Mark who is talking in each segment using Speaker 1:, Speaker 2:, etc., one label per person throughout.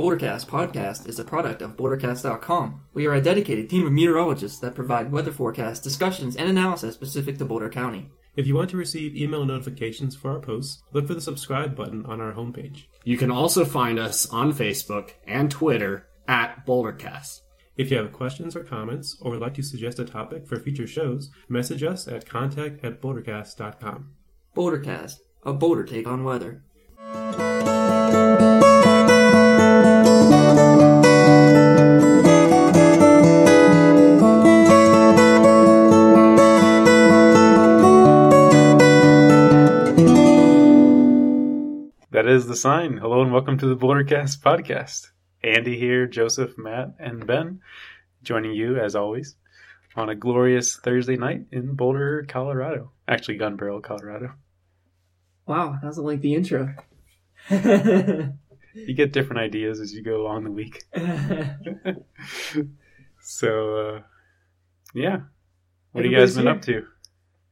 Speaker 1: Bordercast podcast is a product of Bordercast.com. We are a dedicated team of meteorologists that provide weather forecasts, discussions, and analysis specific to Boulder County.
Speaker 2: If you want to receive email notifications for our posts, look for the subscribe button on our homepage.
Speaker 3: You can also find us on Facebook and Twitter at Bouldercast.
Speaker 2: If you have questions or comments, or would like to suggest a topic for future shows, message us at contact at bouldercast.com.
Speaker 1: Bouldercast, a Boulder take on weather.
Speaker 2: That is the sign. Hello and welcome to the Bordercast podcast. Andy here, Joseph, Matt, and Ben joining you as always on a glorious Thursday night in Boulder, Colorado. Actually, Gun Barrel, Colorado.
Speaker 1: Wow, that's like the intro. yeah,
Speaker 2: You get different ideas as you go along the week. so, uh, yeah. What have you guys
Speaker 1: Everybody's
Speaker 2: been
Speaker 1: here.
Speaker 2: up to?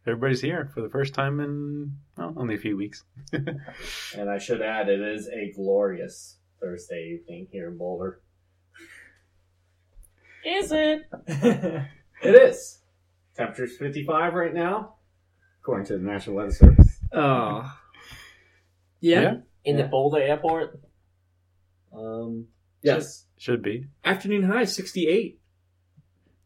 Speaker 2: Everybody's here for the first time in, well, only a few weeks.
Speaker 4: And I should add, it is a glorious Thursday evening here in Boulder.
Speaker 5: Is it?
Speaker 4: It is. Temperature's 55 right now, according to the National Weather Service.
Speaker 1: oh.
Speaker 2: Yeah.
Speaker 1: yeah.
Speaker 5: In the
Speaker 4: Yeah.
Speaker 5: Boulder airport?
Speaker 4: Um, yes.
Speaker 2: Should be.
Speaker 1: Afternoon high, 68.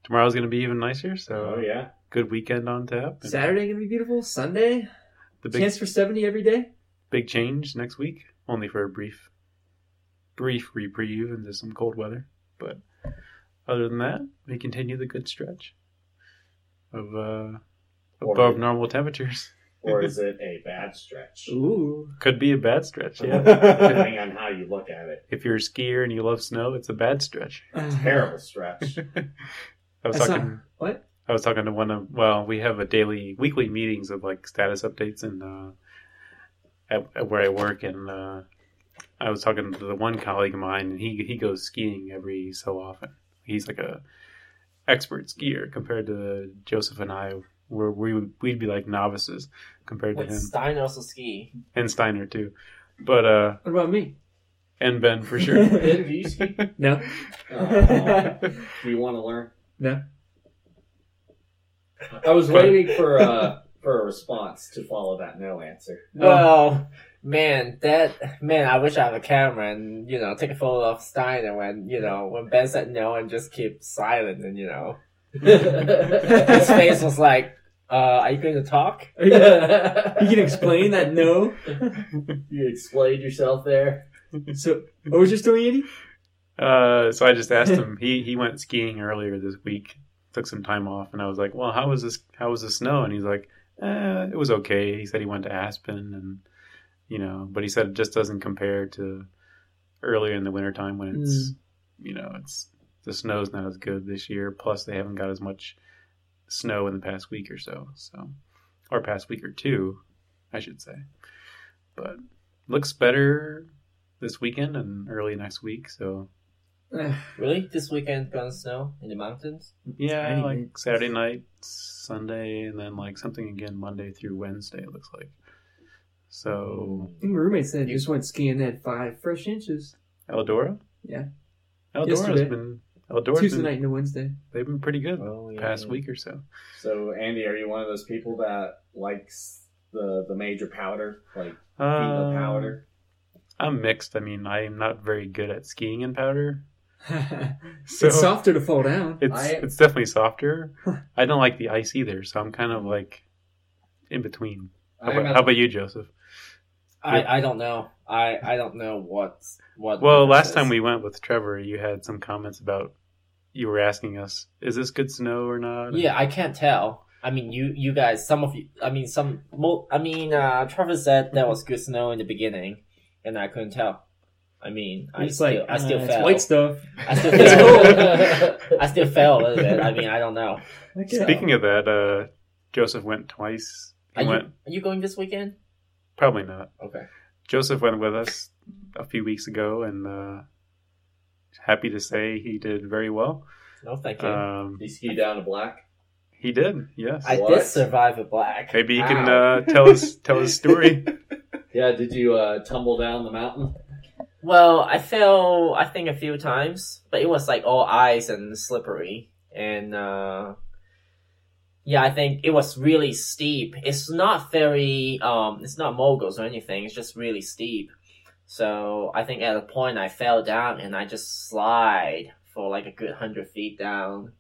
Speaker 2: Tomorrow's going to be even nicer, so
Speaker 4: Oh, yeah.
Speaker 2: good weekend on tap. And
Speaker 1: Saturday gonna be beautiful. Sunday,
Speaker 2: The big,
Speaker 1: chance for 70 every day.
Speaker 2: big change next week, only for a brief, brief reprieve into some cold weather. But other than that, we continue the good stretch of uh,
Speaker 4: Or-
Speaker 2: above normal temperatures.
Speaker 4: Or is it a bad stretch?
Speaker 1: Ooh.
Speaker 2: Could be a bad stretch, yeah.
Speaker 4: Depending on how you look at it.
Speaker 2: if you're a skier and you love snow, it's a bad stretch.
Speaker 4: Terrible stretch.
Speaker 2: I was
Speaker 1: That's
Speaker 2: talking.
Speaker 1: not- what?
Speaker 2: I was talking to one of. Well, we have a daily, weekly meetings of like status updates and uh, at, at where I work, and uh, I was talking to the one colleague of mine, and he he goes skiing every so often. He's like a expert skier compared to Joseph and I, where we would we'd be like novices compared to
Speaker 5: With
Speaker 2: him
Speaker 5: Stein also ski.
Speaker 2: and Steiner too, but uh
Speaker 1: What about me?
Speaker 2: and Ben for sure.
Speaker 4: Did you ski?
Speaker 1: No.
Speaker 4: Oh, do you want to learn?
Speaker 1: No.
Speaker 4: I was waiting for, uh, for a response to follow that no answer.
Speaker 5: Well, man, that man, I wish I had a camera and you know take a photo of Stein and when you know when Ben said no and just keep silent and you know his face was like, uh, "Are you going to talk?"
Speaker 1: Are you, you can explain that no.
Speaker 4: You explained yourself there.
Speaker 1: So, what was your story, Andy?
Speaker 2: Uh, so I just asked him. He he went skiing earlier this week. Took some time off, and I was like, "Well, how was this? How was the snow?" And he's like, eh, "It was okay." He said he went to Aspen, and you know, but he said it just doesn't compare to earlier in the wintertime when it's you know it's the snow's not as good this year. Plus, they haven't got as much snow in the past week or so, so or past week or two, I should say. But looks better this weekend and early next week, so
Speaker 1: Ugh.
Speaker 5: Really? This weekend gonna snow in the mountains?
Speaker 2: Yeah,
Speaker 1: Tiny
Speaker 2: like
Speaker 1: bits.
Speaker 2: Saturday night, Sunday, and then like something again Monday through Wednesday. It looks like. So
Speaker 1: My roommate said he just went skiing. They had five fresh inches.
Speaker 2: Eldora.
Speaker 1: Yeah.
Speaker 2: Eldora's
Speaker 1: Yesterday.
Speaker 2: been Eldora's
Speaker 1: Tuesday
Speaker 2: been,
Speaker 1: night into Wednesday.
Speaker 2: They've been pretty good
Speaker 4: Oh, yeah.
Speaker 2: past week or so.
Speaker 4: So, Andy, are you one of those people that likes the the major powder, like
Speaker 2: Uh,
Speaker 4: Viva powder?
Speaker 2: I'm mixed. I mean, I'm not very good at skiing in powder. So
Speaker 1: it's softer to fall down.
Speaker 2: It's
Speaker 4: I-
Speaker 2: it's definitely softer. I don't like the ice either, so I'm kind of like in between. How
Speaker 4: I'm
Speaker 2: about,
Speaker 4: at
Speaker 2: how about you, Joseph?
Speaker 5: I I don't know. I I don't know what what.
Speaker 2: Well,
Speaker 5: this
Speaker 2: last
Speaker 5: is.
Speaker 2: time we went with Trevor, you had some comments about you were asking us, is this good snow or not?
Speaker 5: Yeah, I can't tell. I mean, you you guys, some of you. I mean, some. Mo- I mean, uh, Trevor said there was good snow in the beginning, and I couldn't tell. I mean, I
Speaker 1: it's
Speaker 5: still,
Speaker 1: like
Speaker 5: I still
Speaker 1: uh, it's
Speaker 5: fell.
Speaker 1: white stuff.
Speaker 5: I still
Speaker 4: It's
Speaker 5: fell.
Speaker 4: cool.
Speaker 5: I still fell a little bit. I mean, I don't know.
Speaker 2: Speaking of that, uh, Joseph went twice.
Speaker 5: Are
Speaker 2: He
Speaker 5: you,
Speaker 2: went
Speaker 5: are you going this weekend?
Speaker 2: probably not.
Speaker 5: Okay.
Speaker 2: Joseph went with us a few weeks ago, and uh, happy to say he did very well.
Speaker 5: No, thank you.
Speaker 2: Um,
Speaker 4: you ski down to black.
Speaker 2: he did, yes.
Speaker 5: I
Speaker 4: what?
Speaker 5: did survive a black.
Speaker 2: Maybe you can
Speaker 4: Wow.
Speaker 2: uh, tell us tell his story.
Speaker 4: Yeah, did you uh, tumble down the mountain?
Speaker 5: Well, I fell, I think, a few times, but it was like all ice and slippery. And, uh, yeah, I think it was really steep. It's not very, um, it's not moguls or anything, it's just really steep. So I think at a point I fell down and I just slide for like a good hundred feet down.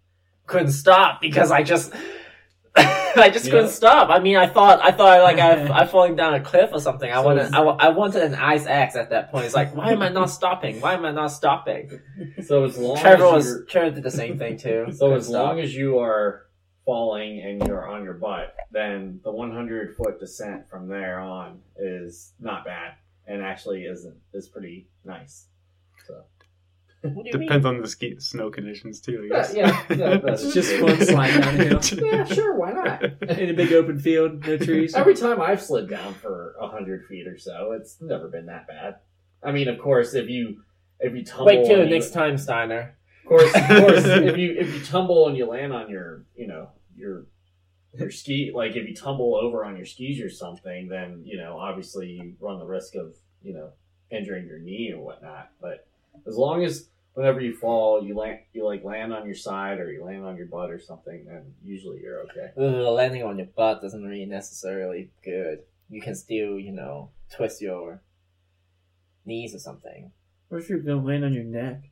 Speaker 5: Couldn't stop because I just, I just couldn't
Speaker 6: Yeah.
Speaker 5: stop. I mean, I thought, I thought like I, I falling down a cliff or something. I
Speaker 6: So
Speaker 5: wanted,
Speaker 6: is-
Speaker 5: I, wa- I wanted an ice axe at that point. It's like, why am I not stopping? Why am I not stopping?
Speaker 7: So as long
Speaker 5: Trevor
Speaker 7: as
Speaker 5: was
Speaker 7: you're,
Speaker 5: Trevor did the same thing too.
Speaker 7: so
Speaker 5: Couldn't
Speaker 7: as
Speaker 5: stop.
Speaker 7: long as you are falling and you're on your butt, then the 100 foot descent from there on is not bad, and actually isn't is pretty nice.
Speaker 5: What do you mean?
Speaker 8: Depends on the ski snow conditions too. I guess.
Speaker 7: Yeah, yeah, no, but
Speaker 8: It's
Speaker 7: just
Speaker 8: one
Speaker 7: one
Speaker 8: slide
Speaker 7: slide
Speaker 8: downhill.
Speaker 7: downhill. Yeah, sure, why not?
Speaker 8: In
Speaker 7: In
Speaker 9: in a big open field, no trees.
Speaker 7: Every time I've slid down for a hundred feet or so, it's never been that bad. I mean, of course, if you if you tumble,
Speaker 5: Wait till
Speaker 7: and you-
Speaker 5: next time, Steiner.
Speaker 7: Of course, of course, if you if you tumble and you land on your you know your your ski, like if you tumble over on your skis or something, then you know obviously you run the risk of you know injuring your knee or whatnot. But as long as whenever you fall, you land you like land on your side or you land on your butt or something, then usually you're okay.
Speaker 5: Ugh, landing on your butt doesn't really necessarily good. You can still, you know, twist your knees or something.
Speaker 9: What if you're gonna land on your neck?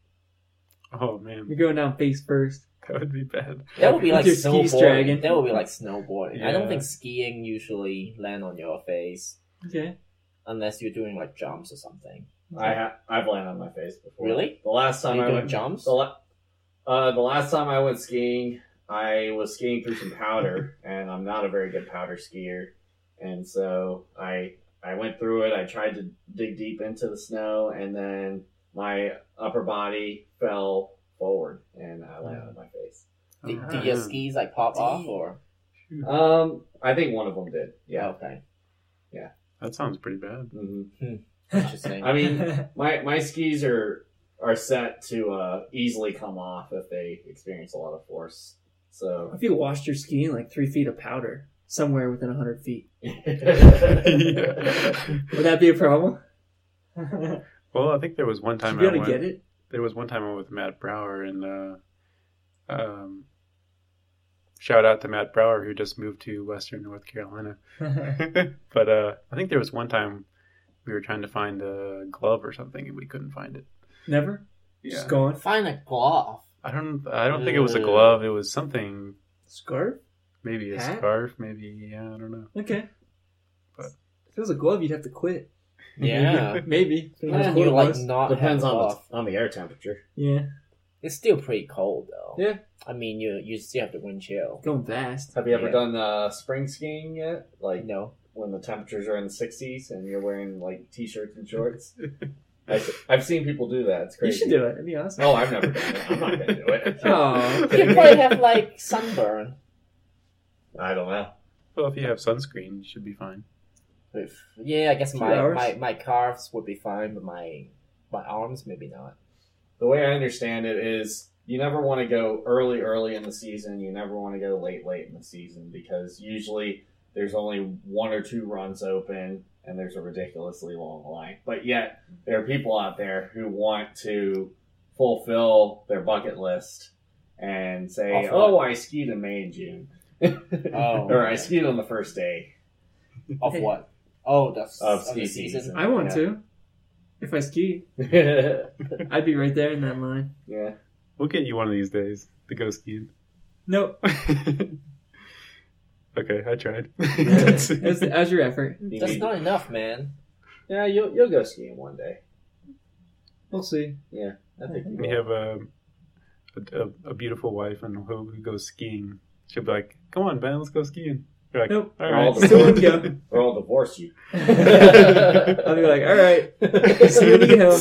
Speaker 8: Oh man,
Speaker 9: You're going down face first.
Speaker 8: that would be bad.
Speaker 5: That would be like
Speaker 9: With your skis
Speaker 5: snowboarding.
Speaker 9: dragging.
Speaker 5: That would be like snowboarding. I don't
Speaker 8: Yeah.
Speaker 5: think skiing usually land on your face
Speaker 9: Okay.
Speaker 5: unless you're doing like jumps or something.
Speaker 7: I ha- I've landed on my face before.
Speaker 5: Really?
Speaker 7: The last
Speaker 5: Are
Speaker 7: time
Speaker 5: you
Speaker 7: I
Speaker 5: doing
Speaker 7: went
Speaker 5: jumps?
Speaker 7: The, la- uh, the last time I went skiing, I was skiing through some powder, and I'm not a very good powder skier, and so I I went through it. I tried to dig deep into the snow, and then my upper body fell forward, and I landed on my face.
Speaker 5: Did,
Speaker 7: Uh-huh.
Speaker 8: Oh,
Speaker 5: did your
Speaker 8: man.
Speaker 9: E.
Speaker 5: skis like pop off or? Oh,
Speaker 7: Um, I think one of them did. Yeah.
Speaker 5: Okay.
Speaker 8: That sounds pretty bad.
Speaker 7: hmm
Speaker 5: Interesting.
Speaker 7: I mean, my my skis are are set to uh, easily come off if they experience a lot of force. So
Speaker 9: If you washed your ski in like three feet of powder somewhere within hundred feet,
Speaker 8: yeah.
Speaker 9: would that be a problem?
Speaker 8: Well, I think there was one
Speaker 9: You're
Speaker 8: time I
Speaker 9: gonna
Speaker 8: went-
Speaker 9: get it.
Speaker 8: there was one time I went with Matt Brower and uh, um, shout out to Matt Brower who just moved to Western North Carolina. but uh, I think there was one time we were trying to find a glove or something and we couldn't find it.
Speaker 9: Never. Just
Speaker 8: Yeah.
Speaker 9: gone.
Speaker 5: find a glove.
Speaker 8: I don't. I don't think it was a
Speaker 5: Mm.
Speaker 8: glove. It was something.
Speaker 9: Scarf.
Speaker 8: Maybe a
Speaker 9: Hat?
Speaker 8: scarf. Maybe yeah. I don't know.
Speaker 9: Okay.
Speaker 8: But-
Speaker 9: If it was a glove, you'd have to quit.
Speaker 5: Yeah.
Speaker 9: Maybe.
Speaker 5: How can you like not
Speaker 7: Depends
Speaker 5: have a
Speaker 7: on
Speaker 5: glove?
Speaker 7: the, on the air temperature.
Speaker 9: Yeah.
Speaker 5: It's still pretty cold though.
Speaker 9: Yeah.
Speaker 5: I mean, you you still have the wind chill.
Speaker 9: Going fast.
Speaker 7: Have you ever
Speaker 5: Yeah.
Speaker 7: done uh, spring skiing yet? Like
Speaker 5: No.
Speaker 7: when the temperatures are in the 60s and you're wearing like t-shirts and shorts. I've, I've seen people do that. It's
Speaker 9: You
Speaker 7: crazy.
Speaker 9: should do it. It'd be awesome.
Speaker 7: No, I've never done it. I'm not gonna do it.
Speaker 9: Oh,
Speaker 5: You
Speaker 9: okay.
Speaker 5: probably have like sunburn.
Speaker 7: I don't know.
Speaker 8: Well, if you have sunscreen, you should be fine.
Speaker 5: If- yeah, I guess
Speaker 9: Two
Speaker 5: my,
Speaker 9: hours?
Speaker 5: my my calves would be fine, but my my arms maybe not.
Speaker 7: The way I understand it is, you never want to go early, early in the season. You never want to go late, late in the season because usually there's only one or two runs open and there's a ridiculously long line. But yet there are people out there who want to fulfill their bucket list and say,
Speaker 5: Off what?
Speaker 7: "Oh, I skied in May and June."
Speaker 5: Oh,
Speaker 7: or I skied on the first day.
Speaker 5: of what? Oh, that's
Speaker 7: Of
Speaker 5: of
Speaker 7: ski
Speaker 5: the season.
Speaker 7: season.
Speaker 9: I want
Speaker 7: Yeah.
Speaker 9: to. If I ski,
Speaker 7: yeah.
Speaker 9: I'd be right there in that line.
Speaker 8: We'll get you one of these days to go skiing.
Speaker 9: Nope.
Speaker 8: okay, I tried.
Speaker 9: As, as your effort.
Speaker 7: You
Speaker 5: That's
Speaker 7: need-
Speaker 5: not enough, man.
Speaker 7: yeah, you'll you'll go skiing one day.
Speaker 9: We'll see.
Speaker 7: I think you
Speaker 8: We
Speaker 7: will.
Speaker 8: have a, a a beautiful wife and who, who goes skiing. She'll be like, "Come on, Ben, let's go skiing." You're like,
Speaker 9: Nope.
Speaker 8: "All
Speaker 7: All
Speaker 8: right,
Speaker 7: the Still
Speaker 9: wouldn't
Speaker 7: Or I'll divorce you.
Speaker 9: I'll be like, all right, see you when you go.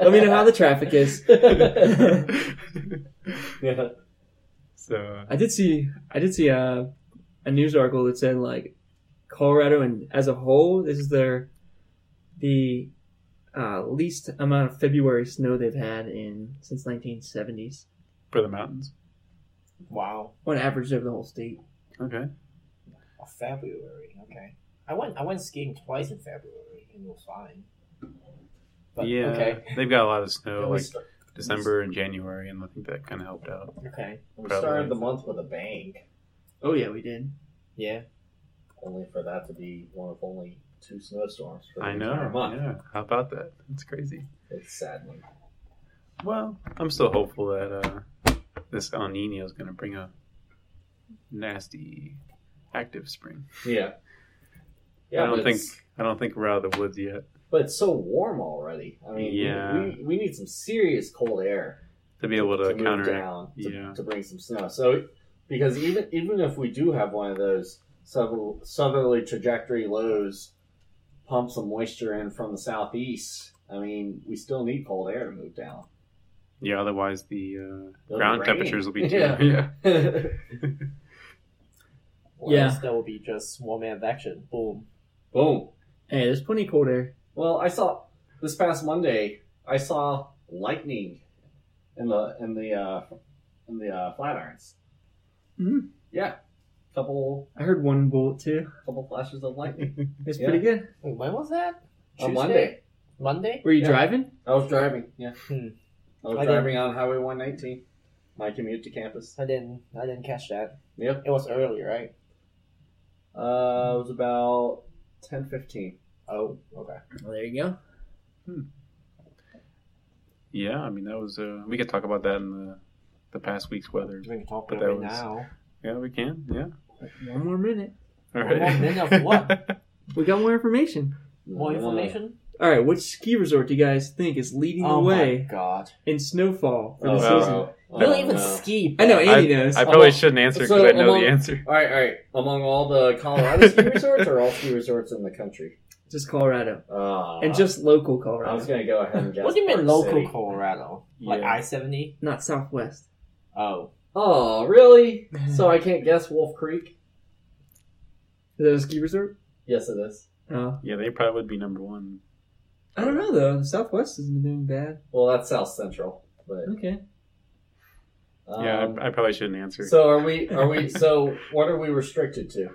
Speaker 9: Let me know how the traffic is.
Speaker 7: yeah.
Speaker 8: so uh,
Speaker 9: I did see, I did see a, a news article that said like, Colorado and as a whole, this is their, the, uh, least amount of February snow they've had in since 1970s
Speaker 8: for the mountains,
Speaker 5: Wow,
Speaker 9: on average over the whole state.
Speaker 8: okay.
Speaker 5: Of February. Okay, I went I went skiing twice in February and it was fine. But,
Speaker 8: yeah,
Speaker 5: Okay.
Speaker 8: they've got a lot of snow,
Speaker 7: And we
Speaker 8: like
Speaker 7: st-
Speaker 8: December and January, and I think that kind of helped out.
Speaker 5: Okay.
Speaker 7: we
Speaker 8: probably.
Speaker 7: started the month with a bang,
Speaker 9: Oh yeah, we did.
Speaker 5: Yeah.
Speaker 7: only for that to be one of only two snowstorms for the
Speaker 8: I know.
Speaker 7: entire month.
Speaker 8: Yeah, how about that? It's crazy.
Speaker 7: It's saddening.
Speaker 8: Well, I'm still hopeful that uh, this El Nino is going to bring a nasty active spring.
Speaker 7: Yeah.
Speaker 8: I don't
Speaker 7: but
Speaker 8: think
Speaker 7: it's-
Speaker 8: I don't think we're out of the woods yet.
Speaker 7: but it's so warm already. I mean, we-
Speaker 8: Yeah.
Speaker 7: we, we need some serious cold air.
Speaker 8: to be able to,
Speaker 7: move
Speaker 8: counteract.
Speaker 7: down to,
Speaker 8: yeah.
Speaker 7: to bring some snow. So because even even if we do have one of those southerly, southerly trajectory lows pump some moisture in from the southeast, I mean we still need cold air to move down.
Speaker 8: Yeah, otherwise the uh,
Speaker 7: It'll
Speaker 8: ground
Speaker 7: rain.
Speaker 8: temperatures will be too.
Speaker 7: Yeah.
Speaker 8: yeah.
Speaker 5: Or
Speaker 9: Yeah.
Speaker 5: else That will be just one man action. Boom.
Speaker 7: Boom.
Speaker 9: Hey, there's plenty of cold air.
Speaker 7: Well, I saw this past Monday. I saw lightning in the in the uh, in the uh, flat irons.
Speaker 9: Mhm.
Speaker 7: Yeah, couple
Speaker 9: I heard one bullet too.
Speaker 7: couple flashes of lightning
Speaker 9: It's
Speaker 7: Yeah.
Speaker 9: pretty good.
Speaker 5: Wait, When was that?
Speaker 7: on
Speaker 5: Tuesday?
Speaker 7: Monday.
Speaker 5: Monday?
Speaker 9: Were you
Speaker 7: Yeah.
Speaker 9: driving?
Speaker 7: I was driving. Yeah.
Speaker 5: Hmm.
Speaker 7: I was
Speaker 5: I didn't-
Speaker 7: driving on Highway 119. My commute to campus.
Speaker 5: I didn't. I didn't catch that.
Speaker 7: Yep.
Speaker 5: It was early, right?
Speaker 7: Uh, it was about 10:15.
Speaker 5: Oh, okay.
Speaker 9: Well, there you go.
Speaker 8: Yeah, I mean that was. Uh, we could talk about that in the the past week's weather.
Speaker 5: We can talk
Speaker 8: But
Speaker 5: about it
Speaker 8: that was-
Speaker 5: now.
Speaker 8: Yeah, we can. Yeah.
Speaker 9: One more minute.
Speaker 8: All
Speaker 5: One more minute of what?
Speaker 9: We got more information.
Speaker 5: More information.
Speaker 9: All right, which ski resort do you guys think is leading the
Speaker 5: Oh my
Speaker 9: way
Speaker 5: god!
Speaker 9: in snowfall for
Speaker 7: Oh,
Speaker 9: the
Speaker 8: wow.
Speaker 9: season?
Speaker 7: I
Speaker 5: You don't
Speaker 7: don't
Speaker 5: even
Speaker 7: know.
Speaker 5: ski.
Speaker 9: I know
Speaker 5: babe.
Speaker 9: Andy knows.
Speaker 8: I probably shouldn't answer because
Speaker 7: So,
Speaker 8: I know
Speaker 7: among-
Speaker 8: the answer.
Speaker 7: All right, all right. Among all the Colorado ski resorts or all ski resorts in the country?
Speaker 9: just Colorado
Speaker 8: Ah.
Speaker 7: Uh,
Speaker 9: and just
Speaker 7: I
Speaker 9: local
Speaker 7: was
Speaker 9: Colorado,
Speaker 7: gonna go ahead and guess.
Speaker 5: What do you mean
Speaker 7: Park
Speaker 5: local
Speaker 7: City.
Speaker 5: Colorado? Like
Speaker 8: Yeah.
Speaker 5: I seventy?
Speaker 9: not Southwest.
Speaker 5: Oh,
Speaker 7: Oh, really?
Speaker 5: Mhm.
Speaker 7: So I can't guess Wolf Creek?
Speaker 9: Is that a ski resort?
Speaker 7: Yes, it is.
Speaker 9: Oh,
Speaker 8: Yeah, they probably would be number one.
Speaker 9: I don't know though. The Southwest isn't doing bad.
Speaker 7: Well, that's South Central, but
Speaker 9: Okay,
Speaker 7: um,
Speaker 8: yeah, I, I probably shouldn't answer.
Speaker 7: so are we? Are we? So what are we restricted to?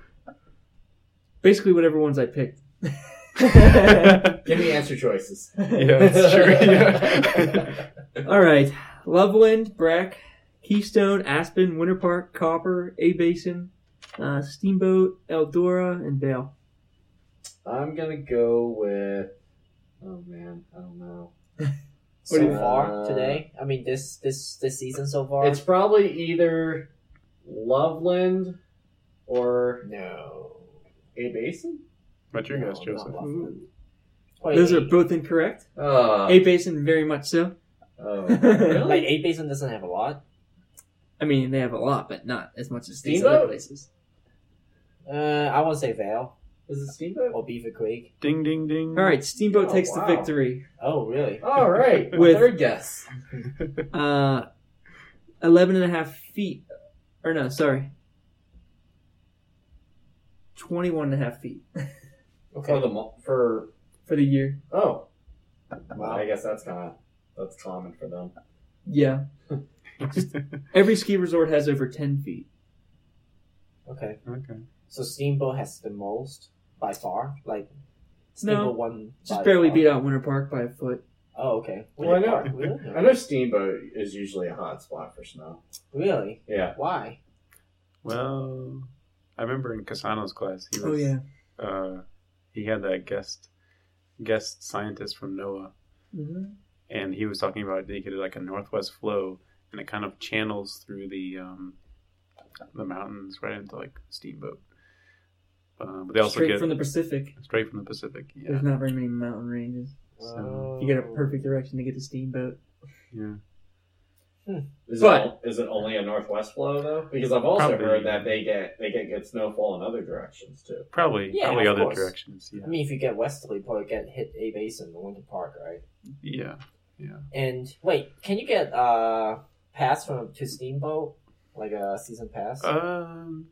Speaker 9: basically whatever ones I picked.
Speaker 7: Give me answer choices.
Speaker 8: yeah, that's true. Yeah.
Speaker 9: All right, Loveland, Brack, Keystone, Aspen, Winter Park, Copper, A Basin, uh, Steamboat, Eldora, and Vale.
Speaker 7: I'm gonna go with. Oh man, I don't know.
Speaker 5: so
Speaker 9: do you-
Speaker 5: far
Speaker 7: Uh,
Speaker 5: today? I mean, this this this season so far?
Speaker 7: It's probably either Loveland or
Speaker 5: no.
Speaker 7: A Basin.
Speaker 8: What's your
Speaker 5: No,
Speaker 8: guess,
Speaker 5: not
Speaker 8: Joseph?
Speaker 5: Loveland.
Speaker 9: Those are
Speaker 5: Wait,
Speaker 9: both incorrect.
Speaker 7: Oh,
Speaker 9: A Basin, very much so.
Speaker 7: oh.
Speaker 5: like eight basin doesn't have a lot.
Speaker 9: I mean, they have a lot, but not as much as these
Speaker 7: Steamboat?
Speaker 9: other places.
Speaker 5: Uh, I won't say Vale
Speaker 7: is it Steamboat?
Speaker 5: or Beaver Creek.
Speaker 8: Ding, ding, ding.
Speaker 9: All right, Steamboat
Speaker 7: Oh,
Speaker 9: takes
Speaker 7: wow.
Speaker 9: the victory.
Speaker 5: Oh, really?
Speaker 7: All right,
Speaker 9: With-
Speaker 7: third guess.
Speaker 9: Uh, 11 and a half feet. Or no, sorry. 21 and a half feet
Speaker 7: For
Speaker 5: Okay.
Speaker 7: the mo- for
Speaker 9: for the year.
Speaker 7: oh, well,
Speaker 5: Wow.
Speaker 7: I guess that's kind of that's common for them.
Speaker 9: Yeah. Every ski resort has over 10 feet.
Speaker 5: Okay.
Speaker 8: okay.
Speaker 5: So Steamboat has the most by far. Like Steamboat
Speaker 9: No,
Speaker 5: won
Speaker 9: just
Speaker 5: by
Speaker 9: barely
Speaker 5: far.
Speaker 9: beat out Winter Park by a foot.
Speaker 5: Oh, okay.
Speaker 7: Well, I know.
Speaker 5: Park, Really?
Speaker 7: I know Steamboat is usually a hot spot for snow.
Speaker 5: Really?
Speaker 7: Yeah,
Speaker 5: Why?
Speaker 8: Well, I remember in Casano's class, he was.
Speaker 9: Oh, yeah.
Speaker 8: Uh, he had that guest guest scientist from NOAA,
Speaker 9: Mhm.
Speaker 8: and he was talking about they could do like a northwest flow, and it kind of channels through the um, the mountains right into like steamboat. Uh, but they also
Speaker 9: Straight
Speaker 8: get
Speaker 9: from the Pacific.
Speaker 8: straight from the Pacific. Yeah,
Speaker 9: There's not very many mountain ranges.
Speaker 8: So-
Speaker 9: You get a perfect direction to get to Steamboat.
Speaker 8: yeah.
Speaker 7: is
Speaker 9: But-
Speaker 7: it, is it only a northwest flow though? Because I've also
Speaker 8: Probably.
Speaker 7: heard that they get they get good snowfall in other directions too.
Speaker 8: Probably,
Speaker 5: Yeah,
Speaker 8: probably
Speaker 5: of
Speaker 8: other
Speaker 5: course. Mm-hmm.
Speaker 8: directions.
Speaker 5: I
Speaker 8: Yeah,
Speaker 5: mean, if you get westerly, you probably get hit A Basin or Winter Park, right?
Speaker 8: yeah.
Speaker 5: And wait, can you get uh pass from to Steamboat like a season pass?
Speaker 8: Um,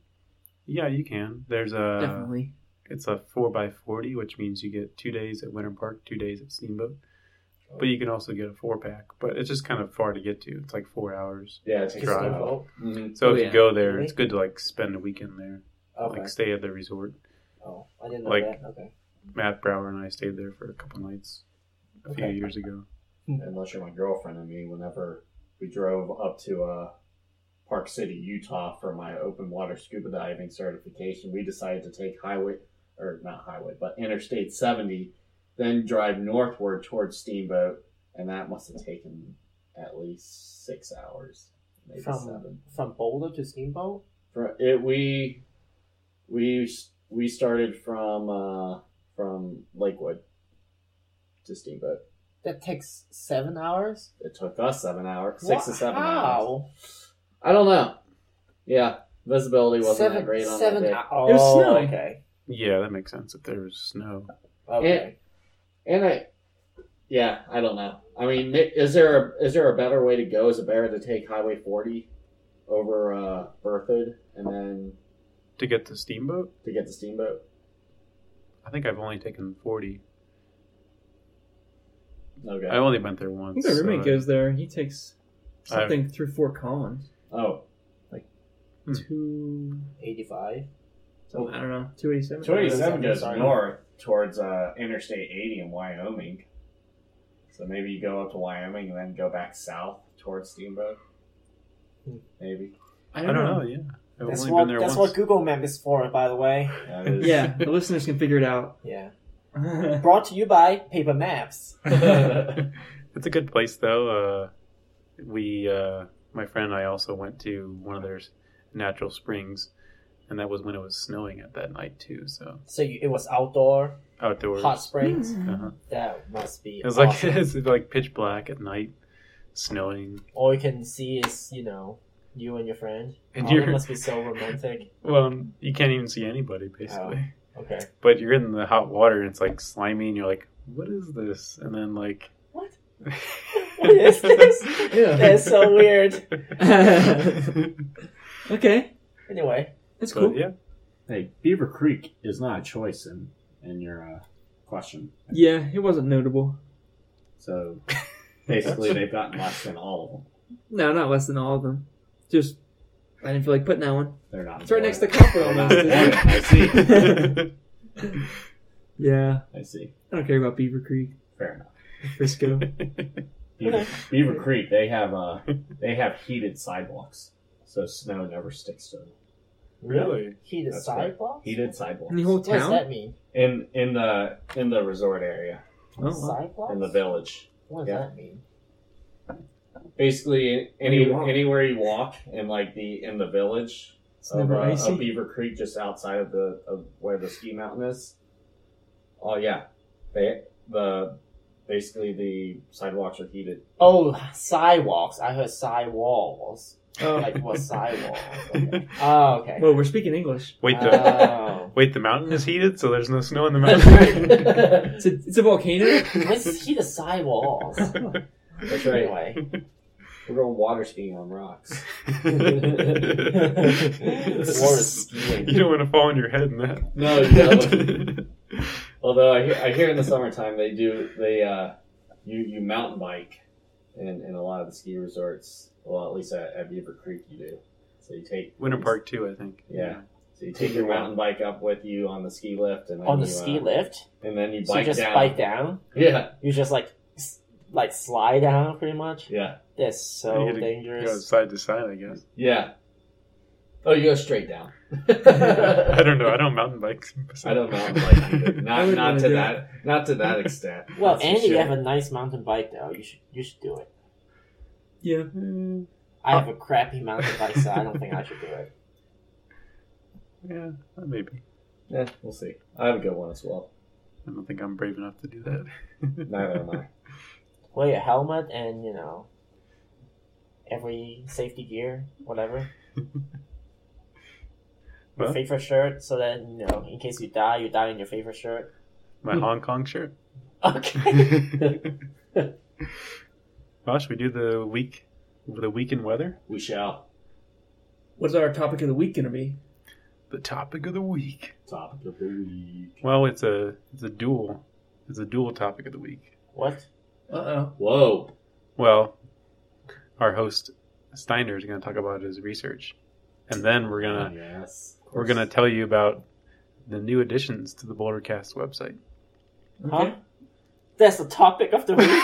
Speaker 8: yeah, you can. There's a
Speaker 9: Definitely.
Speaker 8: It's a four by forty, which means you get two days at Winter Park, two days at Steamboat. But you can also get a four pack. But it's just kind of far to get to. It's like four hours.
Speaker 7: Yeah, it
Speaker 5: To
Speaker 7: takes a
Speaker 8: drive.
Speaker 7: while.
Speaker 5: Steamboat?
Speaker 7: Mhm.
Speaker 8: So
Speaker 9: Oh,
Speaker 8: if
Speaker 9: yeah.
Speaker 8: you go there, it's good to like spend a weekend there,
Speaker 5: Okay.
Speaker 8: like stay at the resort.
Speaker 5: oh, I didn't know
Speaker 8: like-
Speaker 5: that. Okay.
Speaker 8: Matt Brower and I stayed there for a couple nights. a few
Speaker 7: Okay.
Speaker 8: years ago.
Speaker 7: unless you're my girlfriend. I mean, whenever we drove up to uh, Park City, Utah for my open water scuba diving certification, we decided to take highway, or not highway, but Interstate 70, then drive northward towards Steamboat, and that must have taken at least six hours, maybe
Speaker 5: From-
Speaker 7: seven.
Speaker 5: From Boulder to Steamboat?
Speaker 7: For it, we we we started from uh, from Lakewood to Steamboat.
Speaker 5: That takes seven hours?
Speaker 7: It took us seven hours,
Speaker 5: Wha-
Speaker 7: six to seven hours.
Speaker 5: how?
Speaker 7: I don't know. Yeah, visibility wasn't
Speaker 5: seven,
Speaker 7: that great on
Speaker 5: seven
Speaker 7: that day.
Speaker 5: hou-
Speaker 9: It was
Speaker 5: Oh,
Speaker 9: snowing.
Speaker 5: Okay.
Speaker 8: Yeah, that makes sense if there was snow.
Speaker 5: Okay.
Speaker 7: And I, yeah, I don't know. I mean, Nick, is there a is there a better way to go? Is it better to take Highway 40 over uh, Berthoud and then
Speaker 8: To get the steamboat,
Speaker 7: to get to Steamboat?
Speaker 8: I think I've only taken 40.
Speaker 7: Okay.
Speaker 8: I only went there
Speaker 9: I
Speaker 8: once.
Speaker 9: think my roommate
Speaker 8: so I-
Speaker 9: goes there. He takes
Speaker 8: I-
Speaker 9: something through Fort Collins.
Speaker 7: Oh,
Speaker 8: Hmm.
Speaker 9: Two,
Speaker 5: 85.
Speaker 9: oh, I don't know, two eighty seven.
Speaker 7: 27 goes
Speaker 5: Sorry.
Speaker 7: north towards uh, Interstate 80 in Wyoming. So maybe you go up to Wyoming and then go back south towards Steamboat.
Speaker 5: Hmm.
Speaker 7: Maybe.
Speaker 9: I
Speaker 8: I
Speaker 9: don't know.
Speaker 8: Yeah, I've
Speaker 5: That's
Speaker 8: only
Speaker 5: what,
Speaker 8: been there
Speaker 5: that's
Speaker 8: once.
Speaker 5: what Google Map is for, by the way.
Speaker 7: That is-
Speaker 9: Yeah, the listeners can figure it out.
Speaker 5: Yeah.
Speaker 9: I
Speaker 5: Brought to you by Paper Maps.
Speaker 8: it's a good place though. Uh, we, uh, my friend and I, also went to one of their natural springs, and that was when it was snowing at that night too. So
Speaker 5: So you, it was outdoor,
Speaker 8: outdoors,
Speaker 5: hot springs.
Speaker 7: Mm-hmm.
Speaker 8: Uh-huh.
Speaker 5: That must be.
Speaker 8: It was like
Speaker 5: awesome.
Speaker 8: it's like pitch black at night, snowing,
Speaker 5: All you can see is, you know, you and your friend.
Speaker 8: and
Speaker 5: oh, that
Speaker 8: you're
Speaker 5: must be so romantic.
Speaker 8: well, you can't even see anybody basically.
Speaker 5: Okay.
Speaker 8: But you're in the hot water, and it's like slimy, and you're like, "What is this?" And then like,
Speaker 5: What? What is this? That's so weird.
Speaker 9: okay,
Speaker 5: Anyway,
Speaker 9: that's
Speaker 8: But,
Speaker 9: cool.
Speaker 8: Yeah,
Speaker 10: Hey, Beaver Creek is not a choice in in your uh, question.
Speaker 9: Yeah, it wasn't notable.
Speaker 10: So basically, they've gotten less than all of them.
Speaker 9: No, not less than all of them. Just I didn't feel like putting that one.
Speaker 10: They're not.
Speaker 9: It's right next to
Speaker 10: important.
Speaker 9: copper
Speaker 10: They're
Speaker 9: almost.
Speaker 10: not
Speaker 9: isn't it?
Speaker 10: important. I see.
Speaker 9: yeah,
Speaker 10: I see.
Speaker 9: I don't care about Beaver Creek,
Speaker 10: Fair enough.
Speaker 9: Frisco.
Speaker 10: Beaver,
Speaker 5: Okay.
Speaker 10: Beaver Creek, they have uh, they have heated sidewalks, so snow never sticks to them.
Speaker 8: Really?
Speaker 5: heated
Speaker 10: That's right.
Speaker 5: sidewalks?
Speaker 10: Heated sidewalks
Speaker 9: And the whole
Speaker 5: What does
Speaker 9: town.
Speaker 5: that mean?
Speaker 10: in in the in the resort area
Speaker 9: Oh, wow.
Speaker 5: sidewalks?
Speaker 10: in the village.
Speaker 5: What does
Speaker 10: yeah.
Speaker 5: that mean?
Speaker 7: basically any
Speaker 9: you walk.
Speaker 7: anywhere you walk in like the in the village
Speaker 9: It's
Speaker 7: of,
Speaker 9: never
Speaker 7: uh,
Speaker 9: icy.
Speaker 7: of Beaver Creek, just outside of the of where the ski mountain is. Oh yeah, they the basically the sidewalks are heated.
Speaker 5: Oh, sidewalks. I heard sidewalls.
Speaker 9: Oh.
Speaker 5: Like, what sidewalls? Okay. Oh, okay.
Speaker 9: Well, we're speaking English.
Speaker 8: Wait, the
Speaker 7: Uh,
Speaker 5: Oh.
Speaker 8: wait, the mountain is heated, so there's no snow in the mountain.
Speaker 9: It's a, it's a volcano.
Speaker 5: Let's see the sidewalls.
Speaker 7: That's right.
Speaker 5: anyway.
Speaker 7: We're going water skiing on rocks.
Speaker 5: Water skiing.
Speaker 8: you don't want to fall on your head in that.
Speaker 7: No, no. Although I hear, I hear in the summertime they do they uh you you mountain bike in in a lot of the ski resorts. Well, at least at, at Beaver Creek you do. So you take
Speaker 8: Winter Park too, I think.
Speaker 7: Yeah. So you take your mountain bike up with you on the ski lift, and then
Speaker 5: On the
Speaker 7: you,
Speaker 5: ski
Speaker 7: uh,
Speaker 5: lift?
Speaker 7: and then you bike
Speaker 5: So you just
Speaker 7: down.
Speaker 5: bike down?
Speaker 7: Yeah,
Speaker 5: You just, like, s- like slide down, pretty much?
Speaker 7: yeah,
Speaker 5: That's so
Speaker 8: You gotta Go
Speaker 5: dangerous.
Speaker 8: side to side, I guess.
Speaker 7: yeah. Oh, you go straight down.
Speaker 8: I
Speaker 7: I
Speaker 8: don't know. I don't mountain bike.
Speaker 7: I don't mountain bike either.
Speaker 9: I
Speaker 7: Not
Speaker 9: wouldn't
Speaker 7: not
Speaker 9: wanna
Speaker 7: to
Speaker 9: do
Speaker 7: that not to that extent.
Speaker 5: Well,
Speaker 7: That's for
Speaker 5: Andy, you
Speaker 7: sure.
Speaker 5: have a nice mountain bike, though. You should, you should do it.
Speaker 9: Yeah.
Speaker 8: Mm,
Speaker 5: I have a crappy mountain bike, so I don't think I should do it.
Speaker 8: Yeah, maybe.
Speaker 7: Eh, we'll see. I have a good one as well.
Speaker 8: I don't think I'm brave enough to do that.
Speaker 7: Neither am I.
Speaker 5: Wear your helmet and, you know, every safety gear, whatever. Your
Speaker 8: Well,
Speaker 5: favorite shirt, so that, you know, in case you die, you die in your favorite shirt.
Speaker 8: my Hong Kong shirt.
Speaker 5: Okay.
Speaker 8: well, should we do the week, the week in weather?
Speaker 7: We shall
Speaker 9: What's our topic of the week gonna be?
Speaker 8: The topic of the week.
Speaker 7: topic of the week.
Speaker 8: Well, it's a it's a dual it's a dual topic of the week.
Speaker 5: what?
Speaker 9: Uh oh.
Speaker 7: Whoa!
Speaker 8: Well, our host Steiner is going to talk about his research, and then we're gonna
Speaker 7: Oh, yes, of
Speaker 8: we're
Speaker 7: course.
Speaker 8: gonna tell you about the new additions to the Bouldercast website.
Speaker 5: Huh? That's the topic of the week.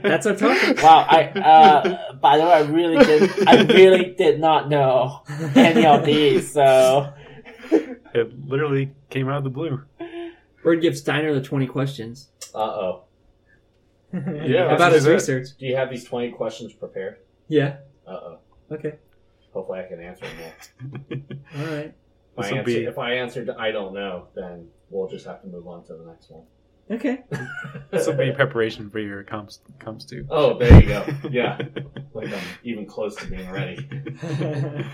Speaker 9: That's our topic.
Speaker 5: Wow, I uh, by the way, I really did, I really did not know any of these. So
Speaker 8: It literally came out of the blue.
Speaker 9: We're gonna give Steiner the twenty questions
Speaker 7: Uh oh.
Speaker 8: Yeah,
Speaker 9: about
Speaker 8: let's
Speaker 9: his
Speaker 8: do that.
Speaker 9: research.
Speaker 7: Do you have these twenty questions prepared?
Speaker 9: Yeah.
Speaker 7: Uh oh.
Speaker 9: Okay.
Speaker 7: Hopefully, I can answer them all.
Speaker 9: All right.
Speaker 7: If I,
Speaker 8: This'll
Speaker 7: answer,
Speaker 8: be-
Speaker 7: if I answered I don't know, then we'll just have to move on to the next one.
Speaker 9: Okay.
Speaker 8: This will be preparation for your comps comps too.
Speaker 7: oh, there you go. Yeah, like I'm even close to being ready.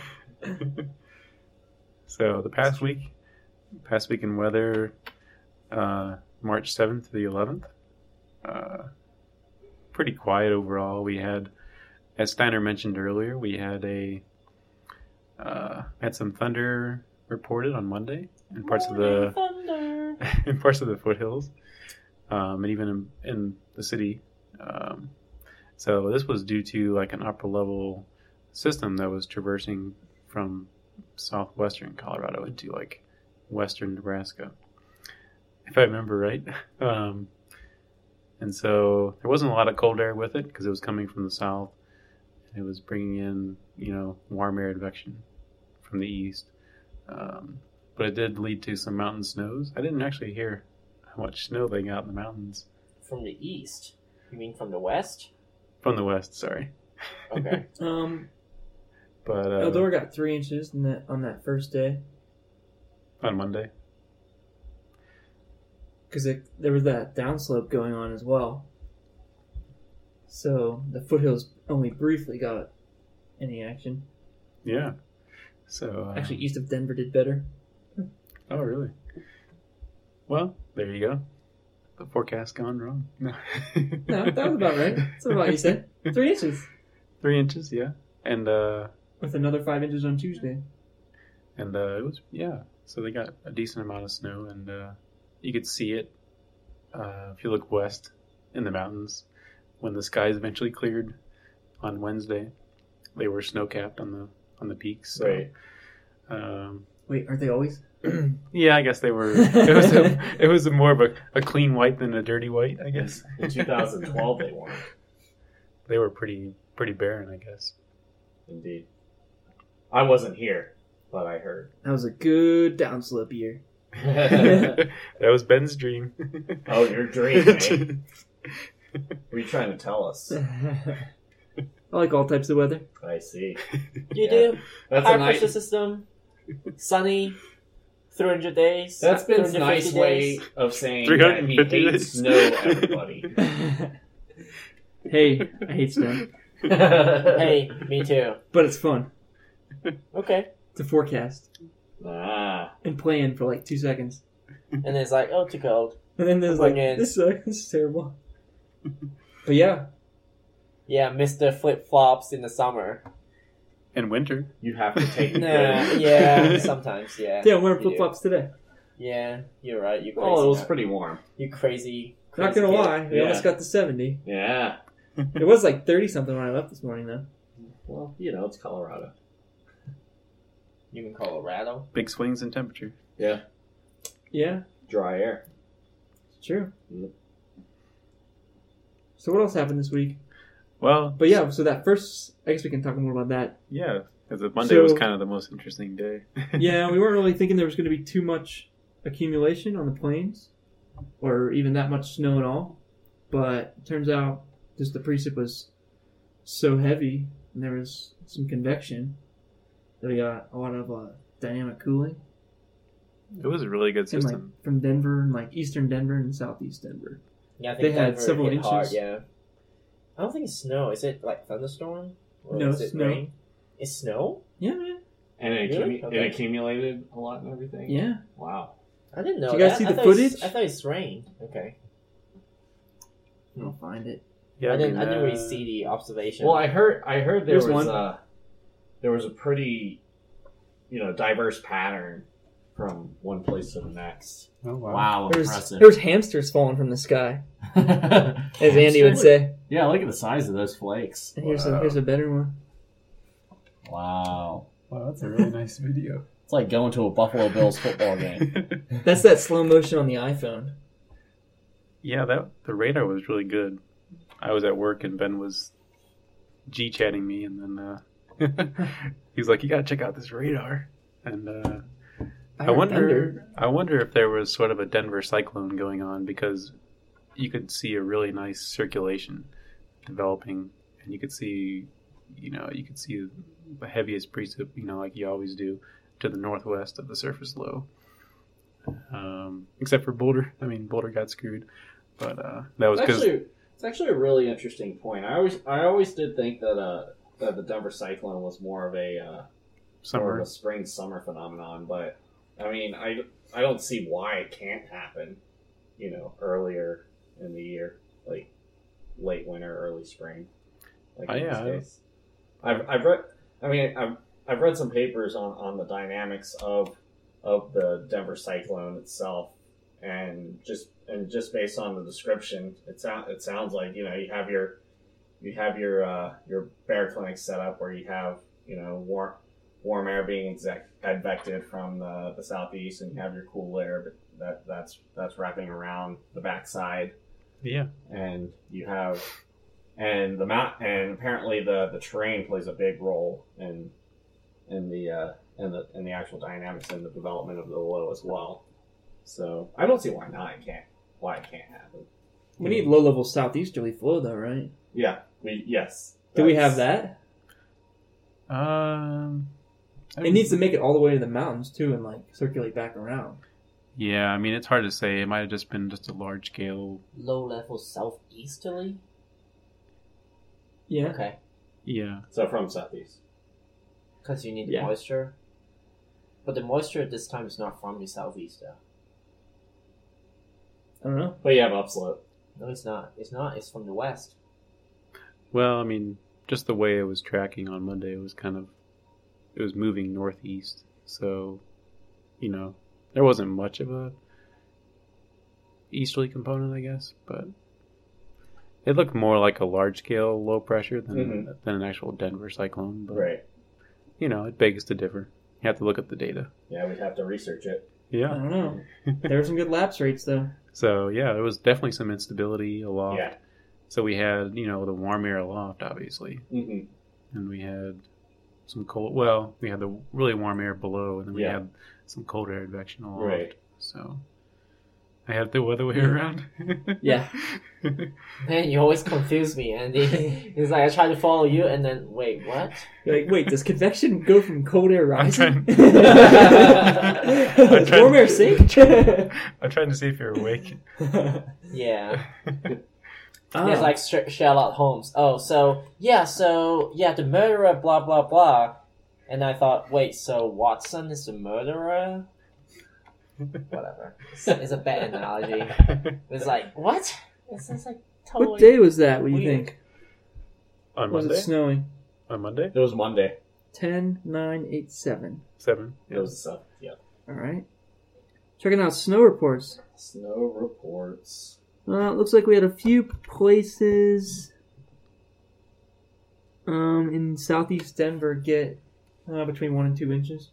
Speaker 8: so the past week, past week in weather, uh, March seventh to the eleventh, uh, pretty quiet overall. We had, as Steiner mentioned earlier, we had a uh, had some thunder reported on Monday in parts of the
Speaker 5: thunder.
Speaker 8: in parts of the foothills, um, and even in, in the city. Um, so this was due to like an upper level system that was traversing from southwestern Colorado into like western Nebraska, if I remember right. Um, and so there wasn't a lot of cold air with it because it was coming from the south. It was bringing in you know warm air advection from the east. Um, but it did lead to some mountain snows. I didn't actually hear how much snow they got in the mountains
Speaker 5: From the east. You mean from the west?
Speaker 8: from the west. Sorry,
Speaker 5: Okay.
Speaker 9: Um,
Speaker 8: but uh,
Speaker 9: Eldora got three inches in that, on that first day
Speaker 8: on Monday,
Speaker 9: because there was that downslope going on as well. So the foothills only briefly got any action.
Speaker 8: yeah. So uh,
Speaker 9: Actually, east of Denver did better.
Speaker 8: oh really? Well, there you go. The forecast gone wrong. No,
Speaker 9: No, that was about right. That's about what you said. Three inches
Speaker 8: Three inches, yeah, and uh,
Speaker 9: with another five inches on Tuesday.
Speaker 8: and uh, it was yeah. So they got a decent amount of snow, and uh, you could see it uh, if you look west in the mountains. When the skies eventually cleared on Wednesday, they were snow capped on the on the peaks. So,
Speaker 7: Right.
Speaker 8: Um,
Speaker 9: Wait, aren't they always?
Speaker 8: yeah, I guess they were. It was a, it was a more of a, a clean white than a dirty white, I guess.
Speaker 7: In 2012, they won.
Speaker 8: they were pretty pretty barren, I guess.
Speaker 7: Indeed. I wasn't here, but I heard.
Speaker 9: That was a good downslope year.
Speaker 8: that was Ben's dream.
Speaker 7: oh, your dream, eh? What are you trying to tell us?
Speaker 9: I like all types of weather.
Speaker 7: I see.
Speaker 5: You
Speaker 7: Yeah.
Speaker 5: do?
Speaker 7: That's
Speaker 5: High
Speaker 7: a nice.
Speaker 5: pressure system. Sunny. 300 days.
Speaker 7: That's Ben's
Speaker 5: 350
Speaker 7: nice
Speaker 5: days.
Speaker 7: way of saying that he
Speaker 8: 350
Speaker 7: hates
Speaker 8: days.
Speaker 7: snow. Everybody.
Speaker 9: hey, I hate snow,
Speaker 5: Hey, me too.
Speaker 9: but it's fun
Speaker 5: Okay.
Speaker 9: to forecast
Speaker 7: Ah,
Speaker 9: and plan for like two seconds,
Speaker 5: And it's like, oh, too cold.
Speaker 9: and then there's like
Speaker 5: Brilliant.
Speaker 9: this sucks, this is terrible. But yeah,
Speaker 5: Yeah, Mr. Flip Flops in the summer.
Speaker 8: And winter.
Speaker 7: you have to take the
Speaker 5: Nah,
Speaker 7: good.
Speaker 5: yeah, sometimes, yeah.
Speaker 9: yeah, I'm wearing
Speaker 5: You
Speaker 9: flip
Speaker 5: do.
Speaker 9: flops today.
Speaker 5: Yeah, you're right. You crazy.
Speaker 7: Oh, it was
Speaker 5: nut.
Speaker 7: pretty warm.
Speaker 5: You crazy.
Speaker 9: Not
Speaker 5: crazy
Speaker 9: gonna
Speaker 5: kid.
Speaker 9: lie, we
Speaker 7: Yeah.
Speaker 9: almost got to seventy.
Speaker 7: Yeah.
Speaker 9: It was like thirty something when I left this morning, though.
Speaker 7: Well, you know, it's Colorado.
Speaker 5: You can call it rattle.
Speaker 8: Big swings in temperature.
Speaker 9: Yeah,
Speaker 7: Dry air.
Speaker 9: it's true.
Speaker 7: Yep.
Speaker 9: So what else happened this week?
Speaker 8: Well,
Speaker 9: But yeah, so that first, I guess we can talk more about that
Speaker 8: Yeah, because Monday
Speaker 9: So-
Speaker 8: was kind of the most interesting day.
Speaker 9: yeah, we weren't really thinking there was going to be too much accumulation on the plains, or even that much snow at all. But it turns out just the precip was so heavy, and there was some convection that we got a lot of uh, dynamic cooling
Speaker 8: It was a really good
Speaker 9: and, like
Speaker 8: system.
Speaker 9: from Denver and like eastern Denver and southeast Denver.
Speaker 5: Yeah, I
Speaker 9: They
Speaker 5: think
Speaker 9: had
Speaker 5: Denver
Speaker 9: several
Speaker 5: hit hard,
Speaker 9: inches.
Speaker 5: yeah. I don't think it's snow. Is it like thunderstorm? Or
Speaker 9: No,
Speaker 5: is it
Speaker 9: snow.
Speaker 5: rain? It's snow?
Speaker 9: Yeah, man.
Speaker 7: And it,
Speaker 5: Really?
Speaker 7: accumu-
Speaker 5: Okay.
Speaker 7: it accumulated a lot and everything.
Speaker 9: Yeah.
Speaker 7: Wow.
Speaker 5: I didn't know.
Speaker 9: Did you guys
Speaker 5: that.
Speaker 9: see
Speaker 5: I
Speaker 9: the
Speaker 5: thought it's-
Speaker 9: footage?
Speaker 5: I thought it's rain. Okay.
Speaker 9: I'll find it.
Speaker 8: yeah,
Speaker 5: I didn't. I
Speaker 8: mean,
Speaker 5: didn't really
Speaker 8: uh,
Speaker 5: see the observation.
Speaker 7: Well, I heard. I heard there
Speaker 9: Here's
Speaker 7: was
Speaker 9: one.
Speaker 7: a there was a pretty you know diverse pattern from one place to the next.
Speaker 8: Oh, wow.
Speaker 1: Wow,
Speaker 9: There's
Speaker 1: impressive.
Speaker 9: there's hamsters falling from the sky, as Andy would say.
Speaker 1: yeah, look at the size of those flakes.
Speaker 9: And here's a here's a better one.
Speaker 1: Wow.
Speaker 8: Wow, that's a really nice video.
Speaker 1: It's like going to a Buffalo Bills football game.
Speaker 9: That's that slow motion on the iPhone.
Speaker 8: yeah, that the radar was really good. I was at work and Ben was G chatting me, and then uh, he's like, "You gotta check out this radar." And uh, I wonder, I wonder if there was sort of a Denver cyclone going on because you could see a really nice circulation developing, and you could see, you know, you could see the heaviest precip, you know, like you always do, to the northwest of the surface low. Um, except for Boulder, I mean, Boulder got screwed, but uh, that was
Speaker 7: It's
Speaker 8: because
Speaker 7: actually, it's actually a really interesting point. I always I always did think that uh that the Denver Cyclone was more of a uh, more
Speaker 8: summer.
Speaker 7: of a spring summer phenomenon, but I mean I I don't see why it can't happen, you know, earlier in the year, like late winter, early spring. Like
Speaker 8: Oh,
Speaker 7: in
Speaker 8: yeah.
Speaker 7: this case. I've I've read I mean I've I've read some papers on on the dynamics of of the Denver Cyclone itself, and just and just based on the description, it sound it sounds like you know you have your you have your uh, your bear clinic set up where you have you know warm warm air being exec- advected from the, the southeast, and you have your cool air that that's that's wrapping around the backside,
Speaker 8: Yeah,
Speaker 7: and you have and the mount and apparently the the terrain plays a big role in in the uh, in the in the actual dynamics and the development of the low as well. So I don't see why not it can't why it can't happen.
Speaker 9: We need low level southeasterly flow, though, right?
Speaker 7: Yeah, we yes.
Speaker 9: Do we
Speaker 7: that's-
Speaker 9: have that?
Speaker 8: um, I
Speaker 9: It needs to make it all the way to the mountains too, and like circulate back around.
Speaker 8: Yeah, I mean, it's hard to say. It might have just been just a large scale.
Speaker 5: Low level southeasterly.
Speaker 9: Yeah,
Speaker 5: Okay,
Speaker 8: Yeah.
Speaker 7: So from southeast.
Speaker 5: because you need
Speaker 9: Yeah.
Speaker 5: moisture. But the moisture this time is not from the southeast. Though.
Speaker 9: I don't know.
Speaker 7: But you have upslope.
Speaker 5: No, it's not. It's not. It's from the west.
Speaker 8: Well, I mean, just the way it was tracking on Monday, it was kind of, it was moving northeast. So, you know, there wasn't much of a easterly component, I guess, but it looked more like a large scale low pressure than than an actual Denver cyclone.
Speaker 9: Mm-hmm.
Speaker 8: But
Speaker 7: Mm-hmm. Right.
Speaker 8: you know, it begs to differ. You have to look up the data.
Speaker 7: Yeah, we'd have to research it.
Speaker 9: I
Speaker 8: Yeah.
Speaker 9: don't know. There were some good lapse rates though.
Speaker 8: So yeah, there was definitely some instability
Speaker 9: Uh-huh.
Speaker 8: aloft.
Speaker 7: Yeah.
Speaker 8: So we had, you know, the warm air aloft, obviously,
Speaker 7: Mm-hmm.
Speaker 8: and we had some cold. Well, we had the really warm air below, and then we
Speaker 7: Yeah.
Speaker 8: had some cold air advection
Speaker 9: Uh-huh.
Speaker 8: aloft.
Speaker 7: Right.
Speaker 8: So I had it the other way around.
Speaker 9: Yeah.
Speaker 5: Man, you always confuse me, Andy. It's like I try to follow you, and then wait, what?
Speaker 9: You're like, wait, does convection go from cold air
Speaker 8: I'm trying-
Speaker 9: rising? Does
Speaker 8: trying-
Speaker 9: warm air sink?
Speaker 8: I'm trying to see if you're awake.
Speaker 5: Yeah.
Speaker 9: Ah,
Speaker 5: It's like Sh- Sherlock Holmes. Oh, so yeah, so yeah, the murderer, blah blah blah. And I thought, wait, so Watson is the murderer? Whatever. It's, it's a bad analogy. It's like what? This is like totally.
Speaker 9: what day was that? What do you
Speaker 5: Weird.
Speaker 9: think?
Speaker 8: on
Speaker 9: Was
Speaker 8: Monday.
Speaker 9: it snowing?
Speaker 8: on Monday,
Speaker 7: It was Monday.
Speaker 9: 10, 9, 8, 7.
Speaker 8: seven.
Speaker 7: It was the seventh. Yeah.
Speaker 9: All right. Checking out snow reports.
Speaker 7: Snow reports.
Speaker 9: Uh, looks like we had a few places um, in southeast Denver get uh, between one and two inches.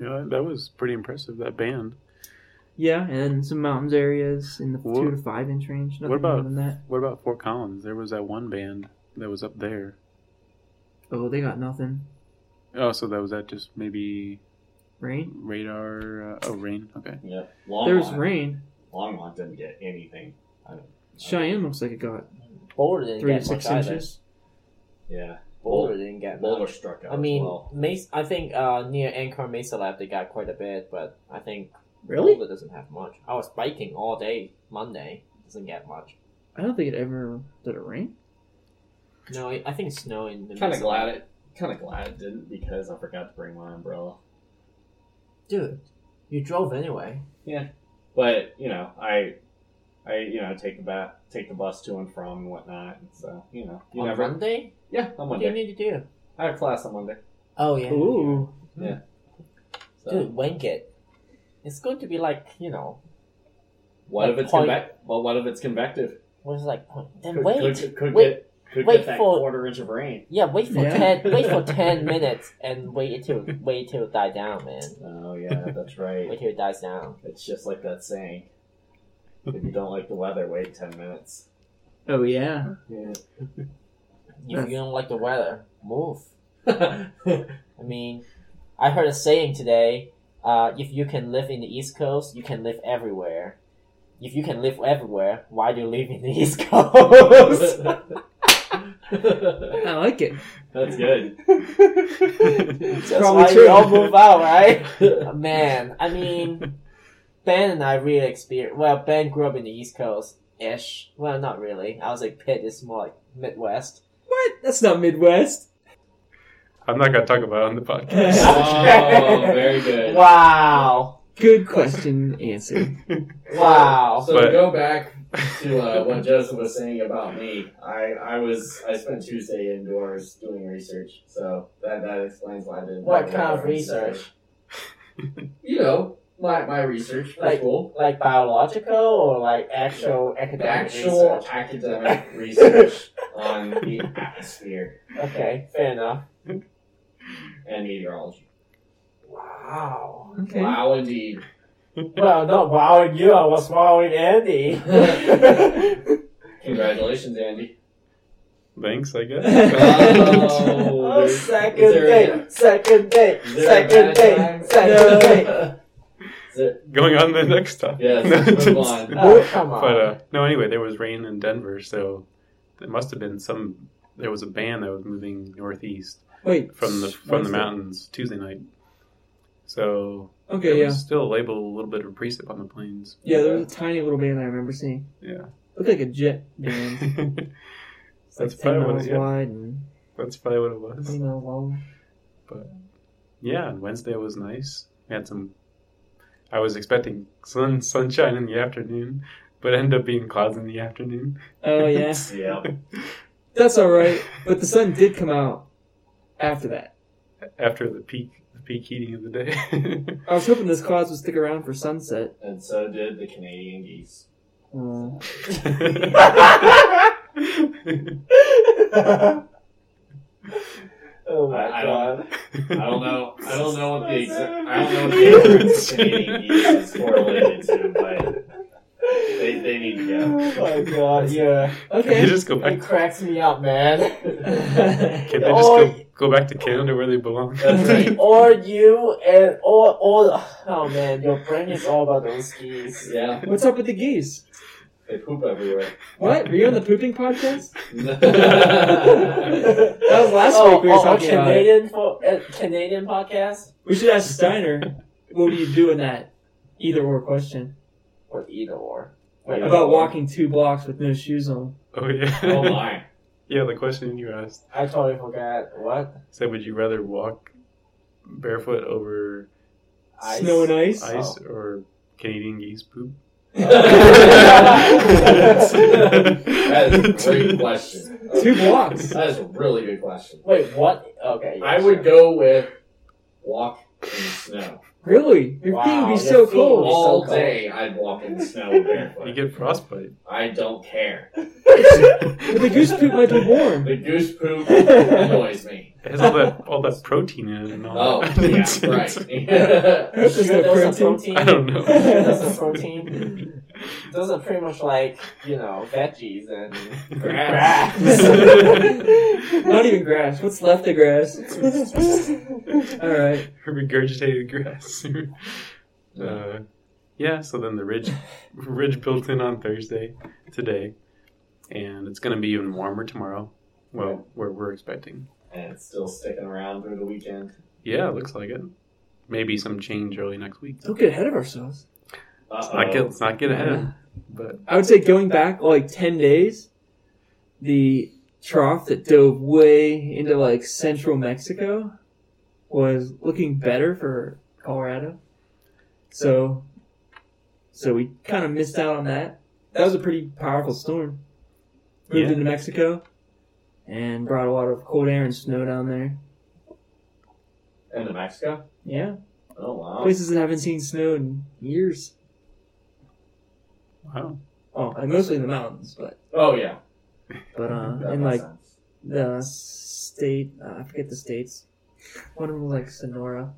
Speaker 8: Yeah, that was pretty impressive. That band.
Speaker 9: Yeah, and some mountains areas in the
Speaker 8: Wha-
Speaker 9: two to five inch range. Nothing
Speaker 8: what
Speaker 9: more
Speaker 8: about-
Speaker 9: than that?
Speaker 8: What about Fort Collins? There was that one band that was up there.
Speaker 9: Oh, they got nothing.
Speaker 8: Oh, so that was that just maybe
Speaker 9: Rain.
Speaker 8: radar? Uh, oh, rain. Okay.
Speaker 7: Yeah. Longmont.
Speaker 9: there was rain.
Speaker 7: Longmont didn't get anything. I don't,
Speaker 9: Cheyenne looks like it got
Speaker 5: Boulder didn't
Speaker 9: three to
Speaker 5: get
Speaker 9: six
Speaker 5: much either.
Speaker 9: inches.
Speaker 7: yeah.
Speaker 5: Boulder
Speaker 7: Boulder.
Speaker 5: didn't get
Speaker 7: Boulder
Speaker 5: much.
Speaker 7: struck out.
Speaker 5: I mean,
Speaker 7: As well.
Speaker 5: Mesa, I think uh, near Anchor Mesa Lab they got quite a bit, but I think Boulder doesn't have much. I was biking all day Monday. Doesn't get much.
Speaker 9: I don't think it ever did it rain.
Speaker 5: No, I think it's snow in the
Speaker 7: Kind of
Speaker 5: Mesa
Speaker 7: glad
Speaker 5: Lab.
Speaker 7: it. Kind of glad it didn't because I forgot to bring my umbrella.
Speaker 5: Dude, you drove anyway.
Speaker 7: But you know, I, I you know take the ba- take the bus to and from and whatnot. And so you know, you
Speaker 5: on
Speaker 7: never.
Speaker 5: Monday?
Speaker 7: Yeah, on
Speaker 5: What do you
Speaker 7: Monday.
Speaker 5: need to do?
Speaker 7: I have class on Monday.
Speaker 5: Oh, yeah.
Speaker 9: Ooh,
Speaker 7: So.
Speaker 5: Dude, wank it. It's going to be like, you know,
Speaker 7: What
Speaker 5: Like
Speaker 7: if it's
Speaker 5: point-
Speaker 7: convec- well? What if it's convective?
Speaker 5: what is it like, then
Speaker 7: Could,
Speaker 5: wait.
Speaker 7: Could, could
Speaker 5: wait.
Speaker 7: get could
Speaker 5: wait
Speaker 7: get that
Speaker 5: for-
Speaker 7: quarter inch of rain.
Speaker 5: Yeah, wait for
Speaker 9: Yeah.
Speaker 5: ten. Wait for ten minutes and wait until wait till it die down, man.
Speaker 7: Oh yeah, that's right.
Speaker 5: Wait till it dies down.
Speaker 7: it's just like that saying. If you don't like the weather, wait ten minutes.
Speaker 9: Oh yeah.
Speaker 7: Yeah.
Speaker 9: Yeah.
Speaker 5: If you don't like the weather, move. I mean, I heard a saying today uh, if you can live in the East Coast, you can live everywhere. If you can live everywhere, why do you live in the East Coast?
Speaker 9: I like it.
Speaker 7: That's good.
Speaker 5: That's why we all move out, right? Man, I mean, Ben and I really experienced. Well, Ben grew up in the East Coast ish. Well, not really. I was like, Pitt is more like Midwest.
Speaker 9: What? That's not Midwest.
Speaker 8: I'm not gonna talk about it on the podcast.
Speaker 7: Oh, very good.
Speaker 5: Wow.
Speaker 9: Good question answered.
Speaker 5: Wow.
Speaker 7: So
Speaker 8: But-
Speaker 7: to go back to uh, what Joseph was saying about me, I, I was I spent Tuesday indoors doing research, so that, that explains why I didn't.
Speaker 5: What
Speaker 7: have
Speaker 5: kind of
Speaker 7: a reference
Speaker 5: research?
Speaker 7: there. You know, my my research, like
Speaker 5: Like-
Speaker 7: cool.
Speaker 5: Like biological or like actual academic
Speaker 7: Actual
Speaker 5: research?
Speaker 7: academic research on the atmosphere
Speaker 5: Okay, fair enough.
Speaker 7: and meteorology.
Speaker 5: Wow.
Speaker 9: Okay.
Speaker 7: Wow, indeed.
Speaker 5: Well, not wowing you, I was wowing Andy.
Speaker 7: Congratulations, Andy.
Speaker 8: Thanks, I guess.
Speaker 9: Oh,
Speaker 5: Oh,
Speaker 7: there's-
Speaker 5: second
Speaker 7: is there-
Speaker 5: date, second date,
Speaker 7: Is there a
Speaker 5: second
Speaker 7: bad
Speaker 5: date,
Speaker 7: time?
Speaker 5: second date.
Speaker 7: Is there-
Speaker 8: Going on to the next topic.
Speaker 7: Yes, let's move on.
Speaker 5: Oh, come on.
Speaker 8: But uh, no, anyway, there was rain in Denver, so it must have been some. There was a band that was moving northeast
Speaker 9: Wait.
Speaker 8: from the from the mountains Tuesday night. So there
Speaker 9: Okay. Yeah.
Speaker 8: was still labeled a little bit of precip on the plains.
Speaker 9: Yeah. There was a tiny little band I remember seeing.
Speaker 8: Yeah.
Speaker 9: Looked like a jet band. It's like
Speaker 8: That's
Speaker 9: ten
Speaker 8: probably what
Speaker 9: miles
Speaker 8: it- yeah.
Speaker 9: wide and
Speaker 8: That's probably what it was.
Speaker 9: three miles long.
Speaker 8: Yeah, and Wednesday was nice. We had some. I was expecting sun sunshine in the afternoon, but it ended up being clouds in the afternoon.
Speaker 9: Oh yeah.
Speaker 7: Yeah.
Speaker 9: That's all right. But the sun did come out after that.
Speaker 8: After the peak, the peak heating of the day.
Speaker 9: I was hoping this clouds would stick around for sunset.
Speaker 7: And so did the Canadian geese.
Speaker 9: Uh,
Speaker 5: oh my
Speaker 7: I- I don't-
Speaker 5: god.
Speaker 7: I don't know. I don't know what the exa- I don't know what the exact
Speaker 8: Yes.
Speaker 7: Canadian geese is correlated to, but they, they need to go.
Speaker 5: Oh my god, yeah.
Speaker 8: Can they
Speaker 9: okay.
Speaker 8: just go
Speaker 5: It
Speaker 8: back?
Speaker 5: cracks me up, man.
Speaker 8: Can they just
Speaker 5: Oh,
Speaker 8: go, go back to Canada where they belong?
Speaker 7: That's right.
Speaker 5: or you and or all oh man, your brain is all about those skis.
Speaker 7: Yeah,
Speaker 9: What's up with the geese?
Speaker 7: they poop everywhere.
Speaker 9: What? Were you on the pooping podcast?
Speaker 7: yeah,
Speaker 9: That was last
Speaker 5: oh,
Speaker 9: week we were
Speaker 5: oh,
Speaker 9: talking about it.
Speaker 5: Canadian fo- uh, Canadian podcast.
Speaker 9: We should ask Steiner, what would you do in that either or question?
Speaker 5: Or either or.
Speaker 7: Wait,
Speaker 9: About walking two blocks with no shoes on.
Speaker 8: Oh yeah.
Speaker 7: Oh my.
Speaker 8: Yeah, the question you asked
Speaker 5: I totally forgot what
Speaker 8: said, would you rather walk barefoot over
Speaker 5: I
Speaker 9: Snow and ice?
Speaker 8: ice or Canadian geese poop?
Speaker 7: That is a great question.
Speaker 9: Two blocks.
Speaker 7: That is a really good question.
Speaker 5: Wait, what? Okay, yeah,
Speaker 7: I
Speaker 5: sure.
Speaker 7: would go with walk in snow.
Speaker 9: Really? Your feet would
Speaker 5: Wow,
Speaker 9: be
Speaker 5: your
Speaker 9: so
Speaker 5: feet would be
Speaker 9: cold.
Speaker 7: All
Speaker 5: cold.
Speaker 7: day I'd walk in snow
Speaker 8: You
Speaker 7: barefoot.
Speaker 8: get frostbite.
Speaker 7: I don't care.
Speaker 9: But the goose poop might be warm.
Speaker 7: The goose poop annoys me.
Speaker 8: It has all that all that protein in it and all
Speaker 7: Oh,
Speaker 8: that.
Speaker 7: yeah,
Speaker 8: It's- it's-
Speaker 7: right.
Speaker 5: You sure
Speaker 9: no
Speaker 5: those are
Speaker 9: protein?
Speaker 5: protein.
Speaker 8: I don't know.
Speaker 5: Those are protein. Those are pretty much like you know veggies and
Speaker 7: Grass.
Speaker 9: Not even grass. What's left of grass? Alright.
Speaker 8: regurgitated grass. uh, yeah, so then the ridge ridge built in on Thursday today, and it's going to be even warmer tomorrow. Well, where we're expecting.
Speaker 7: And it's still sticking around through the weekend.
Speaker 8: Yeah, it looks like it. Maybe some change early next week.
Speaker 9: Don't get ahead of ourselves. Oh.
Speaker 7: Uh-oh.
Speaker 8: Not get, let's not get ahead. But
Speaker 9: I would say going back like 10 days, the trough that dove way into like central Mexico was looking better for Colorado. So, so we kind of missed out on that. That was a pretty powerful storm. Moved
Speaker 8: Yeah.
Speaker 9: into Mexico and brought a lot of cold air and snow down there.
Speaker 7: Into Mexico?
Speaker 9: Yeah.
Speaker 7: Oh,
Speaker 5: Um,
Speaker 7: wow.
Speaker 9: Places that haven't seen snow in years.
Speaker 8: wow,
Speaker 9: Oh, like mostly in the mountains, but,
Speaker 7: Oh, yeah.
Speaker 9: but, uh,
Speaker 7: That
Speaker 9: and
Speaker 7: makes
Speaker 9: like,
Speaker 7: sense.
Speaker 9: the state. Uh, I forget the states. One of them was like Sonora.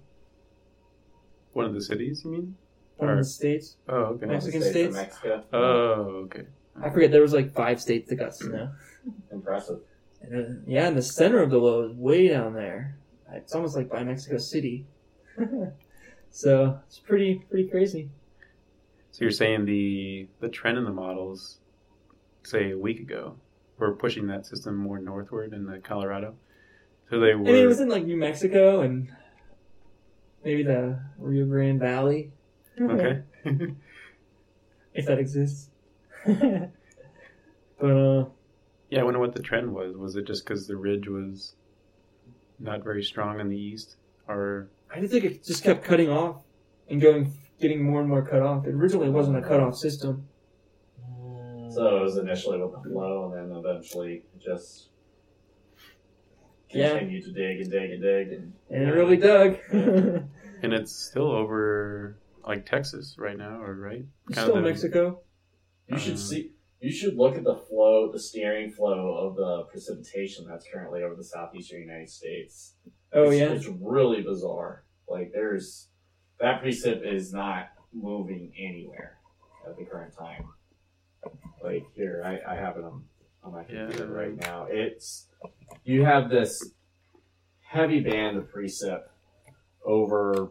Speaker 8: one of the cities, you mean?
Speaker 9: one of
Speaker 8: Or-
Speaker 9: the states.
Speaker 8: Oh, okay.
Speaker 9: Mexican
Speaker 4: States
Speaker 9: states?
Speaker 4: of Mexico.
Speaker 8: Oh, okay.
Speaker 9: I forget there was like five states that got snow.
Speaker 4: Impressive.
Speaker 9: And, uh, yeah, and the center of the low is way down there. It's almost like by Mexico City. so it's pretty pretty crazy.
Speaker 8: So you're saying the the trend in the models, say a week ago, were pushing that system more northward in the Colorado. So they were.
Speaker 9: I mean, it was in like New Mexico and maybe the Rio Grande Valley,
Speaker 8: okay.
Speaker 9: if that exists. but uh,
Speaker 8: yeah, I wonder what the trend was. Was it just because the ridge was not very strong in the east, or
Speaker 9: I just think it just kept cutting off and going, getting more and more cut off. It originally wasn't a cut off system.
Speaker 7: So it was initially with the flow, and then eventually just
Speaker 9: Yeah.
Speaker 7: continued to dig and dig and dig. And
Speaker 9: And it really dug. it's
Speaker 8: and it's still over like Texas right now, or right? Kind
Speaker 9: still
Speaker 8: of the-
Speaker 9: Mexico.
Speaker 7: you
Speaker 8: Um,
Speaker 7: should see, you should look at the flow, the steering flow of the precipitation that's currently over the southeastern United States.
Speaker 9: Oh
Speaker 7: It's-
Speaker 9: yeah,
Speaker 7: it's really bizarre. Like there's that precip is not moving anywhere at the current time. Like here, I, I have it on, on my
Speaker 8: Yeah,
Speaker 7: computer
Speaker 8: right.
Speaker 7: right now. It's you have this heavy band of precip over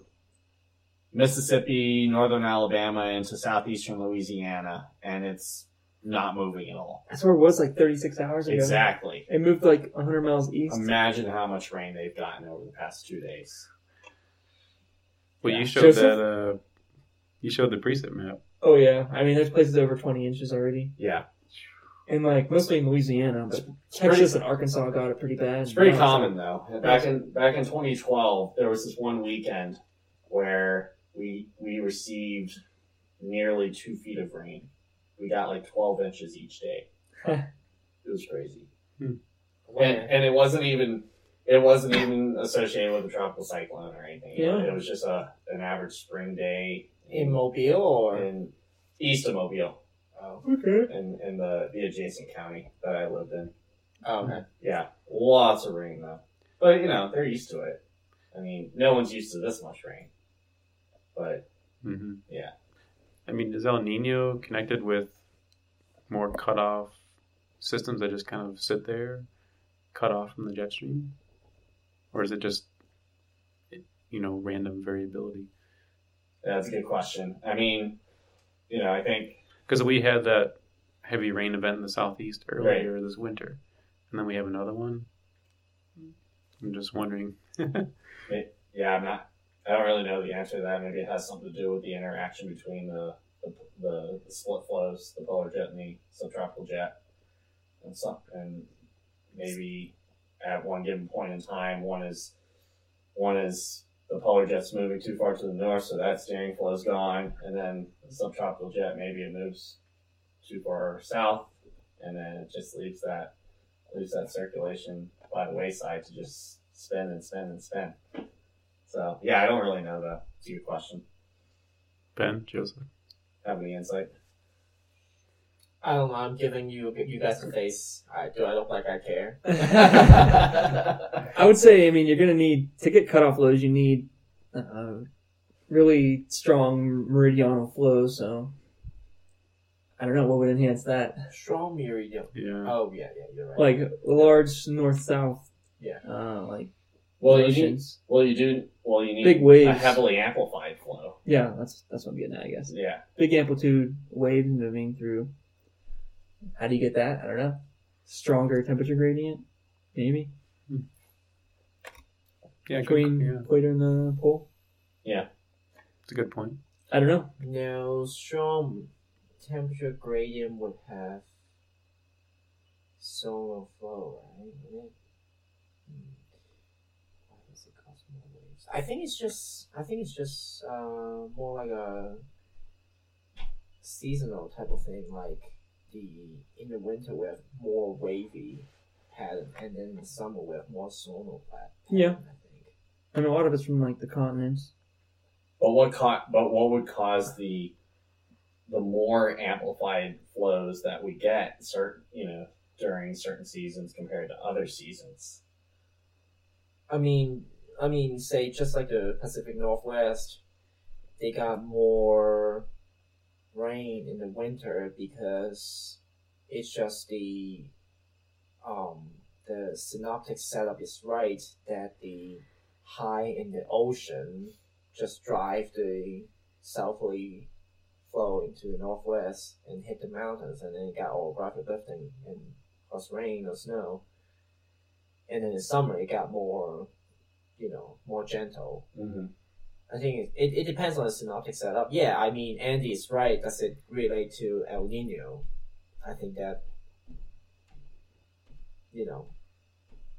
Speaker 7: Mississippi, northern Alabama, into southeastern Louisiana, and it's not moving at all.
Speaker 9: that's where it was like 36 hours ago.
Speaker 7: Exactly.
Speaker 9: It moved like 100 miles east.
Speaker 7: Imagine how much rain they've gotten over the past two days.
Speaker 8: Well,
Speaker 7: Yeah.
Speaker 8: you showed
Speaker 9: Joseph?
Speaker 8: that. Uh, you showed the preset map.
Speaker 9: Oh yeah, I mean there's places over 20 inches already,
Speaker 7: Yeah.
Speaker 9: and like mostly in Louisiana, but Texas and Arkansas got it pretty bad.
Speaker 7: It's pretty common though. Back in back in 2012, there was this one weekend where we we received nearly two feet of rain. We got like 12 inches each day.
Speaker 9: Huh.
Speaker 7: it was crazy, and,
Speaker 5: Where?
Speaker 7: and it wasn't even it wasn't even associated with a tropical cyclone or anything.
Speaker 9: Yeah.
Speaker 7: It was just a an average spring day
Speaker 5: In Mobile or
Speaker 7: in east of Mobile, um,
Speaker 9: Okay.
Speaker 7: in in the the adjacent county that I lived in.
Speaker 5: oh, okay.
Speaker 7: Yeah, lots of rain though. But you know, they're used to it. I mean, no one's used to this much rain. But
Speaker 8: hmm
Speaker 7: Yeah.
Speaker 8: I mean, is El Nino connected with more cutoff systems that just kind of sit there, cut off from the jet stream, or is it just you know random variability?
Speaker 7: that's a good question. I mean, you know, I think
Speaker 8: Because we had that heavy rain event in the southeast earlier this winter, and then we have another one. I'm just wondering.
Speaker 7: yeah, I'm not. I don't really know the answer to that. Maybe it has something to do with the interaction between the the, the, the split flows, the polar jet and the subtropical jet, and some, and maybe at one given point in time, one is one is the polar jet's moving too far to the north, so that steering flow's gone, and then the subtropical jet maybe it moves too far south, and then it just leaves that leaves that circulation by the wayside to just spin and spin and spin. So yeah, I don't really know though. It's a good question.
Speaker 8: Ben, Joseph,
Speaker 7: Have any insight?
Speaker 5: I don't know. I'm giving you you guys the face. I do. I look like I care.
Speaker 9: I would say, I mean, you're going to need to get cutoff lows. You need uh, really strong meridional flow. So I don't know what would enhance that.
Speaker 5: Strong meridian.
Speaker 8: yeah.
Speaker 5: Oh yeah, yeah, you're right.
Speaker 9: Like large north south.
Speaker 5: Yeah.
Speaker 9: Uh, like
Speaker 7: Well, you need,
Speaker 9: oceans.
Speaker 7: well, you do. Well, you need
Speaker 9: Big waves.
Speaker 7: a heavily amplified flow.
Speaker 9: Yeah, that's that's what I'm getting at, I guess.
Speaker 7: Yeah,
Speaker 9: Big amplitude waves moving through. How do you get that? I don't know. Stronger temperature gradient, maybe
Speaker 8: Yeah, good-
Speaker 9: between
Speaker 8: yeah,
Speaker 9: equator and the pole.
Speaker 8: it's a good point.
Speaker 9: I don't know.
Speaker 5: No, strong temperature gradient would have solar flow, right? Would it? Hmm. Why does it cause more waves? I think it's just. I think it's just uh, more like a seasonal type of thing. Like the in the winter we have more wavy pattern, and then in the summer we have more solar pat- pattern.
Speaker 9: Yeah.
Speaker 5: I think.
Speaker 9: And a lot of it's from like the continents.
Speaker 7: but what caught? But what would cause the the more amplified flows that we get certain you know during certain seasons compared to other seasons?
Speaker 5: I mean, I mean, say just like the Pacific Northwest, they got more rain in the winter because it's just the um the synoptic setup is right that the high in the ocean just drive the southerly flow into the northwest and hit the mountains and then it got all rapid lifting and plus rain or snow. And then in summer it got more you know, more gentle.
Speaker 4: Mm-hmm.
Speaker 5: I think it, it, it depends on the synoptic setup. Yeah, I mean, Andy is right. Does it relate to El Nino? I think that, you know,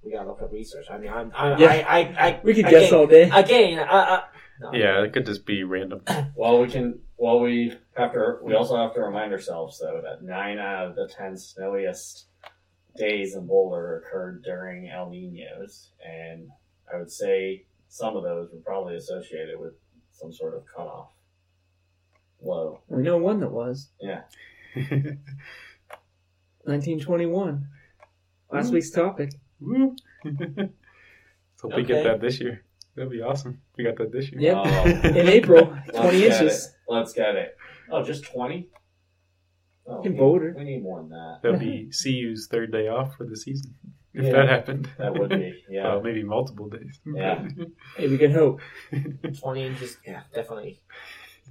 Speaker 5: we gotta look at research. I mean, I'm, I'm
Speaker 9: Yeah.
Speaker 5: I, I, I,
Speaker 9: We could
Speaker 5: again,
Speaker 9: guess all day.
Speaker 5: Again, I, I, no.
Speaker 8: Yeah, it could just be random.
Speaker 7: Well, we can. Well, we have to. We also have to remind ourselves though that nine out of the ten snowiest days in Boulder occurred during El Ninos, and I would say some of those were probably associated with some sort of cutoff low.
Speaker 9: We know one that was
Speaker 8: Woo.
Speaker 9: 1921. Last week's topic.
Speaker 7: Oh.
Speaker 8: Let's hope we get
Speaker 5: Okay.
Speaker 8: that this year. That'd be awesome. if We got that this year.
Speaker 9: Yep.
Speaker 7: Oh,
Speaker 9: In April,
Speaker 7: let's
Speaker 9: 20
Speaker 7: get
Speaker 9: inches.
Speaker 7: it. Let's get it. Oh, just twenty. Oh,
Speaker 9: In
Speaker 7: we-
Speaker 9: Boulder.
Speaker 7: We need more than that.
Speaker 8: That'd be CU's third day off for the season. If
Speaker 7: Yeah.
Speaker 8: that happened.
Speaker 7: That would be yeah.
Speaker 8: Well, maybe multiple days.
Speaker 7: Yeah.
Speaker 9: Hey, we can hope.
Speaker 5: 20 inches, yeah, definitely.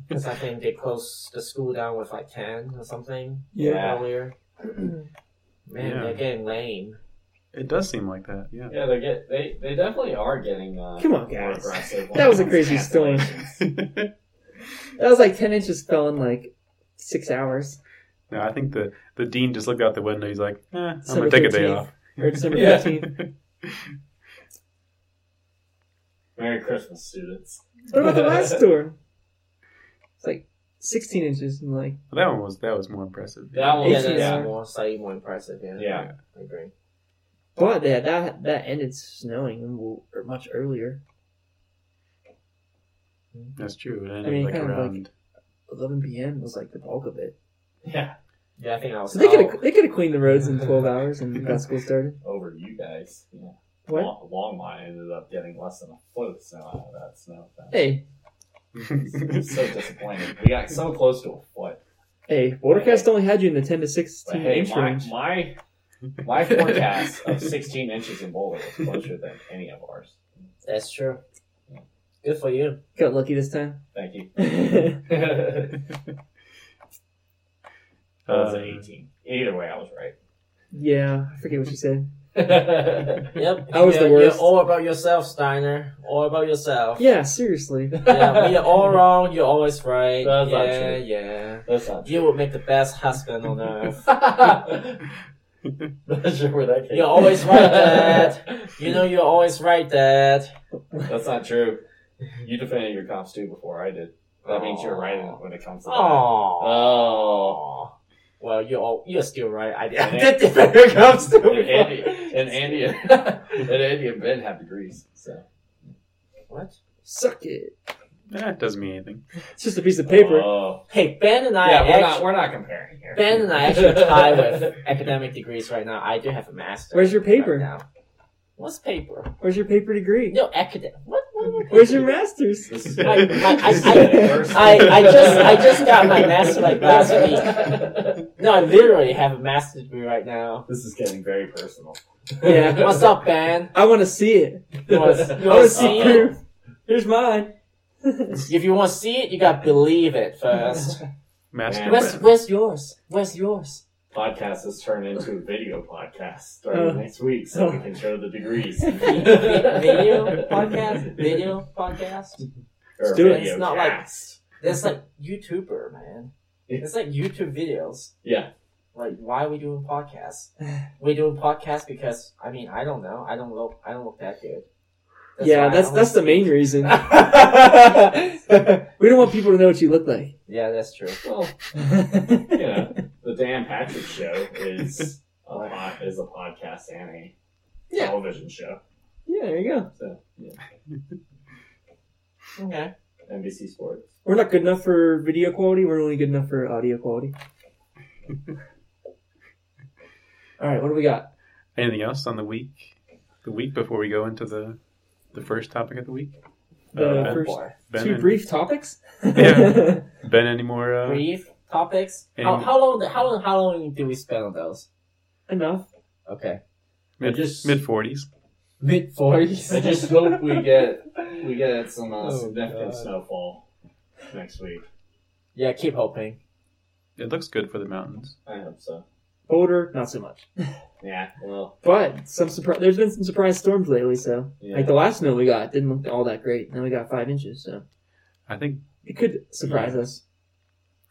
Speaker 5: Because I think they closed the school down with like 10 or something
Speaker 7: Yeah.
Speaker 5: earlier. Man,
Speaker 8: Yeah.
Speaker 5: they're getting lame.
Speaker 8: It does seem like that, yeah.
Speaker 7: Yeah, they get they they definitely are getting uh,
Speaker 9: Come on,
Speaker 7: more
Speaker 9: guys.
Speaker 7: aggressive.
Speaker 9: That was a crazy storm. That was like 10 inches fell in like six hours.
Speaker 8: no, I think the, the dean just looked out the window. He's like, eh, I'm
Speaker 9: December
Speaker 8: going to take a day
Speaker 9: 13th.
Speaker 8: off.
Speaker 9: Or December
Speaker 7: Yeah.
Speaker 9: 15th.
Speaker 7: Merry Christmas, students.
Speaker 9: What about the last storm? It's like 16 inches and like,
Speaker 8: That one was that was more impressive.
Speaker 7: That one,
Speaker 5: Yeah,
Speaker 7: yeah,
Speaker 5: that's
Speaker 9: Yeah.
Speaker 5: more slightly more impressive. Yeah,
Speaker 7: Yeah.
Speaker 5: I agree.
Speaker 9: but that that, that ended snowing w- or much earlier.
Speaker 8: That's true. It ended
Speaker 9: mean,
Speaker 8: like
Speaker 9: kind of
Speaker 8: around
Speaker 9: 11 p.m. was like the bulk of it.
Speaker 5: Yeah, I think I was.
Speaker 9: So they could
Speaker 5: out.
Speaker 9: have they could have cleaned the roads in 12 hours and got school started.
Speaker 7: over you guys. Yeah.
Speaker 9: What?
Speaker 7: Long, Longmont ended up getting less than a foot of snow out of that snow. fence.
Speaker 9: Hey,
Speaker 7: I'm so disappointed. We got so close to a foot.
Speaker 9: hey, Watercast only had you in the 10 to 16
Speaker 7: But hey,
Speaker 9: inch
Speaker 7: my,
Speaker 9: range.
Speaker 7: my my forecast of 16 inches in Boulder was closer than any of ours.
Speaker 5: That's true. Good for you.
Speaker 9: Got lucky this time.
Speaker 7: Thank you.
Speaker 9: That's
Speaker 7: that was
Speaker 8: uh,
Speaker 7: an 18. Either way, I was right.
Speaker 9: Yeah, I forget what you said.
Speaker 5: Yep.
Speaker 9: That was the
Speaker 5: you're,
Speaker 9: worst.
Speaker 5: You're all about yourself, Steiner. All about yourself.
Speaker 9: Yeah, seriously.
Speaker 5: yeah, we are all wrong. You're always right.
Speaker 7: That's
Speaker 5: yeah,
Speaker 7: not true.
Speaker 5: yeah.
Speaker 7: That's not
Speaker 5: You would make the best husband on earth.
Speaker 7: Not sure where that came
Speaker 5: You're always right, Dad. You know you're always right, Dad.
Speaker 7: That's not true. You defended your comps too before I did. That means you're right
Speaker 5: Aw.
Speaker 7: when it comes to that.
Speaker 5: Oh.
Speaker 7: Oh.
Speaker 5: Well, you're all, you're still right. I, I
Speaker 7: And
Speaker 5: did different when it comes to
Speaker 7: And Andy, and Andy, and Andy and Ben have degrees. So
Speaker 5: What?
Speaker 9: Suck it.
Speaker 8: that doesn't mean anything.
Speaker 9: It's just a piece of paper.
Speaker 7: Oh.
Speaker 5: Hey, Ben and I
Speaker 7: Yeah, we're
Speaker 5: actu-
Speaker 7: not we're not comparing here.
Speaker 5: Ben and I actually tie with academic degrees right now. I do have a master.
Speaker 9: Where's your paper?
Speaker 5: Right now. What's paper?
Speaker 9: Where's your paper degree?
Speaker 5: No, academic. What? what- what-
Speaker 9: Where's your master's?
Speaker 7: This is
Speaker 5: I- I-
Speaker 7: this is
Speaker 5: I-
Speaker 7: getting worse.
Speaker 5: I, I just I just got my master like last week. No, I literally have a master's degree right now.
Speaker 7: This is getting very personal.
Speaker 9: Yeah.
Speaker 5: What's up, Ben?
Speaker 9: I want to see it.
Speaker 5: You wanna,
Speaker 9: I
Speaker 5: you
Speaker 9: want
Speaker 5: wanna
Speaker 9: to see
Speaker 5: see
Speaker 9: proof.
Speaker 5: it?
Speaker 9: Here's mine.
Speaker 5: If you want to see it, you gotta believe it first.
Speaker 8: Master
Speaker 7: Yeah.
Speaker 5: Where's
Speaker 8: West,
Speaker 5: Where's yours? Where's yours?
Speaker 7: Podcast has turned into a video podcast starting
Speaker 5: Uh-huh.
Speaker 9: Oh.
Speaker 7: next week, so we can show the degrees.
Speaker 5: Vi- Video podcast. Video podcast.
Speaker 7: Or
Speaker 9: do it.
Speaker 7: video
Speaker 5: It's not like-
Speaker 7: cast.
Speaker 5: That's like YouTuber, man. It's like YouTube videos.
Speaker 7: yeah.
Speaker 5: like why are we doing podcasts? we doing podcasts because I mean I don't know I don't look I don't look that good. why
Speaker 9: yeah,
Speaker 5: I
Speaker 9: that's
Speaker 5: only
Speaker 9: that's the main
Speaker 5: speak.
Speaker 9: reason. We don't want people to know what you look like.
Speaker 5: yeah, that's true.
Speaker 7: Well, you know, the Dan Patrick Show is a pod, is a podcast and a
Speaker 9: Yeah.
Speaker 7: television show.
Speaker 9: Yeah, there you go.
Speaker 7: So yeah,
Speaker 5: Okay.
Speaker 7: NBC Sports.
Speaker 9: We're not good enough for video quality. We're only good enough for audio quality. All right, what do we got?
Speaker 8: anything else on the week? The week before we go into the the first topic of the week.
Speaker 9: the
Speaker 8: Uh,
Speaker 9: first
Speaker 5: boy.
Speaker 8: Ben,
Speaker 9: two
Speaker 8: and-
Speaker 9: brief topics.
Speaker 8: Yeah. Ben, any more? Uh,
Speaker 5: Brief topics.
Speaker 8: and-
Speaker 5: How, how long? How long? How long do we spend on those?
Speaker 9: Enough.
Speaker 5: Okay,
Speaker 8: mid
Speaker 7: just-
Speaker 8: mid forties.
Speaker 5: mid forties.
Speaker 7: I just hope we get we get some uh,
Speaker 5: Oh,
Speaker 7: significant
Speaker 5: God.
Speaker 7: snowfall next week.
Speaker 5: yeah, keep hoping.
Speaker 8: It looks good for the mountains.
Speaker 7: I hope so.
Speaker 9: Boulder, not so much.
Speaker 7: Yeah. Well.
Speaker 9: But some surprise. There's been some surprise storms lately, so
Speaker 7: Yeah.
Speaker 9: like the last snow we got didn't look all that great. Then we got five inches, so
Speaker 8: I think
Speaker 9: it could surprise us.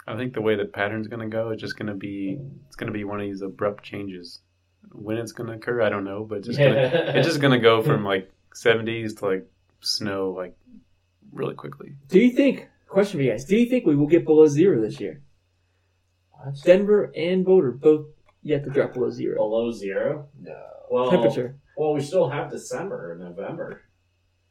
Speaker 8: I think the way the pattern's gonna go is just gonna be it's gonna be one of these abrupt changes. When it's gonna occur, I don't know, but it's just gonna, it's just gonna go from like seventies to like snow like really quickly.
Speaker 9: Do you think? Question for you guys: Do you think we will get below zero this year?
Speaker 5: What?
Speaker 9: Denver and Boulder both yet to drop below zero
Speaker 7: below zero.
Speaker 5: No.
Speaker 7: Well,
Speaker 9: temperature.
Speaker 7: Well, we still have December and November.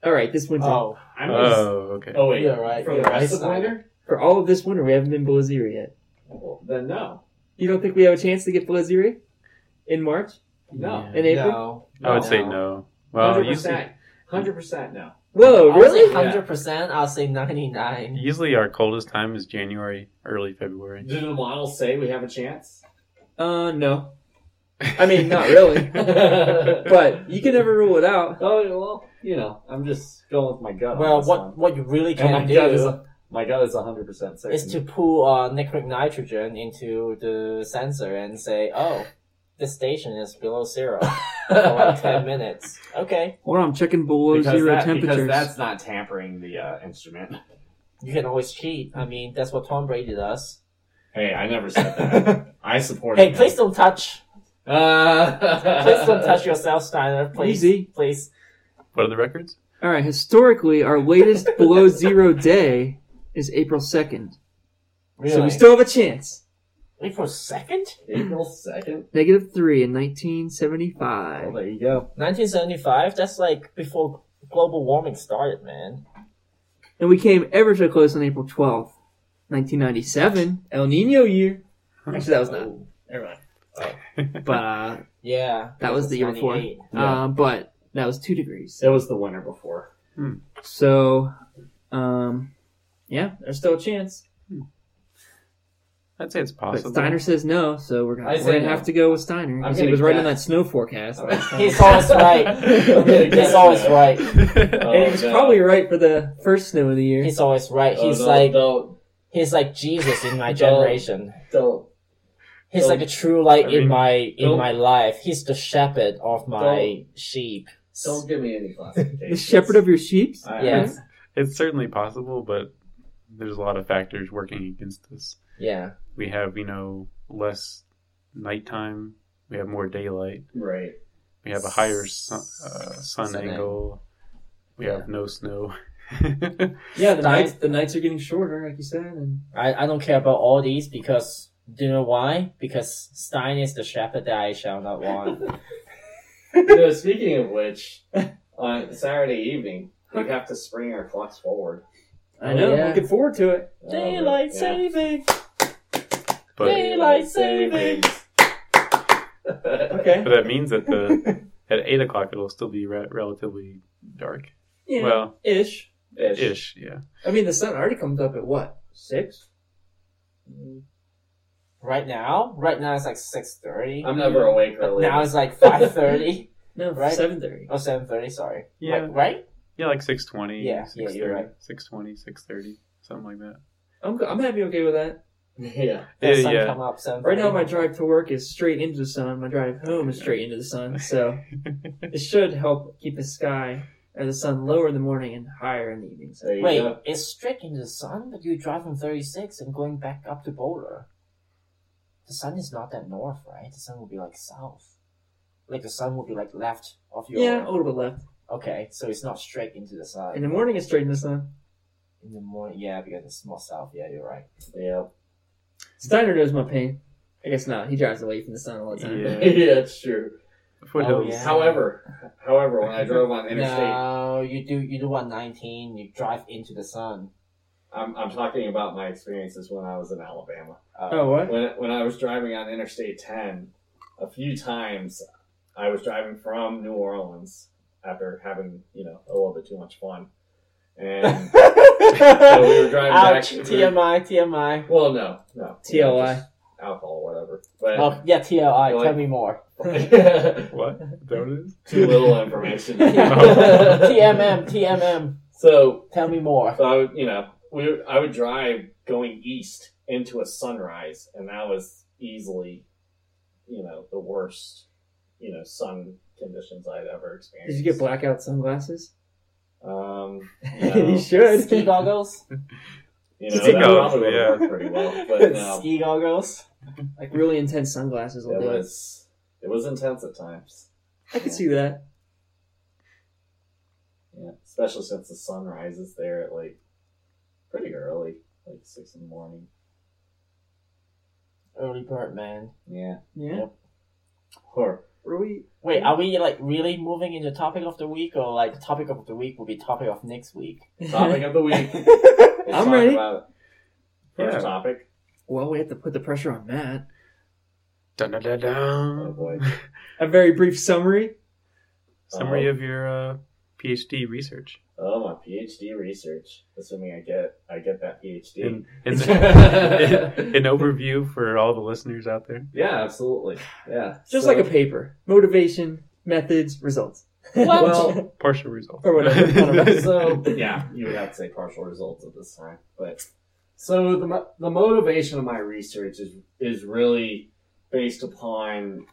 Speaker 9: All right, this winter.
Speaker 5: Oh,
Speaker 7: I'm just,
Speaker 8: Oh, okay.
Speaker 7: oh wait,
Speaker 5: you're right,
Speaker 7: for
Speaker 5: you're
Speaker 7: the rest
Speaker 5: right.
Speaker 7: of winter?
Speaker 9: For all of this winter, we haven't been below zero yet.
Speaker 7: Well, then no,
Speaker 9: You don't think we have a chance to get below zero in March
Speaker 7: no,
Speaker 8: Yeah.
Speaker 9: and April?
Speaker 5: no.
Speaker 8: I would say no. Well,
Speaker 7: hundred
Speaker 8: usually,
Speaker 7: percent, hundred percent no.
Speaker 9: Whoa, really?
Speaker 5: Hundred percent. I'll say ninety nine.
Speaker 8: usually our coldest time is January, early February.
Speaker 7: Do the models say we have a chance?
Speaker 9: Uh, no. I mean, not really. But you can never rule it out.
Speaker 7: Oh well, you know, I'm just going with my gut. on
Speaker 5: Well,
Speaker 7: this
Speaker 5: what
Speaker 7: one.
Speaker 5: what you really
Speaker 7: And
Speaker 5: can
Speaker 7: my gut is
Speaker 5: do
Speaker 7: a- my gut is hundred percent certain.
Speaker 5: is to pull uh, nitric nitrogen into the sensor and say, "Oh, this station is below zero for like ten minutes." Okay,
Speaker 9: Hold on, I'm checking below
Speaker 7: because,
Speaker 9: zero
Speaker 7: that- because
Speaker 9: temperatures.
Speaker 7: that's not tampering the uh, instrument.
Speaker 5: you can always cheat. I mean, that's what Tom Brady does.
Speaker 7: Hey, I never said that. I support.
Speaker 5: Hey,
Speaker 7: it.
Speaker 5: please don't touch.
Speaker 7: Uh,
Speaker 5: Please don't touch yourself, Steiner. Please,
Speaker 9: Easy.
Speaker 5: please.
Speaker 8: What are the records?
Speaker 9: All right, historically, our latest below zero day is April 2nd.
Speaker 5: Really?
Speaker 9: So we still have a chance.
Speaker 5: April second,
Speaker 7: April second.
Speaker 9: Negative three in
Speaker 7: Well,
Speaker 9: 1975.
Speaker 7: there you go.
Speaker 5: nineteen seventy five. That's like before global warming started, man.
Speaker 9: And we came ever so close on April 12th, 1997. El Nino year. Actually, that was not. Never mind. But, uh,
Speaker 5: Yeah,
Speaker 9: That was the year before.
Speaker 5: 98.
Speaker 9: uh, but that was two degrees.
Speaker 7: It was the winter before.
Speaker 9: Hmm. So, um, yeah, there's still a chance.
Speaker 8: I'd say it's
Speaker 9: But
Speaker 8: possible.
Speaker 9: Steiner says no, so we're gonna,
Speaker 7: I
Speaker 9: we're
Speaker 7: say
Speaker 9: gonna
Speaker 7: no.
Speaker 9: have to go with Steiner because he
Speaker 7: gonna
Speaker 9: was right
Speaker 7: guess. Oh,
Speaker 9: on that snow forecast.
Speaker 5: He's always right. He's always right.
Speaker 9: and he was
Speaker 7: Oh,
Speaker 9: probably right for the first snow of the year.
Speaker 5: He's always right. He's like he's like Jesus in my
Speaker 7: Don't-
Speaker 5: generation.
Speaker 7: don't,
Speaker 5: He's
Speaker 7: don't-
Speaker 5: like a true light
Speaker 8: I
Speaker 5: in
Speaker 8: mean,
Speaker 5: my in
Speaker 7: don't-
Speaker 5: my life. He's the shepherd of my sheep.
Speaker 7: don't give me any classification.
Speaker 9: The shepherd of your sheep.
Speaker 7: I-
Speaker 5: Yes.
Speaker 8: It's certainly possible, but there's a lot of factors working against us.
Speaker 5: Yeah.
Speaker 8: We have, you know, less nighttime. We have more daylight.
Speaker 7: Right.
Speaker 8: We have a higher sun, uh, sun,
Speaker 5: Sun
Speaker 8: angle. We
Speaker 5: Yeah.
Speaker 8: have no snow.
Speaker 9: Yeah,
Speaker 5: Stein-
Speaker 9: the nights the nights are getting shorter, like you said. And
Speaker 5: I, I don't care about all these because do you know why? Because Stein is the shepherd that I shall not want.
Speaker 7: You know, speaking of which, on Saturday evening, we have to spring our clocks forward.
Speaker 9: I know,
Speaker 5: yeah.
Speaker 9: looking forward to it.
Speaker 7: Uh,
Speaker 5: Daylight
Speaker 7: yeah.
Speaker 5: saving.
Speaker 8: But,
Speaker 5: Daylight savings.
Speaker 9: Okay.
Speaker 8: but that means that the at eight o'clock it'll still be re- relatively dark.
Speaker 9: Yeah,
Speaker 8: Well,
Speaker 9: ish.
Speaker 7: Ish.
Speaker 8: ish, yeah.
Speaker 9: I mean, the sun already comes up at what six?
Speaker 5: Right now, right now it's like six thirty.
Speaker 7: I'm never awake early.
Speaker 5: Now it's like five thirty
Speaker 9: No,
Speaker 5: Right.
Speaker 9: seven thirty.
Speaker 5: or seven thirty. Sorry.
Speaker 8: Yeah.
Speaker 5: Right. right?
Speaker 8: Yeah, like 620,
Speaker 5: Yeah, yeah,
Speaker 8: 630,
Speaker 5: you're right.
Speaker 8: 620, 630, something like that.
Speaker 9: I'm go- I'm happy okay with that.
Speaker 7: yeah.
Speaker 5: The
Speaker 8: Yeah,
Speaker 5: sun
Speaker 8: yeah.
Speaker 5: come up seven.
Speaker 9: Right now, my drive to work is straight into the sun. My drive home is straight into the sun. So. It should help keep the sky or the sun lower in the morning and higher in the evenings.
Speaker 7: There you
Speaker 5: Wait,
Speaker 7: go.
Speaker 5: it's straight into the sun, but you're driving 36 and going back up to Boulder. The sun is not that north, right? The sun will be like south. Like the sun will be like left of your.
Speaker 9: Yeah, a little bit left.
Speaker 5: Okay, so it's not straight into the sun.
Speaker 9: In the morning, it's straight in the sun.
Speaker 5: In the morning, yeah, because it's more south. Yeah, you're right.
Speaker 7: Yeah.
Speaker 9: Steiner knows my pain. I guess not. He drives away from the sun all the time.
Speaker 8: Yeah.
Speaker 7: yeah, it's true.
Speaker 8: Foothills.
Speaker 5: yeah.
Speaker 7: However, however, when I drove on interstate,
Speaker 5: No, you do you do 119. You drive into the sun.
Speaker 7: I'm, I'm talking about my experiences when I was in Alabama. Uh,
Speaker 9: Oh, what?
Speaker 7: When when I was driving on Interstate 10, a few times I was driving from New Orleans after having you know a little bit too much fun, and
Speaker 5: so
Speaker 7: we were driving back
Speaker 5: Ouch,
Speaker 7: to-
Speaker 5: TMI, TMI.
Speaker 7: well, no, no, you know,
Speaker 9: TLI.
Speaker 7: just alcohol, whatever. But
Speaker 5: Oh, yeah, TLI.
Speaker 7: Really?
Speaker 5: Tell me more. Oh.
Speaker 8: What? Is that what it is?
Speaker 7: too little information.
Speaker 5: TMM, TMM.
Speaker 7: so
Speaker 5: Tell me more.
Speaker 7: So I would, you know, we would- I would drive going east into a sunrise, and that was easily, you know, the worst, you know, sun conditions I'd ever
Speaker 9: Did
Speaker 7: experienced.
Speaker 9: you get blackout sunglasses?
Speaker 7: Um,
Speaker 9: you
Speaker 7: no,
Speaker 9: should.
Speaker 5: Ski goggles?
Speaker 7: you
Speaker 9: Just
Speaker 7: know,
Speaker 9: take
Speaker 7: that
Speaker 9: off,
Speaker 7: probably would
Speaker 8: yeah.
Speaker 7: have worked pretty well, but um, no,
Speaker 5: Ski goggles?
Speaker 9: Like really intense sunglasses will
Speaker 7: it
Speaker 9: do it.
Speaker 7: was it was intense at times.
Speaker 9: I could see that.
Speaker 7: Yeah, especially since the sun rises there at like pretty early, like six in the morning.
Speaker 5: Early bird, man.
Speaker 7: Yeah,
Speaker 9: Yeah.
Speaker 7: or
Speaker 9: Were we?
Speaker 5: Wait, are we like really moving into topic of the week, or like the topic of the week will be topic of next week?
Speaker 7: topic of the week. Let's
Speaker 9: I'm
Speaker 7: talk
Speaker 9: ready.
Speaker 7: About it. First
Speaker 8: Yeah.
Speaker 7: topic.
Speaker 9: well, we have to put the pressure on Matt.
Speaker 8: Dun, dun, dun, dun.
Speaker 7: Oh boy.
Speaker 9: A very brief summary.
Speaker 8: Summary
Speaker 7: Uh-huh.
Speaker 8: of your uh, PhD research.
Speaker 7: Oh, my PhD research. Assuming I get I get that PhD.
Speaker 8: In, in,
Speaker 7: Oh.
Speaker 8: an overview for all the listeners out there.
Speaker 7: yeah, absolutely. Yeah,
Speaker 9: Just
Speaker 7: So-
Speaker 9: like a paper. Motivation, methods, results.
Speaker 5: What?
Speaker 7: Well,
Speaker 8: Partial result.
Speaker 9: Or whatever, I don't know.
Speaker 7: so yeah, you would have to say partial results at this time. But so the mo- the motivation of my research is is really based upon.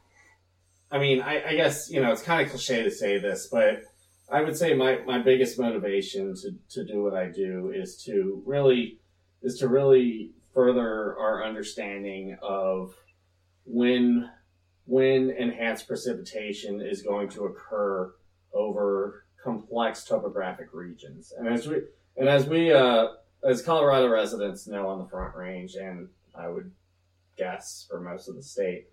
Speaker 7: I mean, I, I guess you know it's kind of cliche to say this, but I would say my, my biggest motivation to, to do what I do is to really is to really further our understanding of when when enhanced precipitation is going to occur over complex topographic regions. And as we and as we uh, as Colorado residents know on the Front Range, and I would guess for most of the state,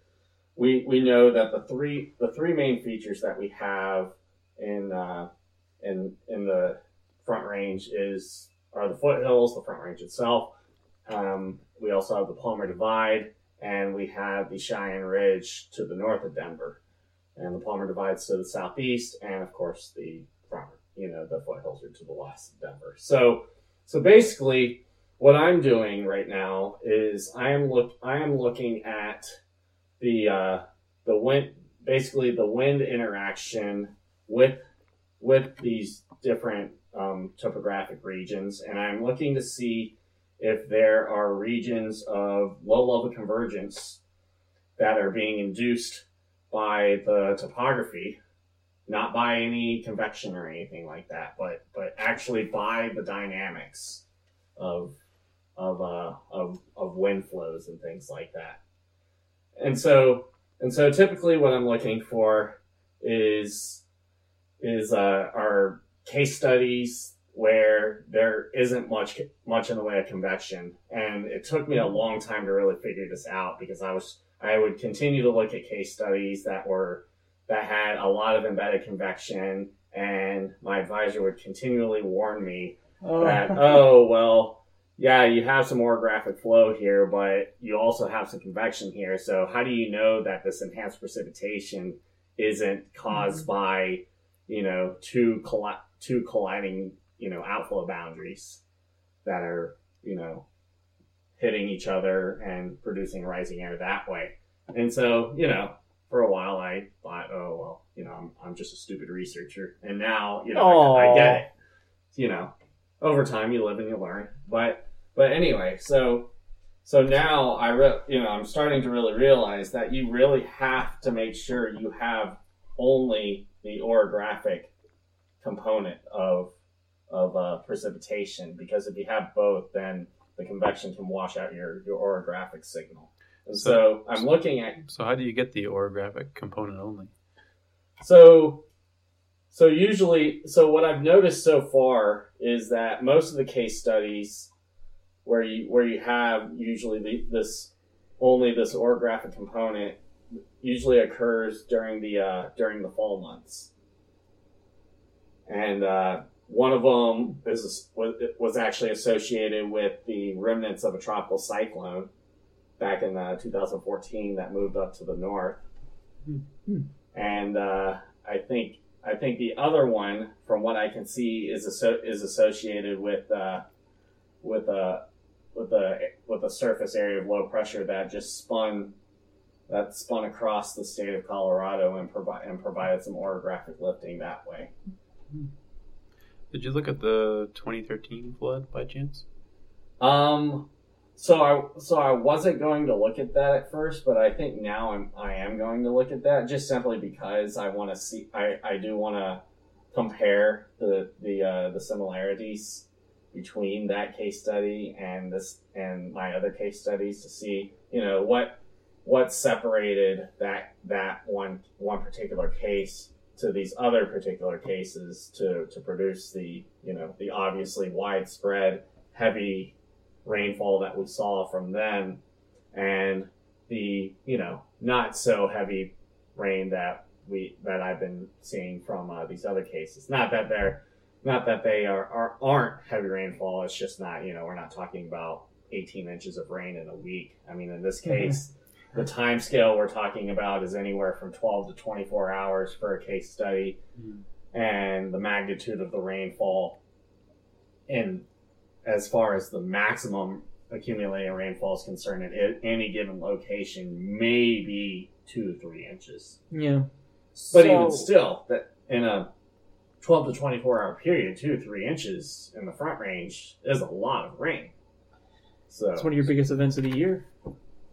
Speaker 7: we we know that the three the three main features that we have in uh, in in the Front Range is are the foothills, the Front Range itself. Um, we also have the Palmer Divide, and we have the Cheyenne Ridge to the north of Denver and the Palmer divides to the southeast, and of course the front, you know, the foothills are to the west of Denver. So, so basically, what I'm doing right now is I am look I am looking at the uh, the wind basically the wind interaction with with these different um, topographic regions, and I'm looking to see if there are regions of low level convergence that are being induced by the topography, not by any convection or anything like that, but but actually by the dynamics of of uh, of, of wind flows and things like that. And so and so typically what I'm looking for is is uh, our case studies where there isn't much much in the way of convection and it took me a long time to really figure this out because I was I would continue to look at case studies that were that had a lot of embedded convection, and my advisor would continually warn me
Speaker 5: Oh.
Speaker 7: that, oh well, yeah, you have some orographic flow here, but you also have some convection here. So how do you know that this enhanced precipitation isn't caused by, you know, two colli- two colliding, you know, outflow boundaries that are, you know, hitting each other and producing rising air that way. And so, you know, for a while I thought, oh well, you know, I'm, I'm just a stupid researcher. And now, you know, I, I get
Speaker 5: Aw.
Speaker 7: it. You know, over time you live and you learn. But but anyway, so so now I re- you know, I'm starting to really realize that you really have to make sure you have only the orographic component of of uh, precipitation because if you have both, then the convection can wash out your, your orographic signal. And so I'm looking at
Speaker 8: So how do you get the orographic component only?
Speaker 7: so so usually so what I've noticed so far is that most of the case studies where you where you have usually the, this only this orographic component usually occurs during the uh, during the fall months. And uh, one of them is was, was actually associated with the remnants of a tropical cyclone back in uh, 2014 that moved up to the north. And uh, I think I think the other one, from what I can see, is asso- is associated with uh, with a with a with a surface area of low pressure that just spun that spun across the state of Colorado and provide and provided some orographic lifting that way.
Speaker 8: Did you look at the 2013 flood by chance?
Speaker 7: Um, so I so I wasn't going to look at that at first, but I think now I'm I am going to look at that just simply because I want to see I I do want to compare the the uh, the similarities between that case study and this and my other case studies to see you know what what separated that that one one particular case to these other particular cases to to produce the you know the obviously widespread heavy rainfall that we saw from them and the you know not so heavy rain that we that I've been seeing from uh, these other cases not that they're not that they are, are aren't heavy rainfall it's just not you know we're not talking about 18 inches of rain in a week I mean in this case the time scale we're talking about is anywhere from 12 to 24 hours for a case study and the magnitude of the rainfall in as far as the maximum accumulating rainfall is concerned at i- any given location may be two to three inches.
Speaker 9: Yeah.
Speaker 7: But
Speaker 5: So-
Speaker 7: even still, that in a 12 to 24 hour period, two to three inches in the front range is a lot of rain. So
Speaker 9: It's one of your biggest events of the year.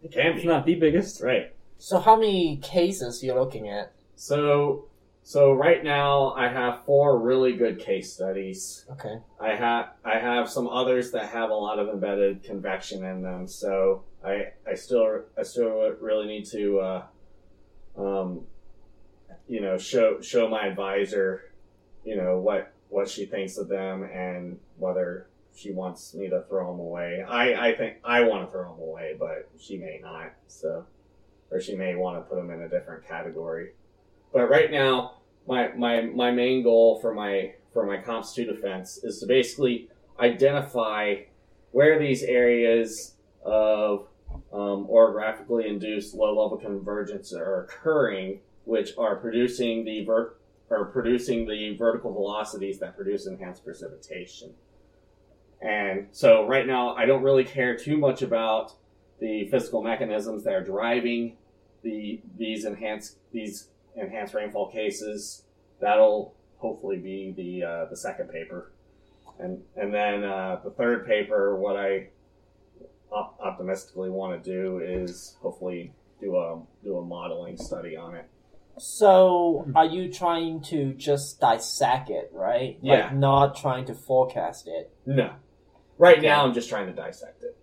Speaker 7: it can
Speaker 9: It's
Speaker 7: be.
Speaker 9: not the biggest.
Speaker 7: Right.
Speaker 5: So how many cases you're looking at?
Speaker 7: So, so right now I have four really good case studies.
Speaker 5: Okay.
Speaker 7: I have I have some others that have a lot of embedded convection in them, so I I still I still really need to uh, um, you know show show my advisor you know what what she thinks of them and whether she wants me to throw them away. I I think I want to throw them away, but she may not. So or she may want to put them in a different category. But right now my my my main goal for my for my comps two defense is to basically identify where these areas of um, orographically induced low level convergence are occurring, which are producing the ver- are producing the vertical velocities that produce enhanced precipitation. And so right now, I don't really care too much about the physical mechanisms that are driving the these enhanced these enhanced rainfall cases. That'll hopefully be the uh, the second paper, and and then uh, the third paper. What I op- optimistically want to do is hopefully do a do a modeling study on it.
Speaker 5: So are you trying to just dissect it, right?
Speaker 7: Yeah.
Speaker 5: Like not trying to forecast it.
Speaker 7: No, right
Speaker 5: Okay.
Speaker 7: now I'm just trying to dissect it.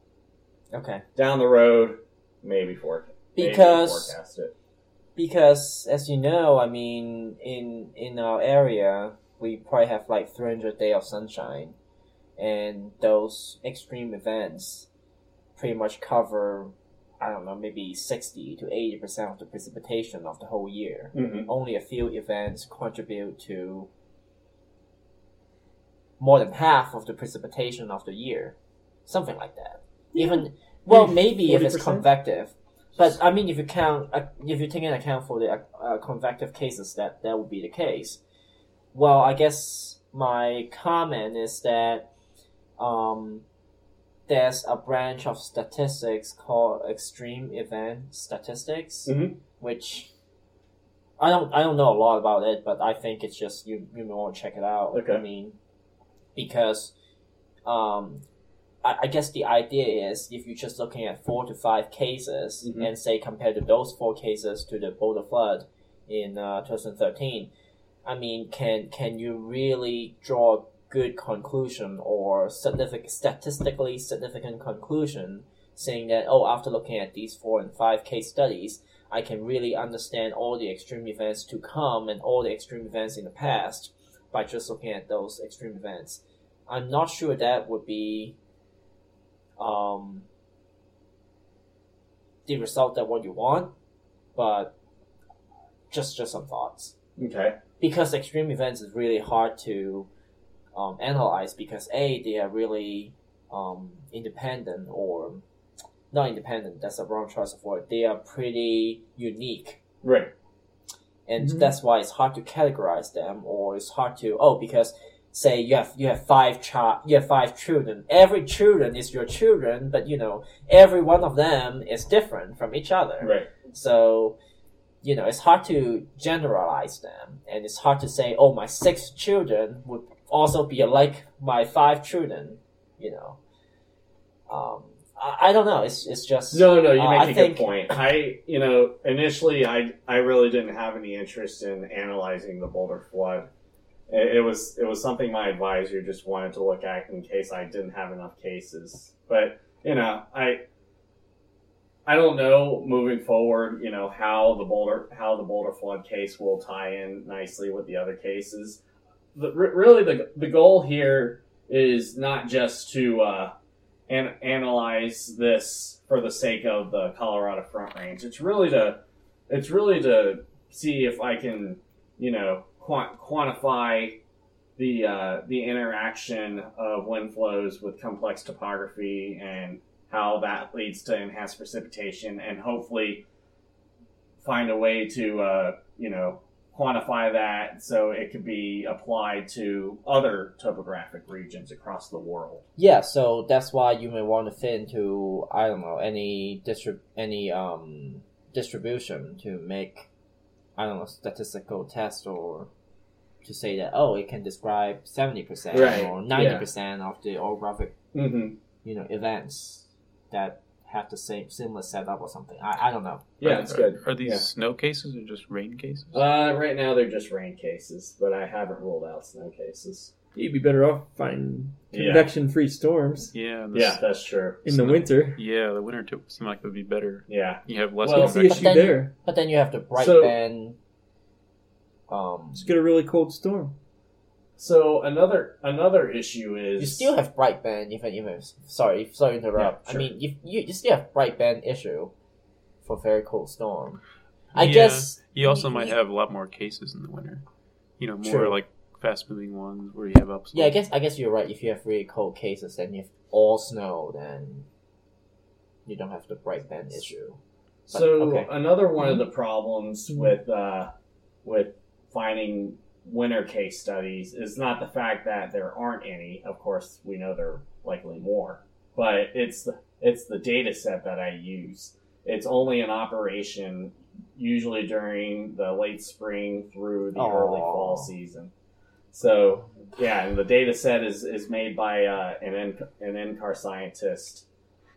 Speaker 5: Okay.
Speaker 7: Down the road, maybe for maybe
Speaker 5: Because-
Speaker 7: forecast it.
Speaker 5: Because as you know, I mean, in in our area, we probably have like 300 day of sunshine, and those extreme events pretty much cover, I don't know, maybe 60 to 80 percent of the precipitation of the whole year.
Speaker 7: Mhm.
Speaker 5: Only a few events contribute to more than half of the precipitation of the year, something like that. Even well, maybe if it's
Speaker 9: 40%?
Speaker 5: convective. But I mean, if you count, uh, if you take into account for the uh, uh, convective cases, that that would be the case. Well, I guess my comment is that um, there's a branch of statistics called extreme event statistics,
Speaker 7: Mhm.
Speaker 5: which I don't I don't know a lot about it, but I think it's just you you may want to check it out. I
Speaker 7: Okay.
Speaker 5: mean, because um, I, I guess the idea is if you're just looking at four to five cases
Speaker 7: Mhm.
Speaker 5: and say compare to those four cases to the Boulder flood in uh, 2013, I mean, can can you really draw a good conclusion or significant, statistically significant conclusion saying that oh after looking at these four and five case studies I can really understand all the extreme events to come and all the extreme events in the past by just looking at those extreme events. I'm not sure that would be um, the result that what you want, but just just some thoughts
Speaker 7: Okay.
Speaker 5: because extreme events is really hard to um, analyze because a they are really um, independent or not independent that's a wrong choice of word they are pretty unique
Speaker 7: Right.
Speaker 5: and
Speaker 9: Mhm.
Speaker 5: that's why it's hard to categorize them, or it's hard to oh because say you have you have five child you have five children. Every children is your children, but you know every one of them is different from each other.
Speaker 7: Right.
Speaker 5: So, you know, it's hard to generalize them, and it's hard to say, oh, my six children would also be like my five children. You know, um, I, I don't know. It's it's just
Speaker 7: No, no, you
Speaker 5: Uh,
Speaker 7: make
Speaker 5: I
Speaker 7: a good
Speaker 5: think-
Speaker 7: point.
Speaker 4: I, you know, initially I, I really didn't have any interest in analyzing the Boulder flood. It, it was, it was something my advisor just wanted to look at in case I didn't have enough cases. But you know, I,
Speaker 7: I don't know moving forward, you know, how the Boulder how the Boulder flood case will tie in nicely with the other cases. The, re- really, the the goal here is not just to uh, an- analyze this for the sake of the Colorado Front Range. It's really to it's really to see if I can, you know, quant- quantify the uh, the interaction of wind flows with complex topography and how that leads to enhanced precipitation and hopefully find a way to uh, you know quantify that so it could be applied to other topographic regions across the world
Speaker 5: Yeah, so that's why you may want to fit into I don't know any distrib any um distribution to make I don't know statistical test or to say that oh it can describe seventy percent
Speaker 7: Right,
Speaker 5: or ninety percent of the orographic
Speaker 7: mm-hmm.
Speaker 5: you know events that have the same similar setup or something. I, I don't know.
Speaker 7: yeah it's
Speaker 8: Are-
Speaker 7: good
Speaker 8: Are these
Speaker 7: Yeah.
Speaker 8: snow cases or just rain cases?
Speaker 7: uh, right now they're just rain cases but i haven't ruled out snow cases
Speaker 9: You'd be better off finding
Speaker 7: Yeah.
Speaker 9: convection-free storms
Speaker 8: yeah, the
Speaker 7: yeah
Speaker 8: s-
Speaker 7: that's true
Speaker 9: in the winter.
Speaker 8: yeah. The winter too seemed like it would be better.
Speaker 7: yeah
Speaker 8: You have less
Speaker 7: Well,
Speaker 9: What's the
Speaker 8: convection.
Speaker 9: issue
Speaker 5: then-
Speaker 9: there?
Speaker 5: But then you have the bright
Speaker 7: So-
Speaker 5: band. Um,
Speaker 9: Just get a really cold storm.
Speaker 7: so another another issue is
Speaker 5: You still have bright band even even sorry if- sorry to interrupt.
Speaker 7: Yeah, sure.
Speaker 5: I mean you, you you still have bright band issue for very cold storm. I
Speaker 8: Yeah.
Speaker 5: guess
Speaker 8: You also might
Speaker 5: Yeah.
Speaker 8: have a lot more cases in the winter. You know, more
Speaker 7: True.
Speaker 8: like fast moving ones where you have ups.
Speaker 5: yeah I guess I guess you're right. If you have really cold cases then you have all snow then you don't have the bright band issue. But-
Speaker 7: So
Speaker 5: okay.
Speaker 7: another one of the problems with uh, with finding winter case studies is not the fact that there aren't any. Of course, we know there are likely more, but it's the it's the data set that I use. It's only in operation usually during the late spring through the early
Speaker 5: Aw.
Speaker 7: fall season. So yeah, and the data set is, is made by uh, an N- an NCAR scientist,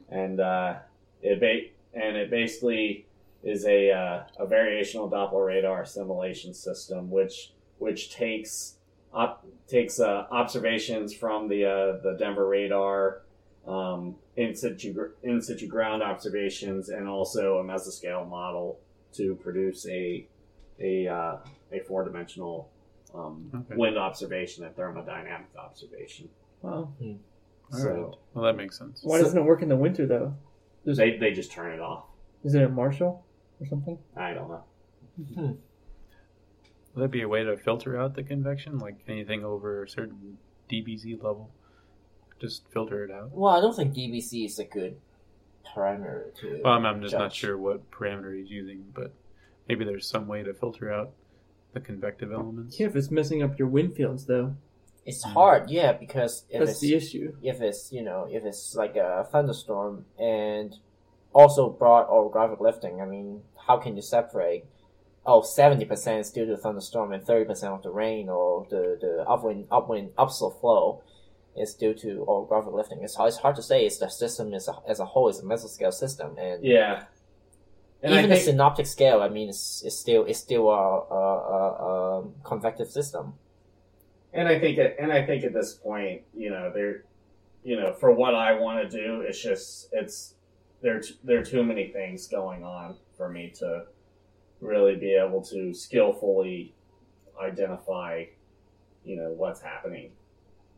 Speaker 7: and uh, it ba- and it basically is a uh, a variational Doppler radar simulation system, which which takes op- takes uh, observations from the uh, the Denver radar, um, in situ gr- in situ ground observations, and also a mesoscale model to produce a a uh, a four dimensional um,
Speaker 8: Okay.
Speaker 7: wind observation and thermodynamic observation.
Speaker 9: Wow.
Speaker 8: All
Speaker 7: so
Speaker 8: right. Well, that makes sense.
Speaker 9: Why doesn't it work in the winter though?
Speaker 7: they they just turn it off.
Speaker 9: Is it a Marshall or something?
Speaker 7: I don't know.
Speaker 8: Would that be a way to filter out the convection? Like anything over a certain DBZ level, just filter it out.
Speaker 5: Well I don't think DBC is a good parameter to.
Speaker 8: Well, I'm, I'm just not
Speaker 5: judge.
Speaker 8: sure what parameter he's using, but maybe there's some way to filter out the convective elements.
Speaker 9: Yeah, if it's messing up your wind fields though,
Speaker 5: It's hard yeah because if
Speaker 9: that's
Speaker 5: it's
Speaker 9: the issue.
Speaker 5: if it's you know if it's like a thunderstorm and also broad orographic lifting i mean how can you separate oh 70% is due to thunderstorm and 30% of the rain or the, the upwind upwind upslope flow is due to orographic lifting it's, hard- it's hard to say it's the system as a, as a whole is a mesoscale system and
Speaker 7: Yeah, and
Speaker 5: even
Speaker 7: I
Speaker 5: the
Speaker 7: think
Speaker 5: synoptic scale i mean it's, it's still it's still a, a, a, a convective system
Speaker 7: and I think at, and I think at this point, you know, they're you know, for what I want to do, it's just it's there t- there are too many things going on for me to really be able to skillfully identify, you know, what's happening,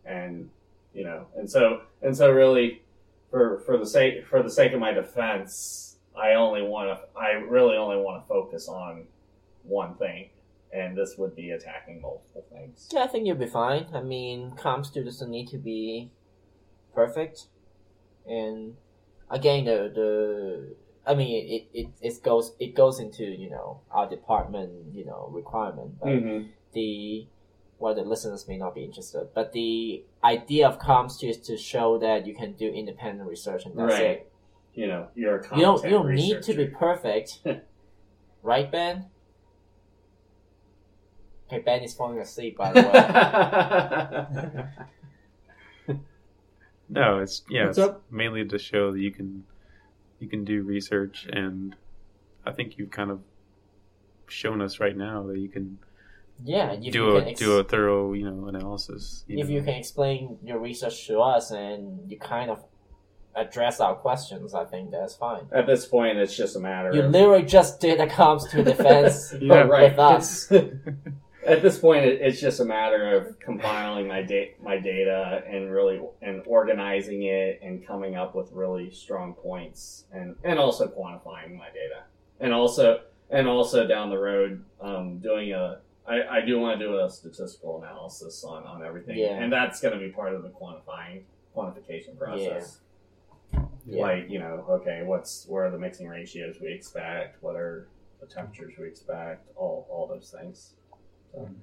Speaker 7: and you know, and so and so really for for the sake for the sake of my defense, I only want to I really only want to focus on one thing, and this would be attacking multiple things.
Speaker 5: Yeah, I think you'll be fine. I mean, comp students don't need to be perfect, and again, the the I mean, it, it, it goes it goes into you know our department you know requirement, but
Speaker 7: Mm-hmm.
Speaker 5: the well, the listeners may not be interested, but the idea of comms is to show that you can do independent research and that's
Speaker 7: Right.
Speaker 5: it.
Speaker 7: You know, you're a
Speaker 5: You don't you
Speaker 7: content
Speaker 5: don't need to be
Speaker 7: researcher.
Speaker 5: perfect, right, Ben? Okay, Ben is falling asleep. By the way,
Speaker 8: No, it's yeah,
Speaker 9: What's
Speaker 8: it's
Speaker 9: up?
Speaker 8: mainly to show that you can you can do research, and I think you've kind of shown us right now that you can
Speaker 5: yeah, if
Speaker 8: do
Speaker 5: you
Speaker 8: a
Speaker 5: can ex-
Speaker 8: do a thorough you know analysis.
Speaker 5: if
Speaker 8: know.
Speaker 5: you can explain your research to us and you kind of address our questions, I think that's fine.
Speaker 7: At this point, it's just a matter
Speaker 5: You
Speaker 7: of
Speaker 5: literally just did a comms to defense
Speaker 8: Yeah.
Speaker 7: Oh, right.
Speaker 5: with us.
Speaker 7: At this point, it, it's just a matter of compiling my data, my data, and really and organizing it, and coming up with really strong points, and and also quantifying my data, and also and also down the road, um, doing a I, I do want to do a statistical analysis on on everything,
Speaker 5: Yeah.
Speaker 7: and that's going to be part of the quantifying quantification process.
Speaker 5: Yeah.
Speaker 7: Like you know, okay, what's where are the mixing ratios we expect? What are the temperatures we expect? All all those things.
Speaker 9: Mm-hmm.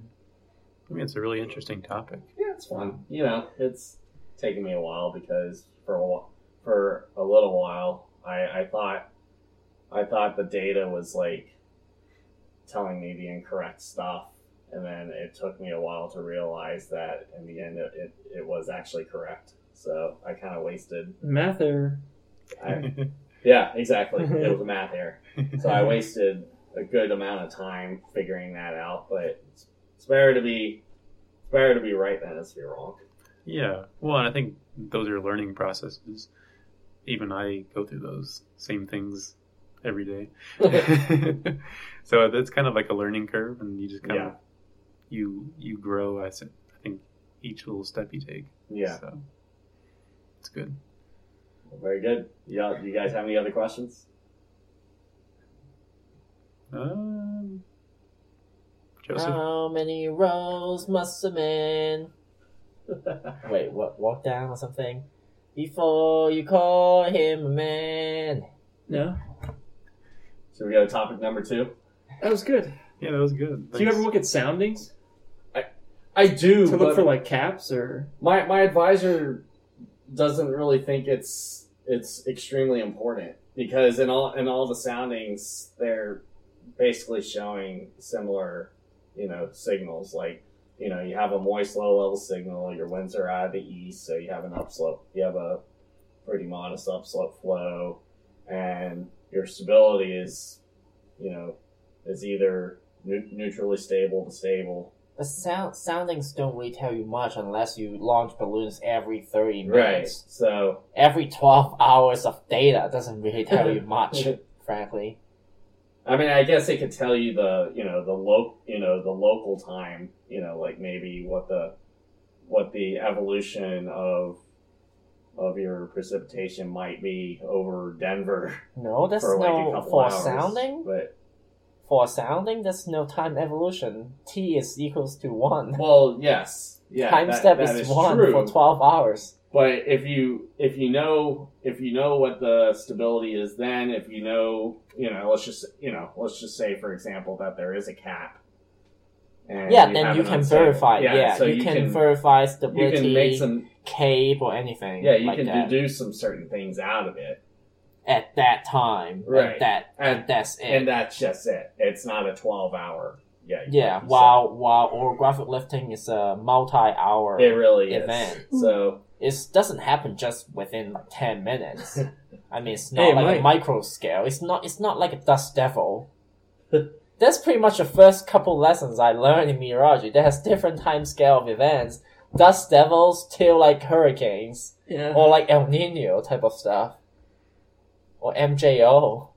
Speaker 8: I mean, it's a really interesting topic.
Speaker 7: Yeah, it's fun. You know, it's taken me a while because for a while, for a little while, I, I thought I thought the data was like telling me the incorrect stuff, and then it took me a while to realize that in the end it it, it was actually correct. So I kind of wasted.
Speaker 9: Math error.
Speaker 7: I, yeah, exactly. it was a math error. So I wasted a good amount of time figuring that out, but it's, it's better to be it's better to be right than it is to be wrong.
Speaker 8: Yeah. Well, and I think those are learning processes. Even I go through those same things every day. so that's kind of like a learning curve, and you just kind of you you grow. I s- I think each little step you take.
Speaker 7: Yeah,
Speaker 8: So it's good.
Speaker 7: very good. Yeah, you guys have any other questions?
Speaker 8: Um, Joseph,
Speaker 5: How many rows must a man wait? What walk down or something before you call him a man?
Speaker 9: No,
Speaker 7: Should we go to topic number two?
Speaker 9: that was good.
Speaker 8: yeah, that was good.
Speaker 9: Do you
Speaker 8: Thanks.
Speaker 9: ever look at soundings
Speaker 11: I do.
Speaker 9: to look
Speaker 11: but
Speaker 9: for like caps or?
Speaker 11: my my advisor doesn't really think it's it's extremely important because in all in all the soundings they're
Speaker 7: Basically, showing similar, you know, signals like you know you have a moist low level signal. Your winds are out of the east, so you have an upslope. You have a pretty modest upslope flow, and your stability is, you know, is either neu- neutrally stable to stable.
Speaker 5: The sound soundings don't really tell you much unless you launch balloons every thirty
Speaker 7: Right.
Speaker 5: minutes.
Speaker 7: So
Speaker 5: Every twelve hours of data doesn't really tell you much, frankly.
Speaker 7: I mean, I guess it could tell you the you know the lo- you know the local time you know like maybe what the what the evolution of of your precipitation might be over Denver
Speaker 5: No, that's
Speaker 7: for like a
Speaker 5: no
Speaker 7: couple
Speaker 5: for
Speaker 7: hours.
Speaker 5: sounding.
Speaker 7: but
Speaker 5: For sounding, there's no time evolution. T is equals to one.
Speaker 7: well, yes, yeah,
Speaker 5: time
Speaker 7: that-
Speaker 5: step
Speaker 7: that
Speaker 5: is, one
Speaker 7: true.
Speaker 5: for twelve hours.
Speaker 7: But if you if you know if you know what the stability is, then if you know you know let's just you know let's just say for example that there is a cap. And
Speaker 5: yeah, then
Speaker 7: have
Speaker 5: you
Speaker 7: an
Speaker 5: can
Speaker 7: unstable-
Speaker 5: verify. Yeah,
Speaker 7: so
Speaker 5: you, can, verify
Speaker 7: you
Speaker 5: stability,
Speaker 7: can make some
Speaker 5: cape, or anything.
Speaker 7: yeah you
Speaker 5: like
Speaker 7: can
Speaker 5: that.
Speaker 7: deduce some certain things out of it
Speaker 5: at that time. At
Speaker 7: Right.
Speaker 5: that
Speaker 7: and
Speaker 5: that's it.
Speaker 7: and that's just it it's not a 12 hour yeah you-
Speaker 5: yeah.
Speaker 7: so
Speaker 5: While while orographic lifting is a multi-hour,
Speaker 7: it really is
Speaker 5: Event.
Speaker 7: so
Speaker 5: it doesn't happen just within like ten minutes. I mean, it's not
Speaker 9: Hey,
Speaker 5: like a
Speaker 9: Mike.
Speaker 5: micro scale. It's not. It's not like a dust devil. That's pretty much the first couple lessons I learned in meteorology. There has different time scale of events. Dust devils till like hurricanes
Speaker 9: Yeah.
Speaker 5: or like El Nino type of stuff or MJO.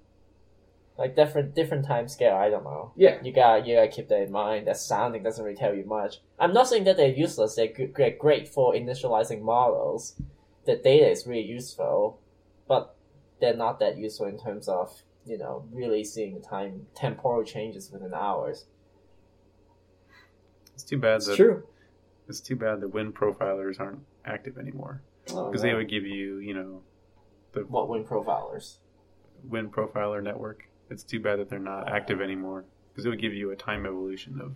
Speaker 5: Like different different time scale. I don't know.
Speaker 7: yeah
Speaker 5: You got you gotta keep that in mind. That sounding doesn't really tell you much. I'm not saying that they're useless. They're, good, they're great for initializing models. The data is really useful, but they're not that useful in terms of you know really seeing the time temporal changes within hours.
Speaker 8: It's too bad
Speaker 9: It's
Speaker 8: that
Speaker 9: true.
Speaker 8: it's too bad that wind profilers aren't
Speaker 5: Oh,
Speaker 8: active anymore because they would give you you know
Speaker 5: What wind profilers?
Speaker 8: wind profiler network. It's too bad that they're not active anymore because it would give you a time evolution of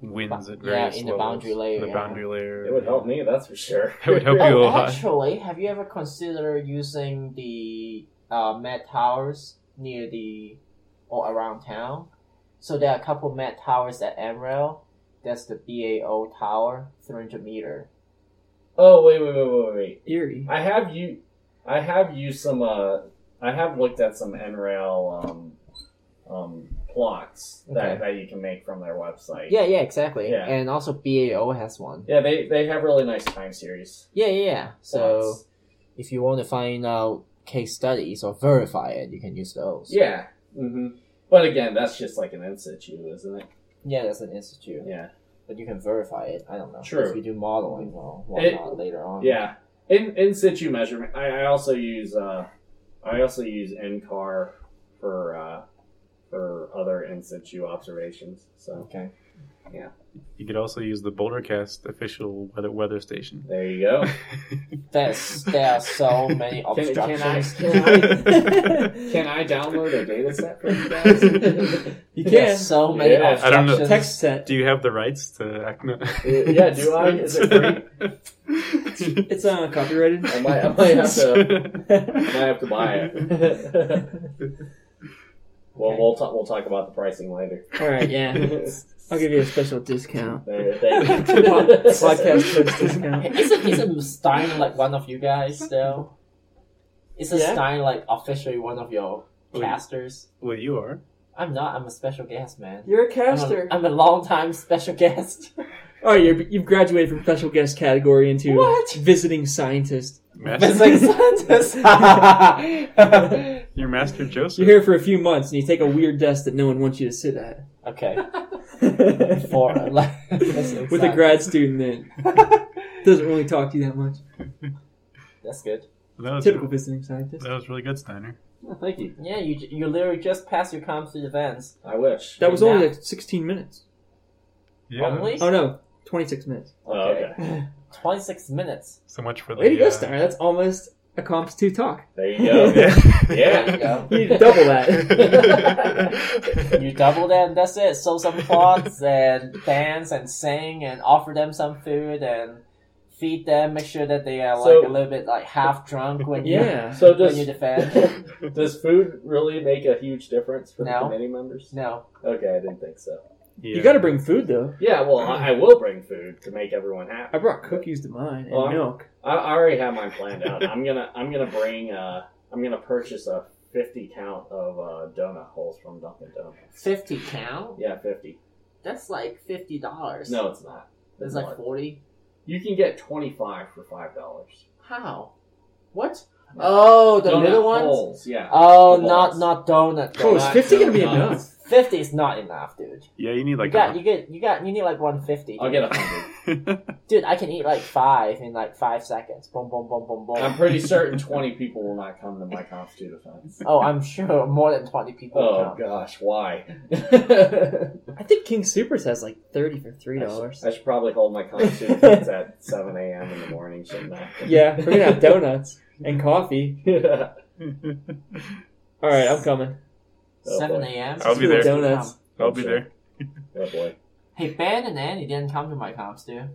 Speaker 8: winds at
Speaker 5: Yeah,
Speaker 8: various
Speaker 5: in the
Speaker 8: levels,
Speaker 5: boundary layer,
Speaker 8: The
Speaker 5: yeah.
Speaker 8: boundary layer.
Speaker 7: It would help me, that's for sure.
Speaker 8: It would help you a
Speaker 5: Oh,
Speaker 8: lot.
Speaker 5: actually, have you ever considered using the uh, med towers near the or around town? So there are a couple med towers at Emerald. That's the BAO tower, three hundred meter.
Speaker 7: Oh wait, wait, wait, wait, wait.
Speaker 1: Eerie.
Speaker 7: I have you. I have used some. Uh, I have looked at some NRail um, um, plots that,
Speaker 5: Okay.
Speaker 7: that you can make from their website.
Speaker 5: Yeah, yeah, exactly.
Speaker 7: Yeah.
Speaker 5: And also BAO has one.
Speaker 7: yeah. They they have really nice time series.
Speaker 5: Yeah, yeah. yeah. So
Speaker 7: plots.
Speaker 5: if you want to find out case studies or verify it, you can use those.
Speaker 7: yeah. hmm But again, that's just like an in situ, isn't it?
Speaker 5: yeah, that's an institute.
Speaker 7: Yeah.
Speaker 5: But you can verify it. I don't know.
Speaker 7: True.
Speaker 5: If you do modeling or
Speaker 7: It-
Speaker 5: whatnot later on.
Speaker 7: Yeah. In in situ measurement. I, I also use. Uh, I also use NCAR for uh, for other in situ observations. So
Speaker 5: Okay.
Speaker 8: You could also use the BoulderCast official weather weather station.
Speaker 7: there you go.
Speaker 5: There's there are so many
Speaker 7: can, can I
Speaker 5: obstructions.
Speaker 7: can I can I download a data set for you guys?
Speaker 1: You
Speaker 5: There's
Speaker 1: can.
Speaker 5: so many
Speaker 7: Yeah,
Speaker 8: I don't know.
Speaker 5: obstructions.
Speaker 1: Text set.
Speaker 8: Do you have the rights to act?
Speaker 7: Uh, yeah, do I? Is it
Speaker 8: free?
Speaker 1: It's uh, copyrighted.
Speaker 7: I might, I might have to I might have to buy it. well, we'll talk we'll talk about the pricing later.
Speaker 1: All right, yeah. I'll give you a special discount.
Speaker 7: There, thank you.
Speaker 1: Podcast host discount.
Speaker 5: Is it isn't Stein like one of you guys though? Isn't
Speaker 1: Yeah.
Speaker 5: Stein like officially one of your
Speaker 7: Oh,
Speaker 8: Well,
Speaker 5: casters?
Speaker 8: Well, you are.
Speaker 5: I'm not. I'm a special guest, man.
Speaker 1: You're a
Speaker 5: I'm
Speaker 1: caster.
Speaker 5: a, I'm a long time special guest.
Speaker 1: All right, Uh-huh. Oh, you're, you've graduated from special guest category into
Speaker 5: What?
Speaker 1: visiting scientist.
Speaker 5: It's
Speaker 8: Master,
Speaker 5: like Santos.
Speaker 8: your master Joseph.
Speaker 1: You're here for a few months and you take a weird desk that no one wants you to sit at
Speaker 5: okay.
Speaker 1: with
Speaker 5: For like,
Speaker 1: a grad student that doesn't really talk to you that much.
Speaker 5: That's good.
Speaker 8: That was,
Speaker 1: Typical visiting scientist.
Speaker 8: that was really good, Steiner.
Speaker 7: Oh, thank you.
Speaker 5: Yeah, you you literally just passed your comms to events.
Speaker 7: I wish.
Speaker 1: That was only like 16 minutes.
Speaker 8: Yeah.
Speaker 5: Only
Speaker 1: Oh no, 26 minutes.
Speaker 7: Oh, okay.
Speaker 5: twenty six minutes.
Speaker 8: So much
Speaker 2: Oh,
Speaker 8: for the.
Speaker 1: Way to go,
Speaker 8: uh,
Speaker 1: Steiner. That's almost a comps two talk.
Speaker 7: There you go.
Speaker 5: There you
Speaker 7: Yeah.
Speaker 5: go.
Speaker 1: You double that.
Speaker 5: You double that and that's it. Sew some cloths and dance and sing and offer them some food and feed them. Make sure that they are like
Speaker 7: So-
Speaker 5: a little bit like half drunk when you
Speaker 1: Yeah.
Speaker 7: So
Speaker 5: when you
Speaker 7: does
Speaker 5: defend.
Speaker 7: does food really make a huge difference for
Speaker 5: No.
Speaker 7: the committee members?
Speaker 5: No,
Speaker 7: Okay, I didn't think so.
Speaker 1: You gotta bring food though.
Speaker 7: Yeah, well, I, I will bring food to make everyone happy.
Speaker 1: I brought cookies to mine and
Speaker 7: Well, I'm-
Speaker 1: milk.
Speaker 7: I I already have mine planned out. I'm gonna I'm gonna bring uh I'm gonna purchase a fifty count of uh donut holes from Dunkin' Donuts.
Speaker 5: fifty count.
Speaker 7: Yeah, fifty.
Speaker 5: That's like fifty dollars.
Speaker 7: No, it's not.
Speaker 5: that's
Speaker 7: It's
Speaker 5: like
Speaker 7: more.
Speaker 5: forty.
Speaker 7: You can get twenty five for five dollars.
Speaker 5: How? What? Oh, the little ones.
Speaker 7: holes. Yeah.
Speaker 5: Oh,
Speaker 7: The
Speaker 5: not
Speaker 7: balls.
Speaker 5: not donut.
Speaker 1: Oh, is
Speaker 5: donut.
Speaker 1: 50 gonna be
Speaker 7: donuts.
Speaker 1: enough?
Speaker 5: Fifty is not enough, dude.
Speaker 8: Yeah, you need
Speaker 5: You
Speaker 8: like.
Speaker 5: got you get you got you need like one fifty.
Speaker 7: I'll get a hundred.
Speaker 5: Dude, I can eat like five in like five seconds. Boom, boom, boom, boom, boom.
Speaker 7: I'm pretty certain twenty people will not come to my constitute offense.
Speaker 5: oh, I'm sure more than 20 people will
Speaker 7: Oh
Speaker 5: come.
Speaker 7: gosh, why?
Speaker 1: I think King Supers has like 30 for $3. dollars.
Speaker 7: I should probably hold my constitute offense at seven a.m. in the morning, shouldn't I?
Speaker 1: Yeah, we're gonna have donuts and coffee.
Speaker 7: Yeah.
Speaker 1: All right, I'm coming.
Speaker 5: 7 a.m.
Speaker 8: I'll be there.
Speaker 1: Donuts.
Speaker 8: I'll be there.
Speaker 7: Oh boy.
Speaker 5: Hey, Ben and Andy didn't come to my comps, dude.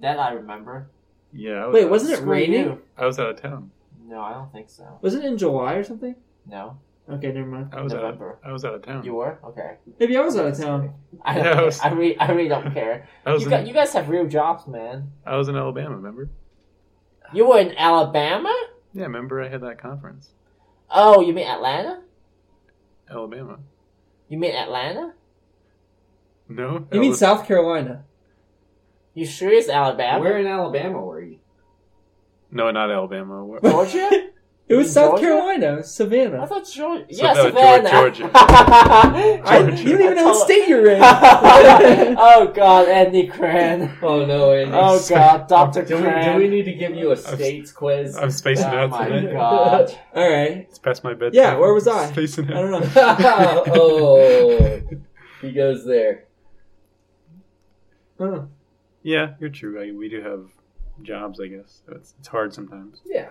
Speaker 5: That I remember.
Speaker 8: Yeah. I was
Speaker 1: Wait,
Speaker 8: out-
Speaker 1: wasn't it
Speaker 5: Screw
Speaker 1: raining?
Speaker 5: you.
Speaker 8: I was out of town.
Speaker 5: No, I don't think so.
Speaker 1: Was it in July or something?
Speaker 5: No,
Speaker 1: Okay, never mind.
Speaker 8: I was out.
Speaker 5: November.
Speaker 8: I was out of town.
Speaker 5: You were? Okay.
Speaker 1: Maybe I was out of town.
Speaker 5: I,
Speaker 8: Yeah, I
Speaker 5: don't care.
Speaker 8: was-
Speaker 5: I, re- I really don't care.
Speaker 8: I was
Speaker 5: You,
Speaker 8: in.
Speaker 5: got, you guys have real jobs, man.
Speaker 8: I was in Alabama. Remember?
Speaker 5: You were in Alabama?
Speaker 8: Yeah. Remember I had that conference.
Speaker 5: Oh, you mean Atlanta?
Speaker 8: Alabama.
Speaker 5: You mean Atlanta?
Speaker 8: No.
Speaker 1: You mean
Speaker 8: Ala-
Speaker 1: South Carolina?
Speaker 5: You sure it's Alabama?
Speaker 12: Where in Alabama were you?
Speaker 8: No, not Alabama. Where-
Speaker 5: Georgia?
Speaker 1: It was South
Speaker 5: Georgia?
Speaker 1: Carolina,
Speaker 5: I
Speaker 1: Savannah.
Speaker 5: thought Georgia.
Speaker 8: So
Speaker 5: yeah,
Speaker 8: no, Geor-
Speaker 5: Savannah.
Speaker 8: Georgia.
Speaker 1: I,
Speaker 8: Georgia.
Speaker 1: you don't even know
Speaker 5: I
Speaker 1: what
Speaker 5: told-
Speaker 1: state you're in.
Speaker 5: oh God, Andy Cran.
Speaker 12: Oh no, Andy.
Speaker 5: Oh God, Doctor
Speaker 12: do, we, do we
Speaker 5: Cran.
Speaker 12: need to give you a states quiz?
Speaker 8: I'm spacing
Speaker 5: oh
Speaker 8: out
Speaker 5: my
Speaker 8: tonight.
Speaker 5: God.
Speaker 1: All right.
Speaker 8: It's past my bedtime.
Speaker 1: Yeah, where was I?
Speaker 8: Spacing
Speaker 1: I
Speaker 8: out.
Speaker 1: don't know.
Speaker 12: oh, he goes there.
Speaker 1: Oh,
Speaker 8: Yeah, you're true. I, we do have jobs, I guess. So it's, it's hard sometimes.
Speaker 12: Yeah.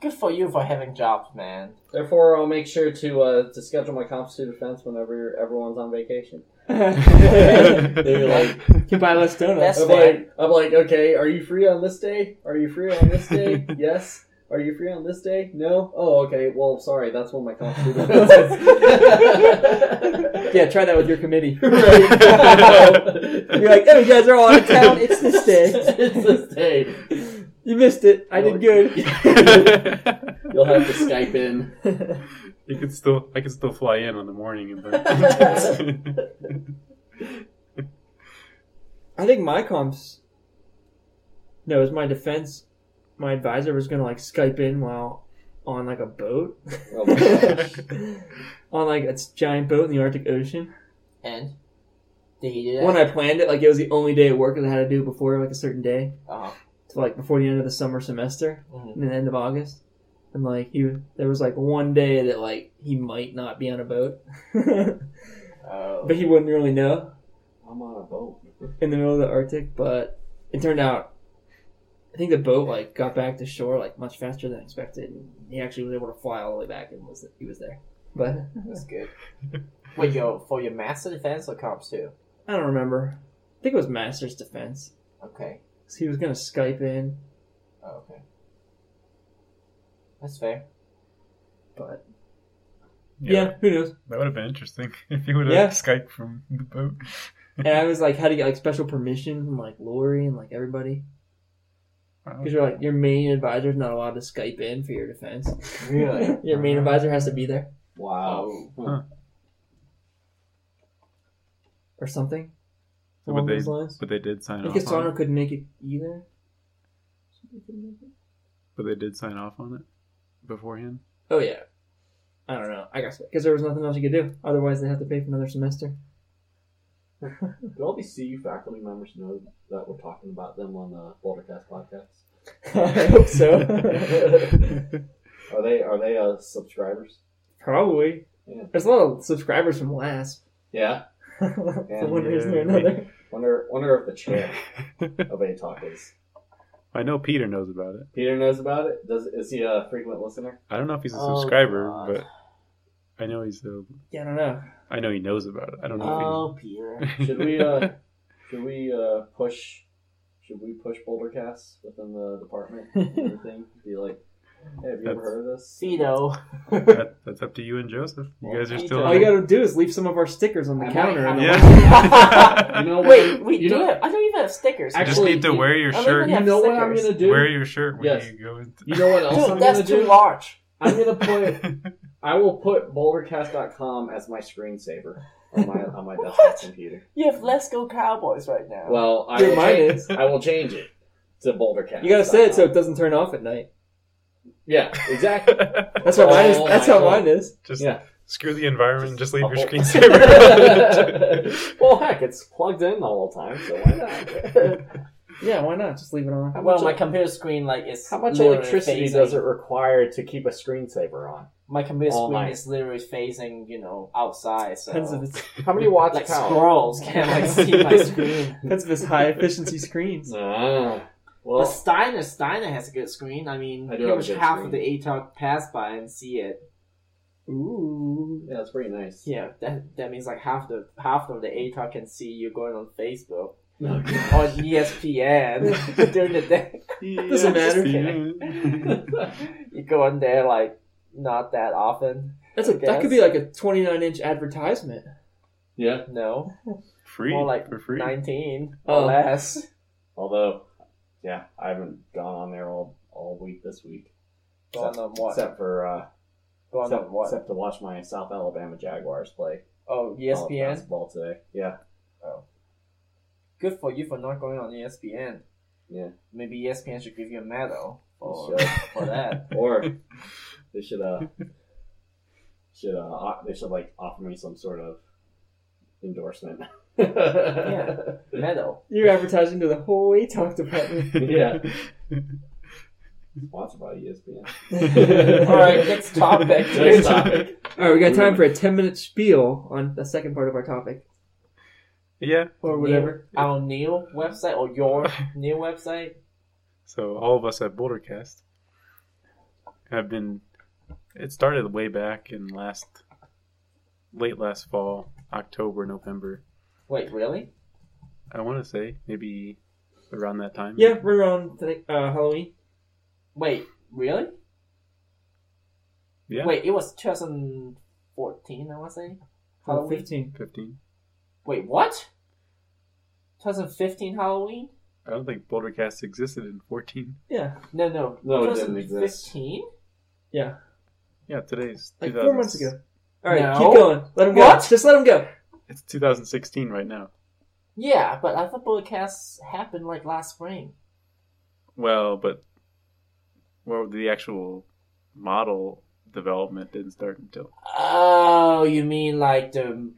Speaker 5: Good for you for having jobs, man.
Speaker 7: Therefore, I'll make sure to uh, to schedule my comps to defense whenever everyone's on vacation.
Speaker 9: They're like, you buy less donuts.
Speaker 5: That's
Speaker 7: I'm
Speaker 5: fair.
Speaker 7: like, I'm like, okay, are you free on this day? Are you free on this day? yes. Are you free on this day? No. Oh, okay. Well, sorry. That's when my comps to defense is.
Speaker 9: Yeah, try that with your committee.
Speaker 7: Right.
Speaker 9: You're like, oh, you guys are all out of town. It's this day.
Speaker 7: it's this day.
Speaker 9: You missed it. I did good.
Speaker 7: You'll have to Skype in.
Speaker 8: you could still, I could still fly in on the morning. But
Speaker 9: I think my comps. No, it was my defense. My advisor was gonna like Skype in while on like a boat,
Speaker 7: Oh my gosh.
Speaker 9: on like a giant boat in the Arctic Ocean.
Speaker 5: And did he do that?
Speaker 9: When I planned it, like it was the only day at work that I had to do before like a certain day,
Speaker 5: oh,
Speaker 9: to like before the end of the summer semester
Speaker 5: mhm.
Speaker 9: and the end of August. And like he, there was like one day that like he might not be on a boat, but
Speaker 5: Oh.
Speaker 9: he wouldn't really know.
Speaker 7: I'm on a boat.
Speaker 9: in the middle of the Arctic, but it turned out I think the boat like got back to shore like much faster than expected. And he actually was able to fly all the way back and was he was there. But
Speaker 5: That's good. Wait, yo, for your master defense or comps too?
Speaker 9: I don't remember. I think it was Masters Defense.
Speaker 5: Okay.
Speaker 9: 'Cause he was gonna Skype in,
Speaker 5: Oh, okay. That's fair.
Speaker 9: but yeah, who knows?
Speaker 8: that would have been interesting if you would have
Speaker 9: Yeah.
Speaker 8: Skype from the boat.
Speaker 9: And I was like, how to get like special permission from like Lori and like everybody
Speaker 8: Wow.
Speaker 9: because you're like your main advisor's not allowed to Skype in for your defense.
Speaker 5: Really?
Speaker 9: your main
Speaker 8: Uh-huh.
Speaker 9: advisor has to be there
Speaker 7: Wow. Oh,
Speaker 9: or something.
Speaker 8: So
Speaker 9: along
Speaker 8: would they-
Speaker 9: those lines.
Speaker 8: But they did sign
Speaker 9: I
Speaker 8: off.
Speaker 9: think
Speaker 8: On
Speaker 9: Asano
Speaker 8: it.
Speaker 9: couldn't make it either. Somebody couldn't make it?
Speaker 8: But they did sign off on it beforehand.
Speaker 9: Oh yeah. I don't know. I guess because there was nothing else you could do. Otherwise, they have to pay for another semester.
Speaker 7: Do all these CU faculty members know that we're talking about them on the Bouldercast podcast?
Speaker 9: I hope so.
Speaker 7: Are they are they uh, subscribers?
Speaker 9: Probably.
Speaker 7: Yeah.
Speaker 9: There's a lot of subscribers from LASP.
Speaker 7: Yeah.
Speaker 9: For
Speaker 7: Yeah,
Speaker 9: one reason or
Speaker 8: yeah,
Speaker 9: another.
Speaker 7: Wonder wonder if the chair of A Talk is.
Speaker 8: I know Peter knows about it.
Speaker 7: Peter knows about it. Does is he a frequent listener?
Speaker 8: I don't know if he's a
Speaker 5: Oh,
Speaker 8: subscriber,
Speaker 5: God.
Speaker 8: but I know he's a.
Speaker 9: Yeah, I don't know.
Speaker 8: I know he knows about it. I don't know.
Speaker 5: Oh, Peter.
Speaker 8: if he,
Speaker 7: Should we uh should we uh push should we push Bouldercast within the department and everything? Be like, hey, have you ever
Speaker 8: That's-
Speaker 7: heard of this?
Speaker 5: Fido.
Speaker 8: that, that's up to you and Joseph. You guys are
Speaker 5: Peter.
Speaker 8: still.
Speaker 9: All you gotta do is leave some of our stickers on
Speaker 7: I
Speaker 9: the
Speaker 7: might
Speaker 9: counter.
Speaker 7: have
Speaker 9: and
Speaker 8: yeah.
Speaker 7: You know what?
Speaker 5: Wait, we
Speaker 7: you
Speaker 5: do
Speaker 7: know,
Speaker 5: have, I don't even have stickers.
Speaker 8: You just
Speaker 7: Actually,
Speaker 8: need to
Speaker 7: you-
Speaker 8: wear your
Speaker 5: I don't
Speaker 8: shirt.
Speaker 5: even
Speaker 7: You know what I'm
Speaker 5: Stickers.
Speaker 7: gonna do?
Speaker 8: Wear your shirt when
Speaker 7: Yes.
Speaker 8: you go into.
Speaker 7: you know what else I'm
Speaker 5: Dude,
Speaker 7: gonna
Speaker 5: that's
Speaker 7: do?
Speaker 5: too large.
Speaker 7: I'm gonna put I will put bouldercast.com as my screensaver on my on my desktop computer.
Speaker 5: You have Let's Go Cowboys right now.
Speaker 7: Well, I
Speaker 9: Dude,
Speaker 7: will,
Speaker 9: mine
Speaker 7: change,
Speaker 9: is.
Speaker 7: I will change it to bouldercast.
Speaker 9: You gotta say it so it doesn't turn off at night.
Speaker 7: Yeah, exactly.
Speaker 9: That's what mine is.
Speaker 7: Oh
Speaker 9: That's
Speaker 7: my
Speaker 9: how
Speaker 7: God.
Speaker 9: mine is.
Speaker 8: just
Speaker 7: Yeah.
Speaker 8: screw the environment. Just,
Speaker 7: Just
Speaker 8: leave your
Speaker 7: bubble.
Speaker 8: screensaver.
Speaker 7: well, heck, it's plugged in the whole time, so why not?
Speaker 9: Yeah, why not? Just leave it on.
Speaker 5: well, my computer screen like is
Speaker 7: How much
Speaker 5: literally
Speaker 7: electricity
Speaker 5: phasing-
Speaker 7: does it require to keep a screensaver on?
Speaker 5: My computer
Speaker 7: All
Speaker 5: screen
Speaker 7: night.
Speaker 5: is literally facing, you know, outside. So
Speaker 9: Depends if it's
Speaker 7: How many watts
Speaker 5: like
Speaker 7: power?
Speaker 5: squirrels can like see my screen.
Speaker 9: depends if it's high efficiency screens.
Speaker 7: Ah,
Speaker 5: But
Speaker 7: well,
Speaker 5: Steiner, Steiner has a good screen. I mean,
Speaker 7: I
Speaker 5: pretty
Speaker 7: do have a
Speaker 5: much
Speaker 7: good
Speaker 5: half
Speaker 7: screen.
Speaker 5: of the A talk pass by and see it.
Speaker 9: Ooh.
Speaker 7: yeah, it's pretty nice.
Speaker 5: Yeah, that that means like half the half of the A talk can see you going on Facebook
Speaker 7: Okay.
Speaker 5: or E ESPN during the day.
Speaker 9: Doesn't matter.
Speaker 5: you go on there like not that often.
Speaker 9: That's a,
Speaker 5: I
Speaker 9: that could
Speaker 5: guess.
Speaker 9: be like a 29 inch advertisement.
Speaker 7: yeah.
Speaker 5: No,
Speaker 8: free
Speaker 5: More like
Speaker 8: for free.
Speaker 5: nineteen
Speaker 9: Oh.
Speaker 5: or less.
Speaker 7: Although, yeah, I haven't gone on there all all week this week,
Speaker 5: Going on what?
Speaker 7: except for uh,
Speaker 5: Going
Speaker 7: except,
Speaker 5: on what?
Speaker 7: except to watch my South Alabama Jaguars play
Speaker 5: Oh,
Speaker 7: college
Speaker 5: ESPN.
Speaker 7: basketball today. Yeah,
Speaker 5: Good for you for not going on E ESPN.
Speaker 7: Yeah.
Speaker 5: Maybe E ESPN should give you a medal for,
Speaker 7: Sure.
Speaker 5: for that.
Speaker 7: or they should uh should uh o- they should like offer me some sort of endorsement. yeah,
Speaker 5: Medal.
Speaker 9: You're advertising to the whole A Talk department.
Speaker 7: yeah. Sponsored by E ESPN.
Speaker 5: All right, next topic.
Speaker 7: Next topic.
Speaker 9: All right, we got time for a 10 minute spiel on the second part of our topic
Speaker 8: Yeah.
Speaker 9: or whatever.
Speaker 5: Our new website or your new website?
Speaker 8: So all of us at Bouldercast have been. It started way back in last, late last fall, October, November.
Speaker 5: Wait, really?
Speaker 8: I want to say maybe around that time.
Speaker 9: Yeah, we're on th- uh, Halloween.
Speaker 5: Wait, really?
Speaker 8: Yeah.
Speaker 5: Wait, it was 2014, I want to say.
Speaker 9: Oh,
Speaker 5: Halloween?
Speaker 9: 15.
Speaker 8: Fifteen.
Speaker 5: Wait, what? 2015 Halloween?
Speaker 8: I don't think Bouldercast existed in fourteen.
Speaker 9: Yeah,
Speaker 5: No, no.
Speaker 4: No, it didn't exist.
Speaker 5: 2015?
Speaker 9: yeah.
Speaker 8: Yeah, today's
Speaker 9: Like four months ago. All right,
Speaker 5: No.
Speaker 9: keep going. Let him go.
Speaker 5: What?
Speaker 9: Just let him go.
Speaker 8: It's 2016 right now.
Speaker 5: Yeah, but I thought broadcasts happened like last spring.
Speaker 8: Well, but well, the actual model development didn't start until
Speaker 5: Oh, you mean like the.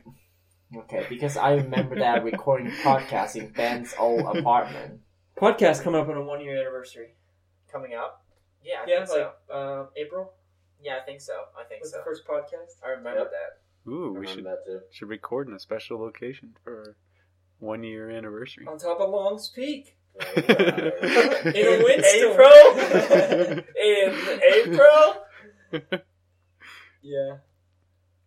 Speaker 5: Okay, because I remember that recording podcast in Ben's old apartment.
Speaker 9: Podcast coming up on a one year anniversary.
Speaker 5: Coming up? Yeah, I
Speaker 9: yeah, like uh, April
Speaker 5: Yeah, I think so. I think
Speaker 9: was the first podcast.
Speaker 5: I remember
Speaker 4: Yep.
Speaker 5: that.
Speaker 8: ooh,
Speaker 4: I
Speaker 8: we
Speaker 4: remember
Speaker 8: should
Speaker 4: that too.
Speaker 8: should record in a special location for one year anniversary.
Speaker 9: On top of Long's Peak.
Speaker 8: In
Speaker 9: a windstorm.
Speaker 5: In April?
Speaker 9: Yeah.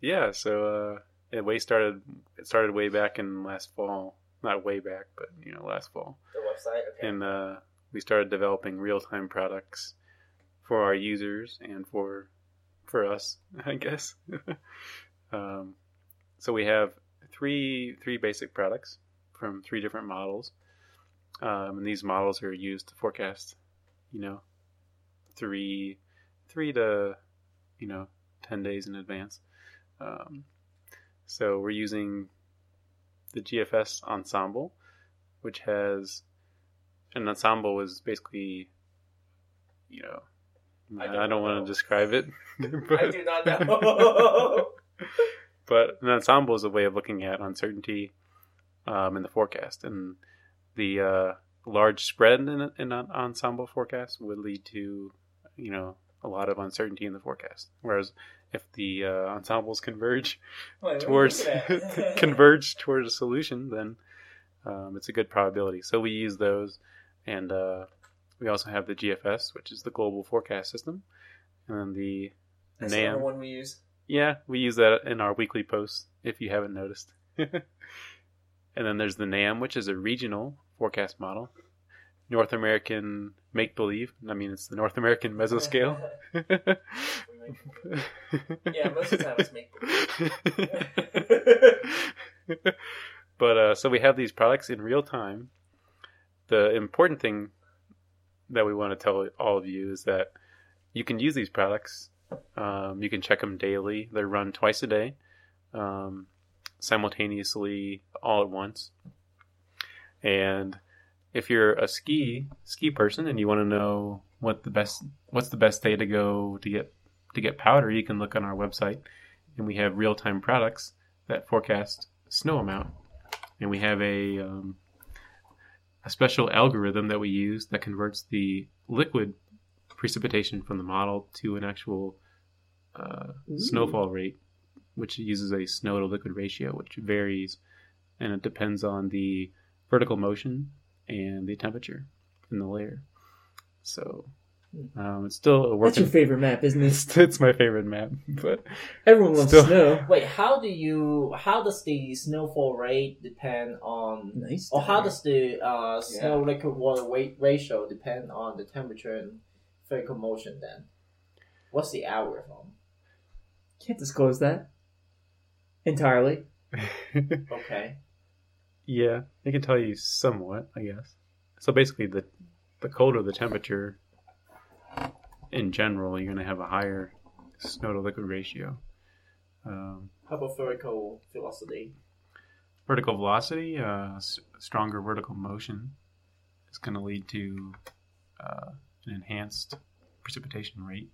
Speaker 8: yeah, so uh, it way started. It started way back in last fall. Not way back, but you know, last fall.
Speaker 5: The website, okay.
Speaker 8: and uh, we started developing real-time products for our users and for for us, I guess. um, so we have three three basic products from three different models, um, and these models are used to forecast, you know, three three to you know ten days in advance. Um, so we're using the GFS ensemble, which has an ensemble is basically, you know, I don't, want to describe it. but,
Speaker 5: I do not
Speaker 7: Oh,
Speaker 5: know.
Speaker 8: but an ensemble is a way of looking at uncertainty um, in the forecast, and the uh, large spread in, a- in an ensemble forecast would lead to, you know, a lot of uncertainty in the forecast. Whereas if the uh, ensembles converge towards converge towards a solution, then um, it's a good probability. So we use those, and uh, we also have the GFS, which is the Global Forecast System, and then the
Speaker 9: That's
Speaker 8: NAM.
Speaker 9: the one we use.
Speaker 8: Yeah, we use that in our weekly posts if you haven't noticed. and then there's the NAM, which is a regional forecast model, North American make believe. I mean, it's the North American mesoscale.
Speaker 9: Yeah, most of the time it's me.
Speaker 8: but uh, so we have these products in real time. The important thing that we want to tell all of you is that you can use these products. Um, you can check them daily. They're run twice a day, um, simultaneously, all at once. And if you're a ski ski person and you want to know what the best what's the best day to go to get to get powder, you can look on our website, and we have real time products that forecast snow amount, and we have a um, a special algorithm that we use that converts the liquid precipitation from the model to an actual uh, snowfall rate, which uses a snow to liquid ratio, which varies, and it depends on the vertical motion and the temperature in the layer. So. Um, it's still a work
Speaker 9: Hmm. That's
Speaker 8: in
Speaker 9: your favorite map, isn't it?
Speaker 8: it's, it's my favorite map, but
Speaker 9: Everyone loves
Speaker 8: Still-
Speaker 9: snow.
Speaker 5: Wait, how do you. How does the snowfall rate depend on.
Speaker 9: Nice.
Speaker 5: Or how does the uh, snow liquid water weight ratio depend on the temperature and vertical motion then? What's the algorithm?
Speaker 9: Can't disclose that entirely.
Speaker 5: Okay.
Speaker 8: yeah, I can tell you somewhat, I guess. So basically, the the colder the temperature, in general, you're gonna have a higher snow to liquid ratio. Um,
Speaker 5: How about vertical velocity?
Speaker 8: vertical velocity, uh, s- stronger vertical motion, is gonna lead to uh, an enhanced precipitation rate.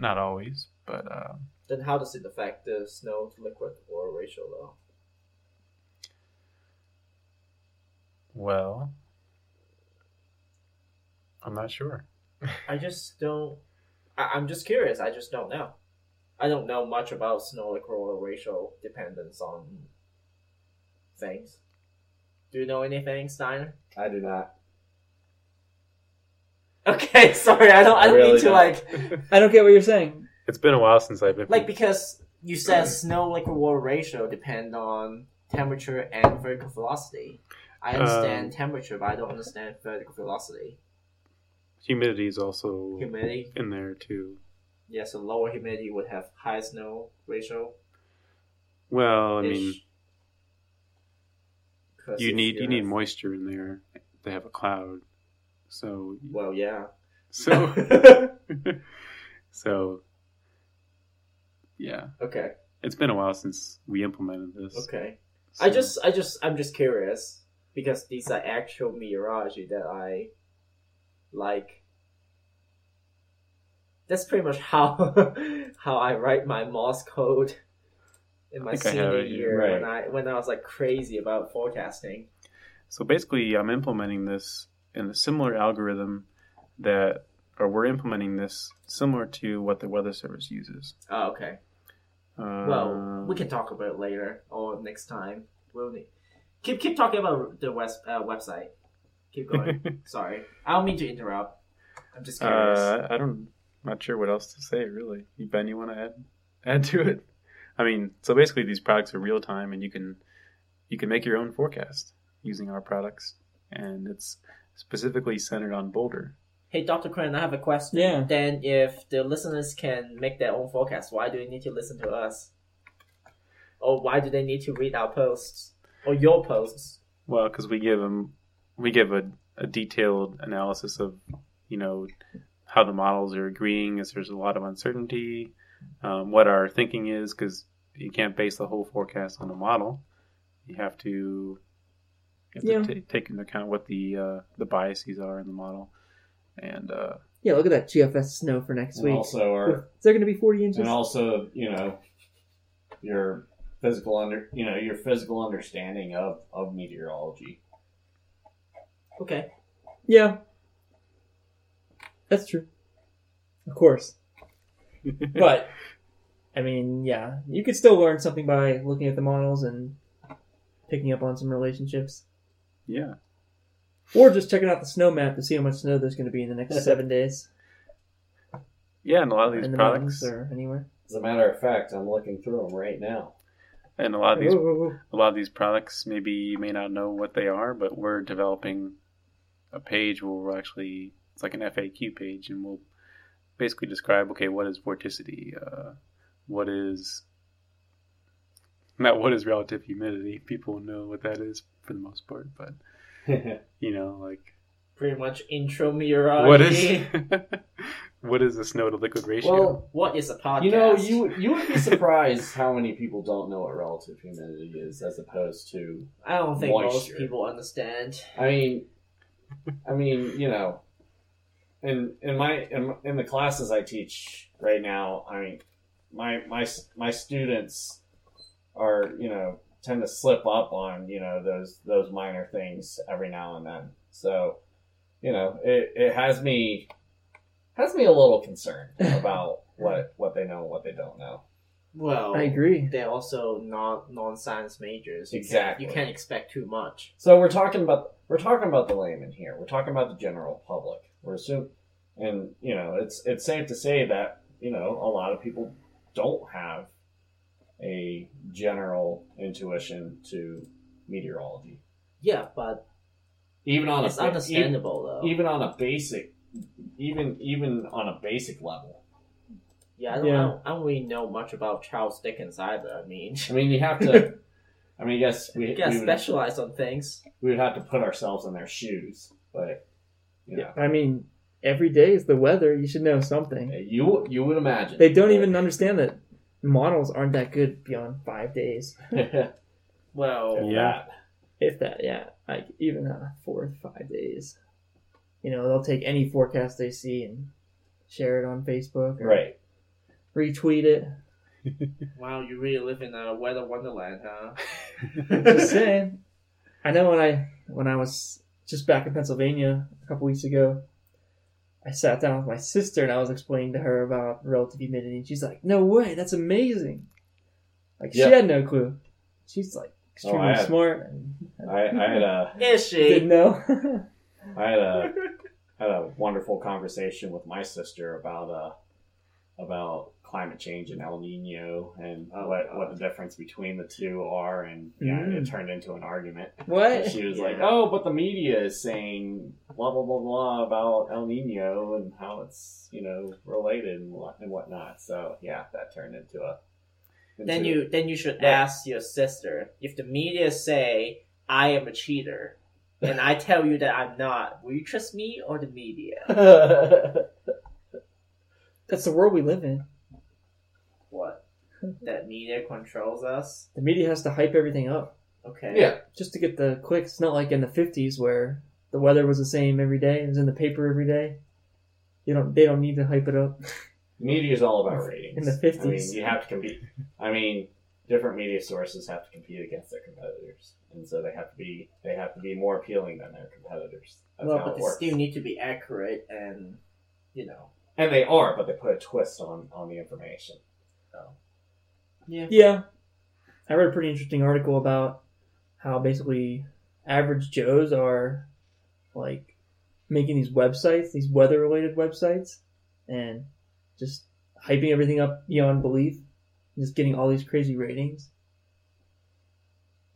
Speaker 8: Not always, but uh,
Speaker 5: Then how does it affect the snow to liquid water ratio though?
Speaker 8: well, I'm not sure.
Speaker 5: I just don't. I, I'm just curious. I just don't know. I don't know much about snow liquid water ratio dependence on things. Do you know anything, Steiner?
Speaker 7: I do not.
Speaker 5: Okay, sorry, I don't. I don't
Speaker 7: Really
Speaker 5: need to
Speaker 7: don't.
Speaker 5: like
Speaker 1: I don't get what you're saying.
Speaker 8: It's been a while since I've been
Speaker 5: like because you said snow liquid water ratio depend on temperature and vertical velocity. I understand
Speaker 8: Um,
Speaker 5: temperature, but I don't understand vertical velocity.
Speaker 8: humidity is also
Speaker 5: Humidity,
Speaker 8: in there too.
Speaker 5: yeah, so lower humidity would have high snow ratio.
Speaker 8: Well, I mean, you need you need moisture in there to have a cloud. So
Speaker 5: Well, yeah.
Speaker 8: so so yeah,
Speaker 5: Okay.
Speaker 8: it's been a while since we implemented this.
Speaker 5: Okay.
Speaker 8: so-
Speaker 5: I just, I just, I'm just curious because these are actual meteorology that I like. That's pretty much how how I write my Morse code in my
Speaker 8: think I have
Speaker 5: senior
Speaker 8: it here.
Speaker 5: year when
Speaker 7: Right.
Speaker 5: I when I was like crazy about forecasting.
Speaker 8: So basically, I'm implementing this in a similar algorithm that, or we're implementing this similar to what the Weather Service uses.
Speaker 5: Oh, okay.
Speaker 8: Uh,
Speaker 5: Well, we can talk about it later or next time. We'll need... keep keep talking about the west uh, website. Keep
Speaker 8: uh,
Speaker 5: going. Sorry, I don't mean to interrupt. I'm just curious.
Speaker 8: Uh, I don't, not sure what else to say really. You, ben, you want to add add to it? I mean, so basically, these products are real time, and you can you can make your own forecast using our products, and it's specifically centered on Boulder.
Speaker 5: Hey, Dr. Crane, I have a question.
Speaker 1: Yeah.
Speaker 5: Then, if the listeners can make their own forecast, why do they need to listen to us? Or why do they need to read our posts? Or your posts?
Speaker 8: Well, because we give 'em- we give a, a detailed analysis of, you know, how the models are agreeing. Is there's a lot of uncertainty, um, what our thinking is, because you can't base the whole forecast on a model. You have to, you have to
Speaker 1: Yeah.
Speaker 8: ta- take into account what the uh, the biases are in the model, and uh,
Speaker 1: Yeah, look at that GFS snow for next
Speaker 7: And
Speaker 1: week.
Speaker 7: also
Speaker 1: Is
Speaker 7: our
Speaker 1: there going to be 40 inches?
Speaker 7: and also you know your physical under you know your physical understanding of of meteorology.
Speaker 5: Okay.
Speaker 1: Yeah. That's true. Of course. but, I mean, yeah. You could still learn something by looking at the models and picking up on some relationships.
Speaker 8: yeah,
Speaker 1: Or just checking out the snow map to see how much snow there's going to be in the next seven days.
Speaker 8: yeah, and a lot of these
Speaker 1: in the
Speaker 8: products,
Speaker 1: mountains or anywhere.
Speaker 7: As a matter of fact, I'm looking through them right now.
Speaker 8: and a lot of these
Speaker 1: Whoa, whoa, whoa.
Speaker 8: a lot of these products maybe you may not know what they are but we're developing a page where we're actually it's like an faq page and we'll basically describe okay what is vorticity uh, what is not what is relative humidity people know what that is for the most part but you know like
Speaker 5: Pretty much intro meteorology.
Speaker 8: what is what is the snow to liquid ratio
Speaker 9: Well,
Speaker 5: What is a podcast?
Speaker 9: you know, you you would be surprised how many people don't know what relative humidity is, as opposed to.
Speaker 5: I don't think
Speaker 9: Moisture.
Speaker 5: most people understand.
Speaker 9: I mean,
Speaker 7: I mean, you know, in in my in, in the classes I teach right now, I mean, my my my students are you know tend to slip up on you know those those minor things every now and then. So, you know, it, it has me has me a little concerned about what what they know and what they don't know.
Speaker 5: Well,
Speaker 1: I agree.
Speaker 5: they're also not non science majors. You
Speaker 7: Exactly.
Speaker 5: Can't, you can't expect too much.
Speaker 7: So we're talking about we're talking about the layman here. We're talking about the general public. We're assuming, and you know, it's it's safe to say that you know a lot of people don't have a general intuition to meteorology,
Speaker 5: Yeah, but
Speaker 7: even on
Speaker 5: it's
Speaker 7: a even,
Speaker 5: understandable, though.
Speaker 7: even on a basic, even even on a basic level.
Speaker 5: yeah, I don't,
Speaker 1: Yeah.
Speaker 5: I don't, I don't really know much about Charles Dickens either. I mean,
Speaker 7: I mean, you have to. I mean, yes, we
Speaker 5: you gotta
Speaker 7: we, would,
Speaker 5: specialize on things.
Speaker 7: we would have to put ourselves in their shoes, but you know,
Speaker 1: I mean, every day is the weather. You should know something.
Speaker 9: you you would imagine
Speaker 1: They don't even understand that models aren't that good beyond five days.
Speaker 5: Well,
Speaker 8: yeah
Speaker 1: if that yeah like even uh four or five days you know they'll take any forecast they see and share it on facebook or
Speaker 7: right.
Speaker 1: retweet it
Speaker 5: wow, you really live in a weather wonderland, huh?
Speaker 1: just saying i know when i when i was just back in pennsylvania a couple weeks ago i sat down with my sister and i was explaining to her about relative humidity and she's like no way that's amazing like
Speaker 7: Yeah.
Speaker 1: she had no clue she's like
Speaker 7: Oh, I
Speaker 1: extremely
Speaker 7: had-
Speaker 1: smart and
Speaker 7: I, I had a
Speaker 5: Is she?
Speaker 1: didn't know
Speaker 7: I had a had a wonderful conversation with my sister about uh about climate change and El Nino and uh,
Speaker 13: Oh,
Speaker 7: what
Speaker 13: God.
Speaker 7: what the difference between the two are, and yeah,
Speaker 9: Mm.
Speaker 7: it turned into an argument.
Speaker 9: What?
Speaker 7: She was
Speaker 13: Yeah.
Speaker 7: like, "Oh, but the media is saying blah blah blah blah about El Nino and how it's you know related and what and whatnot." So yeah, that turned into a.
Speaker 5: Then
Speaker 7: into-
Speaker 5: you then you should ask your sister if the media say I am a cheater and I tell you that I'm not. Will you trust me or the media?
Speaker 9: That's the world we live in.
Speaker 5: What? That media controls us.
Speaker 9: The media has to hype everything up
Speaker 5: Okay.
Speaker 13: Yeah.
Speaker 9: just to get the clicks. It's not like in the '50s where the weather was the same every day. It was in the paper every day. They don't. They don't need to hype it up.
Speaker 7: media is all about ratings.
Speaker 9: In the
Speaker 7: I
Speaker 9: 50s.
Speaker 7: mean, you have to compete. I mean, different media sources have to compete against their competitors, and so they have to be they have to be more appealing than their competitors. That's
Speaker 5: Well,
Speaker 7: how
Speaker 5: but
Speaker 7: it
Speaker 5: they
Speaker 7: works.
Speaker 5: still need to be accurate and you know.
Speaker 7: And they are, but they put a twist on on the information.
Speaker 5: Oh.
Speaker 9: Yeah, I read a pretty interesting article about how basically average Joes are like making these websites, these weather-related websites, and just hyping everything up beyond belief, just getting all these crazy ratings.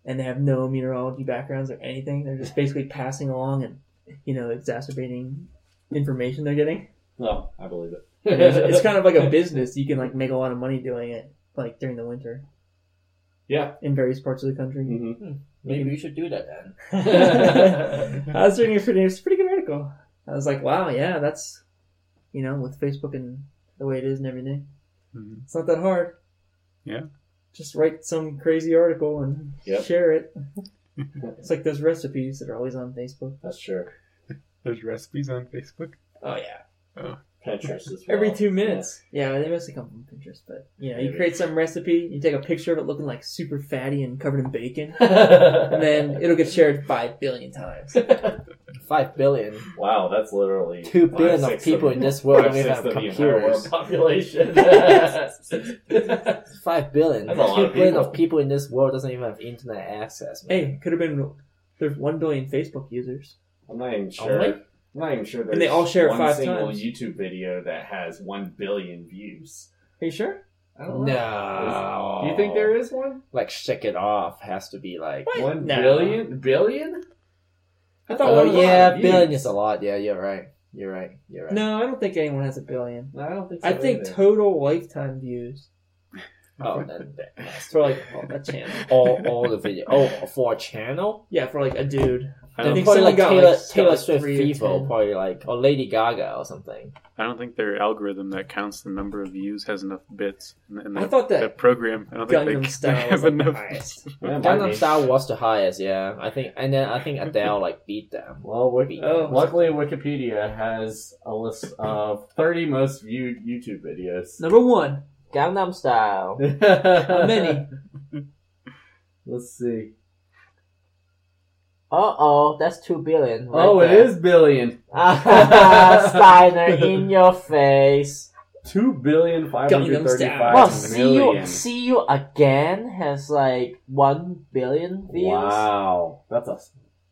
Speaker 9: And they have no meteorology backgrounds or anything. They're just basically passing along and, you know, exacerbating information they're getting.
Speaker 7: No, I believe it.
Speaker 9: It's, it's kind of like a business. You can like make a lot of money doing it, like during the winter.
Speaker 7: Yeah.
Speaker 9: In various parts of the country.
Speaker 7: Mm-hmm.
Speaker 5: Maybe we should do that then.
Speaker 9: I was reading a pretty, it's a pretty good article. I was like, wow, yeah, that's, you know, with Facebook and the way it is and everything,
Speaker 8: Mhm.
Speaker 9: it's not that hard.
Speaker 8: Yeah.
Speaker 9: Just write some crazy article and
Speaker 7: Yep.
Speaker 9: share it. it's like those recipes that are always on Facebook.
Speaker 7: That's true.
Speaker 8: There's recipes on Facebook.
Speaker 9: Oh yeah.
Speaker 7: Pinterest as well.
Speaker 9: Every two minutes. Yeah, they mostly come from Pinterest, but you know, you
Speaker 7: Maybe.
Speaker 9: create some recipe, you take a picture of it looking like super fatty and covered in bacon. and
Speaker 7: and
Speaker 9: then it'll get shared five billion times.
Speaker 5: Five billion.
Speaker 7: wow, that's literally
Speaker 5: Two
Speaker 7: five,
Speaker 5: billion of
Speaker 7: sixths
Speaker 5: people in this world
Speaker 7: five,
Speaker 5: don't even
Speaker 7: sixths
Speaker 5: have
Speaker 7: of the entire world
Speaker 5: computers.
Speaker 7: population.
Speaker 5: Five billion.
Speaker 7: That's a lot
Speaker 5: Two
Speaker 7: of
Speaker 5: billion
Speaker 7: people.
Speaker 5: of people in this world doesn't even have internet access. man.
Speaker 9: hey, could have been there's one billion Facebook users.
Speaker 7: I'm not even sure.
Speaker 9: Only?
Speaker 7: I'm not even sure. There's
Speaker 9: And they all share it
Speaker 7: one
Speaker 9: five
Speaker 7: single
Speaker 9: times.
Speaker 7: YouTube video that has one billion views.
Speaker 9: Are you sure?
Speaker 7: I don't know.
Speaker 5: No.
Speaker 7: Do you think there is one?
Speaker 5: like shake it off has to be like
Speaker 7: One
Speaker 9: No.
Speaker 7: billion? Billion?
Speaker 9: I thought
Speaker 5: oh
Speaker 9: one.
Speaker 5: yeah
Speaker 7: views.
Speaker 5: billion is a lot yeah you're right you're right you're right
Speaker 9: No, I don't think anyone has a billion.
Speaker 7: No, I don't think. So
Speaker 9: I think
Speaker 7: either.
Speaker 9: total lifetime views
Speaker 5: oh then that- that's
Speaker 9: for like a channel.
Speaker 5: all all the video oh for a channel
Speaker 9: Yeah, for like a dude.
Speaker 8: I
Speaker 9: I
Speaker 8: don't.
Speaker 9: think
Speaker 5: probably
Speaker 9: someone
Speaker 5: like
Speaker 9: got
Speaker 5: Taylor,
Speaker 9: like
Speaker 5: Taylor
Speaker 9: got, like,
Speaker 5: Swift
Speaker 9: three or
Speaker 5: people
Speaker 9: 10.
Speaker 5: probably like or Lady Gaga or something
Speaker 8: I don't think their algorithm that counts the number of views has enough bits. In, the- in
Speaker 9: I
Speaker 8: the-
Speaker 9: thought
Speaker 8: that
Speaker 9: that
Speaker 8: program. I don't think they,
Speaker 9: Gangnam
Speaker 8: they
Speaker 9: Style was
Speaker 8: have
Speaker 9: like the
Speaker 8: enough.
Speaker 9: highest.
Speaker 7: Yeah, it might
Speaker 5: Gangnam
Speaker 7: be.
Speaker 5: Style was the highest yeah I think and then I think Adele like beat them well we beat
Speaker 9: Oh.
Speaker 5: them.
Speaker 7: Luckily, Wikipedia has a list of 30 most viewed YouTube videos.
Speaker 9: Number one.
Speaker 5: Gangnam Style
Speaker 9: How
Speaker 7: How
Speaker 9: many?
Speaker 7: Let's see.
Speaker 5: uh oh that's two billion right
Speaker 7: oh, it
Speaker 5: there.
Speaker 7: is billion.
Speaker 5: Ah, Steiner in your face
Speaker 7: Two billion five hundred thirty-five
Speaker 5: Well,
Speaker 9: Wow,
Speaker 5: see you,
Speaker 7: million.
Speaker 5: see you again has like one billion views.
Speaker 7: Wow, that's a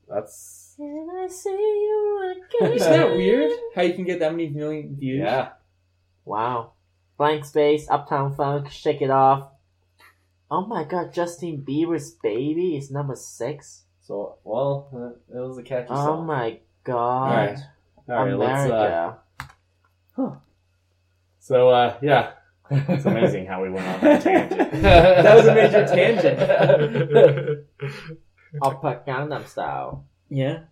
Speaker 7: that's
Speaker 5: Can I see you again?
Speaker 9: Isn't that weird? How you can get that many million views?
Speaker 7: yeah.
Speaker 5: Wow. Blank space, Uptown Funk, Shake It Off. Oh my god, Justin Bieber's baby is number six.
Speaker 7: So well, uh, it was a catchy
Speaker 5: Oh
Speaker 7: song.
Speaker 5: my god.
Speaker 7: All right, let's. Uh,
Speaker 5: America.
Speaker 7: so uh, yeah, it's amazing how we went on that tangent.
Speaker 9: That was a major tangent.
Speaker 5: Upper Gangnam style.
Speaker 9: yeah.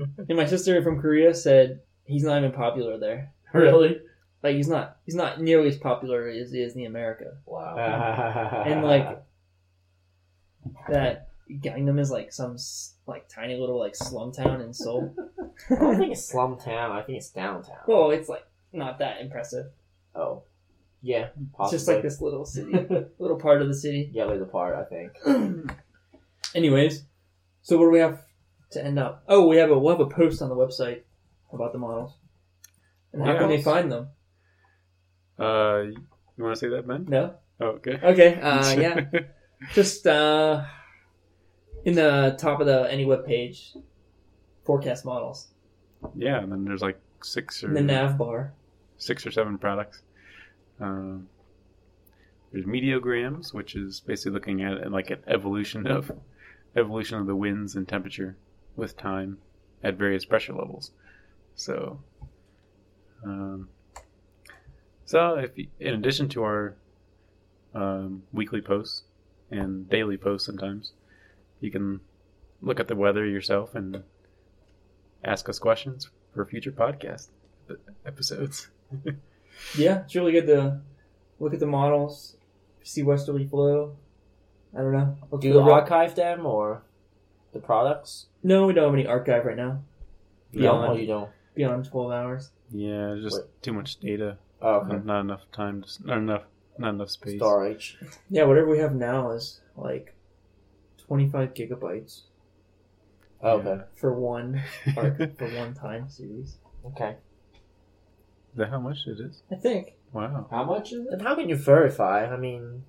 Speaker 9: And my sister from Korea said he's not even popular there.
Speaker 7: really?
Speaker 9: Like he's not he's not nearly as popular as he is in America.
Speaker 7: Wow.
Speaker 9: And like that Gangnam is like some s- like tiny little like slum town in Seoul.
Speaker 5: I don't think it's slum town, I think it's downtown.
Speaker 9: well, it's like not that impressive.
Speaker 5: oh. Yeah,
Speaker 9: It's
Speaker 5: possibly.
Speaker 9: just like this little city, little part of the city.
Speaker 5: yellow depart, I think.
Speaker 9: Anyways, so what do we have to end up? Oh, we have a we'll have a post on the website about the models. And how can they
Speaker 8: Models?
Speaker 9: find them?
Speaker 8: Uh, you want to say that, Ben?
Speaker 9: No.
Speaker 8: Oh, okay.
Speaker 9: Okay. Uh, yeah. just uh, in the top of the any web page, forecast models.
Speaker 8: yeah, and then there's like six
Speaker 9: the
Speaker 5: Hmm.
Speaker 8: or
Speaker 9: nav bar.
Speaker 8: six or seven products. Um, there's mediograms, which is basically looking at it like an evolution of evolution of the winds and temperature with time at various pressure levels. So, um, so if you- in addition to our um, weekly posts and daily posts, sometimes you can look at the weather yourself and ask us questions for future podcast episodes.
Speaker 9: Yeah, it's really good to look at the models, see westerly flow. I don't know. Look
Speaker 5: Do
Speaker 9: for the
Speaker 5: you
Speaker 9: rock-
Speaker 5: archive them or the products?
Speaker 9: No, we don't have any archive right now.
Speaker 5: No,
Speaker 9: Beyond
Speaker 5: or you don't.
Speaker 9: beyond twelve hours.
Speaker 8: Yeah, it's just too much data.
Speaker 5: Oh, okay.
Speaker 8: Not, not enough time. To, not enough. Not enough space.
Speaker 5: Storage.
Speaker 9: Yeah, whatever we have now is like twenty five gigabytes
Speaker 5: Oh, Okay.
Speaker 9: for one arc
Speaker 8: Is
Speaker 9: for one time series.
Speaker 5: Okay.
Speaker 8: that how much it is?
Speaker 9: I think.
Speaker 8: Wow.
Speaker 7: How much is
Speaker 5: And how can you verify? I mean,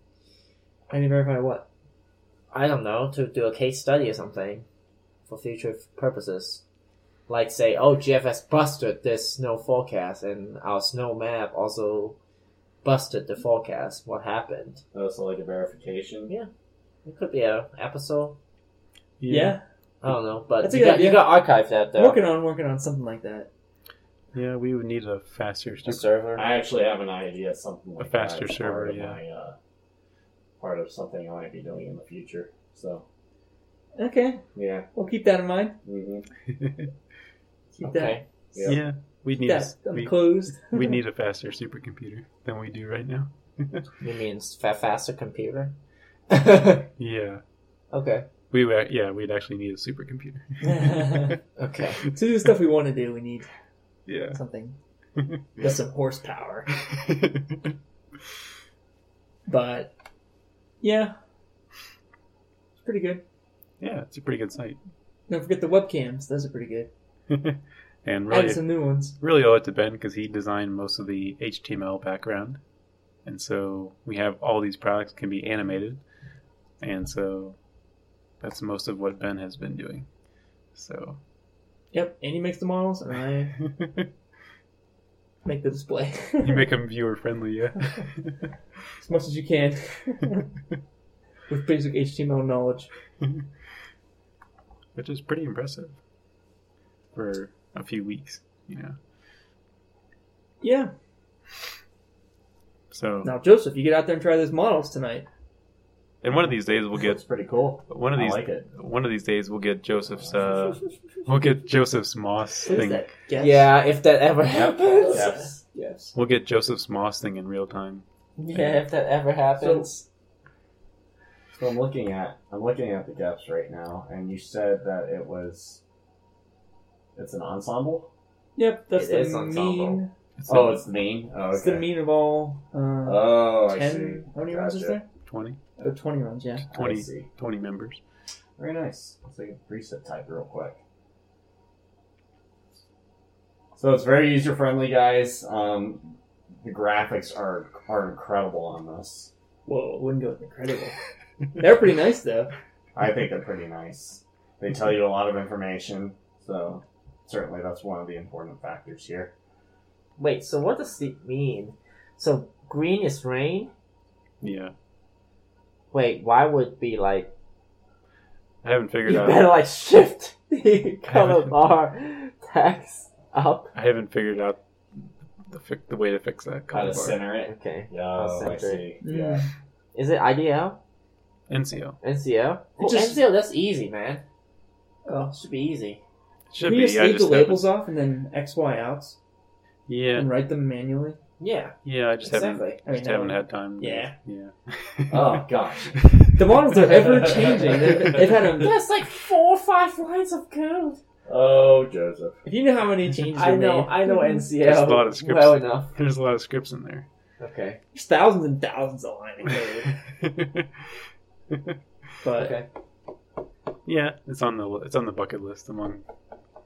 Speaker 9: I need to verify what?
Speaker 5: I don't know, to do a case study or something for future f- purposes. Like say, oh, Jeff has busted this snow forecast, and our snow map also busted the forecast. What happened?
Speaker 7: Oh, so like a verification.
Speaker 5: It could be a episode.
Speaker 9: Yeah.
Speaker 5: I don't know, but
Speaker 9: That's a
Speaker 5: you
Speaker 9: good
Speaker 5: got, you
Speaker 9: idea.
Speaker 5: got archive that though.
Speaker 9: Working on working on something like that.
Speaker 8: Yeah, we would need a faster.
Speaker 5: The
Speaker 8: St-
Speaker 5: server.
Speaker 7: I actually have an idea. Something like
Speaker 8: faster
Speaker 7: that is
Speaker 8: server,
Speaker 7: part of
Speaker 8: yeah.
Speaker 7: my, uh, part of something I might be doing in the future. So
Speaker 9: Okay.
Speaker 7: yeah.
Speaker 9: We'll keep that in mind.
Speaker 7: hmm
Speaker 9: Keep
Speaker 5: okay.
Speaker 8: yeah.
Speaker 7: Yeah.
Speaker 8: We
Speaker 9: that
Speaker 8: need. a s-
Speaker 9: that
Speaker 8: we,
Speaker 9: closed.
Speaker 8: we need a faster supercomputer than we do right now.
Speaker 5: You mean s- fa- faster computer?
Speaker 8: Yeah.
Speaker 5: Okay.
Speaker 8: We would. Yeah, we'd actually need a supercomputer.
Speaker 5: Okay.
Speaker 9: to do the stuff we want to do, we need
Speaker 8: yeah.
Speaker 9: something with some horsepower. But yeah, it's pretty good.
Speaker 8: yeah, it's a pretty good site.
Speaker 9: Don't forget the webcams; those are pretty good.
Speaker 8: and
Speaker 9: Added
Speaker 8: really,
Speaker 9: some new ones.
Speaker 8: really owe it to Ben because he designed most of the HTML background, and so we have all these products can be animated, and so that's most of what Ben has been doing. So
Speaker 9: Yep, and he makes the models, and I
Speaker 8: you
Speaker 9: make the display
Speaker 8: make them viewer friendly, yeah.
Speaker 9: as much as you can with basic HTML knowledge.
Speaker 8: Which is pretty impressive for a few weeks, you know.
Speaker 9: Yeah.
Speaker 8: So
Speaker 9: Now, Joseph, you get out there and try those models tonight.
Speaker 8: and one of these days we'll get
Speaker 7: It's pretty cool.
Speaker 8: one of
Speaker 7: I
Speaker 8: these
Speaker 7: like it.
Speaker 8: one of these days we'll get Joseph's uh we'll get Joseph's moss
Speaker 9: What is
Speaker 8: thing
Speaker 9: that? Guess?
Speaker 5: Yeah, if that ever happens.
Speaker 7: Yes.
Speaker 9: Yes.
Speaker 8: We'll get Joseph's Moss thing in real time.
Speaker 5: Yeah, if that ever happens.
Speaker 7: So I'm looking at I'm looking at the gaps right now, and you said that it was it's an ensemble.
Speaker 9: Yep. That's
Speaker 5: It
Speaker 9: the
Speaker 5: is ensemble.
Speaker 9: mean.
Speaker 7: Oh, it's the mean. Oh,
Speaker 9: It's the
Speaker 7: okay.
Speaker 9: mean of all. Uh,
Speaker 7: Oh, I
Speaker 9: ten.
Speaker 7: see.
Speaker 9: How many rounds is
Speaker 7: Gotcha.
Speaker 9: there?
Speaker 8: 20,
Speaker 9: Oh, Twenty rounds. Yeah.
Speaker 7: I
Speaker 8: 20,
Speaker 7: see.
Speaker 8: 20 members.
Speaker 7: Very nice. Let's take a preset type real quick. So it's very user friendly, guys. Um, the graphics are are incredible on this.
Speaker 9: Whoa, wouldn't go with incredible. They're pretty nice though.
Speaker 7: I think they're pretty nice. They tell you a lot of information, so certainly that's one of the important factors here.
Speaker 5: Wait, so what does it mean? So green is rain?
Speaker 8: Yeah.
Speaker 5: Wait, why would be like
Speaker 8: I haven't figured
Speaker 5: you
Speaker 8: out
Speaker 5: better like shift the color bar text up?
Speaker 8: I haven't figured out the, fi- the way to fix that
Speaker 7: How to
Speaker 8: color bar.
Speaker 7: center it.
Speaker 5: Okay.
Speaker 7: Yeah,
Speaker 5: How to
Speaker 7: I
Speaker 5: center
Speaker 7: see.
Speaker 9: Mm.
Speaker 7: Yeah.
Speaker 5: Is it IDL?
Speaker 8: NCO.
Speaker 5: NCL? Oh,
Speaker 9: just-
Speaker 5: NCL, that's easy, man.
Speaker 9: Oh.
Speaker 5: Should be easy.
Speaker 8: Should
Speaker 9: Can
Speaker 8: be.
Speaker 9: you just
Speaker 8: I
Speaker 9: leave the
Speaker 8: just
Speaker 9: labels
Speaker 8: haven't,
Speaker 9: off and then X Y outs
Speaker 8: yeah,
Speaker 9: and write them manually?
Speaker 5: Yeah,
Speaker 8: yeah. I just
Speaker 5: exactly.
Speaker 9: I mean,
Speaker 8: haven't just
Speaker 9: no.
Speaker 8: haven't had time. to-
Speaker 9: Yeah.
Speaker 8: Yeah.
Speaker 7: Oh gosh.
Speaker 9: the models are ever changing. They've, they've had them.
Speaker 5: That's like four or five lines of code.
Speaker 7: Oh Joseph.
Speaker 9: If you know how many changes
Speaker 5: I
Speaker 9: were
Speaker 5: know,
Speaker 9: made,
Speaker 5: I know
Speaker 8: There's a lot
Speaker 5: NCL
Speaker 8: of scripts.
Speaker 5: well enough.
Speaker 8: There's a lot of scripts in there.
Speaker 5: Okay.
Speaker 9: there's thousands and thousands of lines of code. But
Speaker 5: Okay.
Speaker 8: yeah, it's on the li- it's on the bucket list among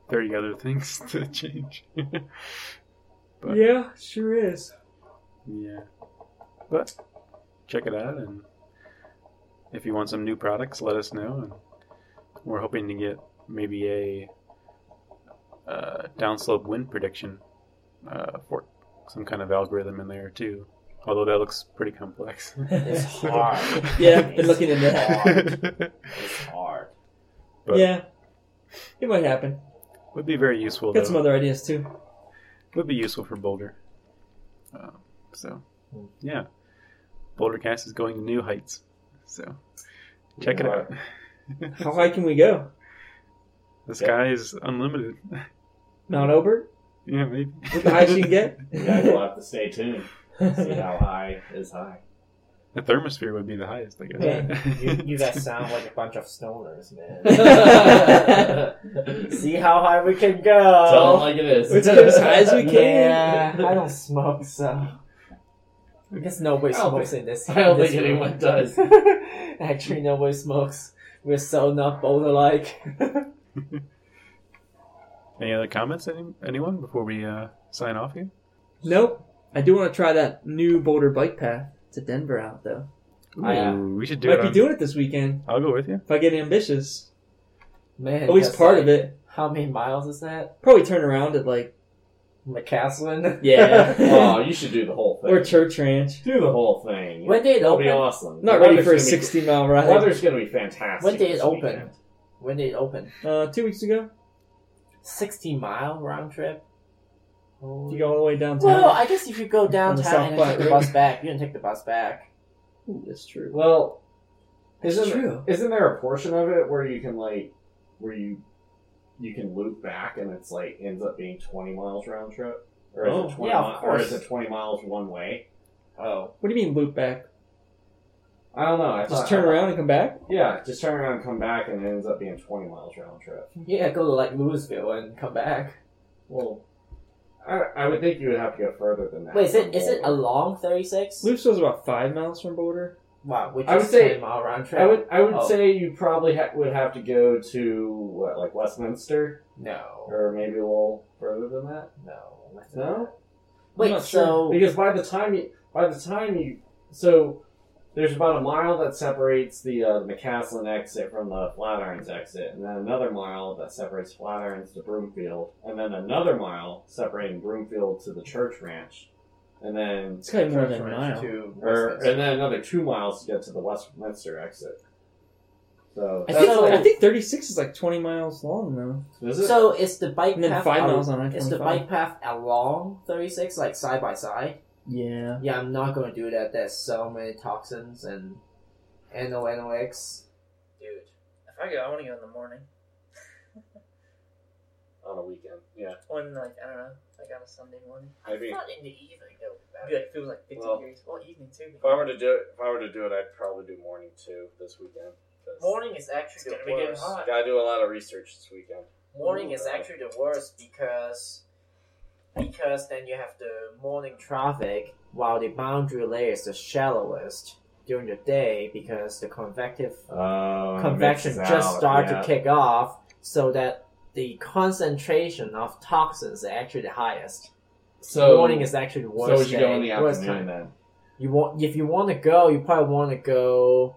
Speaker 8: thirty other things to change. But-
Speaker 9: yeah, sure is.
Speaker 8: Yeah. But check it out and if you want some new products, let us know and we're hoping to get maybe a uh, downslope wind prediction uh, for some kind of algorithm in there too. Although that looks pretty complex.
Speaker 5: It's hard.
Speaker 9: Yeah, I've been looking at that.
Speaker 8: that.
Speaker 5: It's hard.
Speaker 8: But-
Speaker 9: yeah, it might happen.
Speaker 8: Would be very useful.
Speaker 9: Got
Speaker 8: though.
Speaker 9: some other ideas too.
Speaker 8: would be useful for Boulder. Um, so, yeah, Bouldercast is going to new heights. So, check it out.
Speaker 9: How high can we go?
Speaker 8: The sky is unlimited.
Speaker 9: Mount Obert?
Speaker 8: yeah, maybe.
Speaker 9: Is the highest you can get?
Speaker 7: You guys will have to stay tuned. See how high is high.
Speaker 8: The thermosphere would be the highest, I guess.
Speaker 5: You, you guys sound like a bunch of stoners, man.
Speaker 7: Tell
Speaker 5: See how high we can
Speaker 7: them
Speaker 5: go.
Speaker 7: like it is.
Speaker 9: Let's go as high as we can.
Speaker 5: Yeah, I don't smoke, so I guess nobody
Speaker 7: I don't
Speaker 5: smokes in this.
Speaker 7: I don't
Speaker 5: in this
Speaker 7: think
Speaker 5: room.
Speaker 7: anyone does.
Speaker 5: Actually, nobody smokes. We're so not Boulder-like.
Speaker 8: Any other comments, any, anyone, before we uh, sign off here?
Speaker 9: Nope. I do want to try that new Boulder bike path to Denver out though.
Speaker 5: Oh, yeah.
Speaker 8: Ooh, we should do
Speaker 9: Might
Speaker 8: it.
Speaker 9: be
Speaker 8: on-
Speaker 9: doing it this weekend
Speaker 8: I'll go with you.
Speaker 9: if I get ambitious.
Speaker 5: Man,
Speaker 9: At least
Speaker 5: that's
Speaker 9: part
Speaker 5: like-
Speaker 9: of it.
Speaker 5: How many miles is that?
Speaker 9: Probably turn around at like
Speaker 5: McCaslin?
Speaker 9: yeah
Speaker 7: Oh, you should do the whole thing.
Speaker 9: or Church Ranch.
Speaker 7: do the whole thing.
Speaker 5: when did it
Speaker 7: It'll be
Speaker 5: open?
Speaker 7: awesome.
Speaker 9: Not
Speaker 7: The
Speaker 9: ready
Speaker 7: weather's
Speaker 9: for a
Speaker 7: gonna be-
Speaker 9: sixty mile
Speaker 7: The
Speaker 9: ride.
Speaker 7: weather's going to be fantastic.
Speaker 5: When did it
Speaker 7: this
Speaker 5: open?
Speaker 7: weekend.
Speaker 5: When did it open?
Speaker 9: Uh, two weeks ago,
Speaker 5: 60 mile round trip? Holy
Speaker 9: you go all the way downtown.
Speaker 5: Well, I guess if you go downtown and
Speaker 9: South
Speaker 5: then take the
Speaker 9: Platte.
Speaker 5: bus back, you can take the bus back.
Speaker 9: Ooh, that's true.
Speaker 7: Well,
Speaker 9: That's
Speaker 7: isn't
Speaker 9: true.
Speaker 7: isn't there a portion of it where you can like where you you can loop back and it's like ends up being twenty miles round trip? Or is
Speaker 9: Oh,
Speaker 7: it twenty
Speaker 5: yeah,
Speaker 7: mi-
Speaker 5: of
Speaker 7: or is
Speaker 5: course.
Speaker 7: it twenty miles one way?
Speaker 5: Oh,
Speaker 9: What do you mean loop back?
Speaker 7: I don't know. I
Speaker 9: Just
Speaker 7: thought-
Speaker 9: turn around and come back?
Speaker 7: Yeah, just turn around and come back and it ends up being twenty miles round trip.
Speaker 5: yeah, go to like Louisville and come back.
Speaker 7: Well I, I would think you would have to go further than that.
Speaker 5: Wait, is
Speaker 7: from
Speaker 5: it is it a
Speaker 7: Boulder.
Speaker 5: long thirty six?
Speaker 9: Loop's was about five miles from Boulder.
Speaker 5: Wow, which
Speaker 7: I would
Speaker 5: is
Speaker 7: say-
Speaker 5: ten mile round trip.
Speaker 7: I would I would
Speaker 5: Oh.
Speaker 7: say you probably ha- would have to go to what like Westminster
Speaker 5: no,
Speaker 7: or maybe a little further than that.
Speaker 5: no,
Speaker 7: No?
Speaker 5: Wait,
Speaker 9: not
Speaker 5: so
Speaker 7: Because by the time you, by the time you, so there's about a mile that separates the uh, the McCaslin exit from the Flatirons exit, and then another mile that separates Flatirons to Broomfield, and then another mile separating Broomfield to the Church Ranch, and then
Speaker 9: It's gotta be more than a
Speaker 5: Church
Speaker 9: mile.
Speaker 5: to
Speaker 7: or
Speaker 5: Westminster.
Speaker 7: and then another two miles to get to the Westminster exit. So
Speaker 9: I think,
Speaker 5: So-
Speaker 9: I think 36 is like 20 miles long, though.
Speaker 7: is it?
Speaker 5: so is the bike
Speaker 9: And then
Speaker 5: path
Speaker 9: five
Speaker 5: a-
Speaker 9: miles on I
Speaker 5: Is the bike path along thirty six like side by side?
Speaker 9: Yeah.
Speaker 5: Yeah, I'm not gonna do that. There's so many toxins and NONOx.
Speaker 9: Dude, if I go, I want to go in the morning.
Speaker 7: on a weekend, yeah,
Speaker 9: On, like, I don't know, like on a Sunday morning.
Speaker 7: maybe.
Speaker 5: Not in the evening though.
Speaker 9: Be like, if it was like 50
Speaker 7: Well-
Speaker 9: degrees. Well, evening too.
Speaker 7: I were to do it, if I were to do it, I'd probably do morning too this weekend.
Speaker 5: Morning is actually
Speaker 9: It's
Speaker 5: the
Speaker 9: gonna be getting
Speaker 5: worst.
Speaker 9: hot.
Speaker 7: Gotta do a lot of research this weekend.
Speaker 5: Morning
Speaker 7: Ooh,
Speaker 5: is
Speaker 7: uh,
Speaker 5: actually the worst because because then you have the morning traffic while the boundary layer is the shallowest during the day because the convective
Speaker 7: Oh,
Speaker 5: convection just start to kick off so that the concentration of toxins is actually the highest.
Speaker 7: So
Speaker 5: morning is actually the
Speaker 7: so
Speaker 5: worst.
Speaker 7: would you go in
Speaker 5: day,
Speaker 7: the
Speaker 5: worst time.
Speaker 7: afternoon then?
Speaker 5: You want if you want to go, you probably want to go.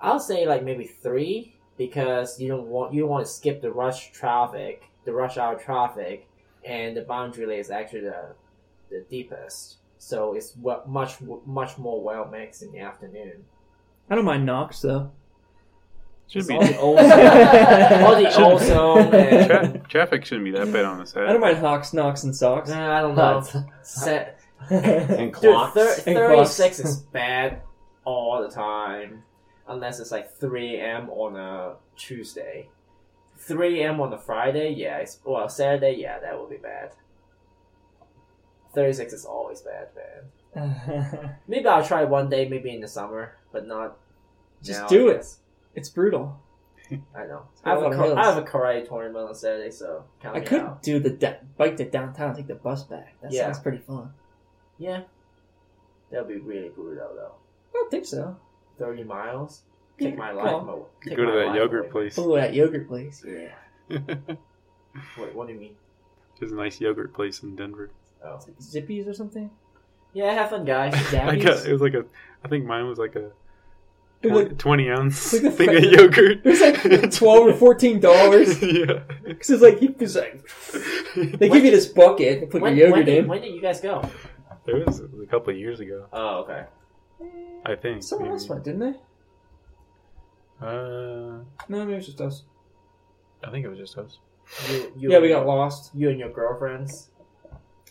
Speaker 5: I'll say like maybe three because you don't want you want to skip the rush traffic, the rush hour traffic, and the boundary lane is actually the the deepest. So it's what much much more well mixed in the afternoon.
Speaker 9: I don't mind Knox, though.
Speaker 8: Should be.
Speaker 5: All the ozone, all the ozone. And,
Speaker 8: Tra- traffic shouldn't be that bad on the
Speaker 9: I
Speaker 8: side.
Speaker 9: don't mind Hawks, Knox, and Socks.
Speaker 5: Nah, I don't know. Set,
Speaker 7: And
Speaker 5: Dude,
Speaker 7: clocks.
Speaker 5: thir-
Speaker 9: And
Speaker 5: 36
Speaker 9: clocks.
Speaker 5: is bad all the time. Unless it's like 3 a.m. on a Tuesday. 3 a.m. on a Friday, yeah. It's, well, Saturday, yeah, that would be bad. 36 is always bad, man. Maybe I'll try one day, maybe in the summer, but not.
Speaker 9: Just
Speaker 5: now,
Speaker 9: do
Speaker 5: I
Speaker 9: it.
Speaker 5: guess.
Speaker 9: it's brutal.
Speaker 5: I know.
Speaker 9: It's
Speaker 5: I have,
Speaker 9: a
Speaker 5: a
Speaker 9: lot of
Speaker 5: kar- I
Speaker 9: hills.
Speaker 5: have a karate tournament on Saturday, so count
Speaker 9: I
Speaker 5: me
Speaker 9: could
Speaker 5: out.
Speaker 9: do the da- bike to downtown and take the bus back. That
Speaker 5: Yeah.
Speaker 9: sounds pretty fun.
Speaker 5: Yeah. That'll be really brutal, though.
Speaker 9: I don't think so.
Speaker 5: 30 miles? Take my
Speaker 9: Come
Speaker 5: life
Speaker 9: on.
Speaker 5: away.
Speaker 8: Could go to that yogurt place.
Speaker 9: Oh, that yogurt place.
Speaker 5: Yeah.
Speaker 8: There's
Speaker 5: Wait, what do you mean?
Speaker 8: a nice yogurt place in Denver.
Speaker 5: Oh.
Speaker 9: It's like Zippies or something?
Speaker 5: Yeah, have fun, guys.
Speaker 8: I
Speaker 9: Zappies?
Speaker 8: got, it was like a, I think mine was like a
Speaker 9: It was like-
Speaker 8: 20, 20 ounce
Speaker 9: like the
Speaker 8: thing of
Speaker 9: fat-
Speaker 8: yogurt.
Speaker 9: it was like 12 or $14.
Speaker 8: yeah.
Speaker 9: Because it's like, he was like,
Speaker 1: They give you this bucket to put
Speaker 5: when,
Speaker 1: your
Speaker 5: when
Speaker 1: yogurt
Speaker 5: did,
Speaker 1: in.
Speaker 5: when did you guys go?
Speaker 8: It was a couple of years ago,
Speaker 5: Oh, okay.
Speaker 8: I think.
Speaker 1: Someone
Speaker 8: maybe.
Speaker 1: else went, didn't they?
Speaker 8: Uh,
Speaker 1: No, maybe it was just us.
Speaker 8: I think it was just us.
Speaker 5: You, you
Speaker 1: Yeah,
Speaker 5: and
Speaker 1: we got
Speaker 5: your-
Speaker 1: lost.
Speaker 5: you and your girlfriends.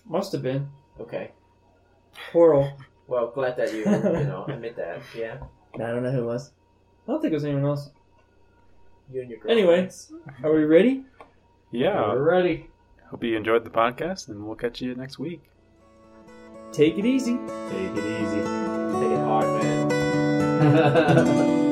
Speaker 1: Must have been.
Speaker 5: Okay.
Speaker 1: Coral.
Speaker 5: Well, glad that you you know admit that. Yeah.
Speaker 1: I don't know who it was. I don't think it was anyone else.
Speaker 5: You and your girlfriends.
Speaker 1: Anyway. Are we ready?
Speaker 8: Yeah.
Speaker 7: We're ready.
Speaker 8: Hope you enjoyed the podcast, and we'll catch you next week.
Speaker 1: Take it easy.
Speaker 7: Take it easy.
Speaker 5: take it hard, man.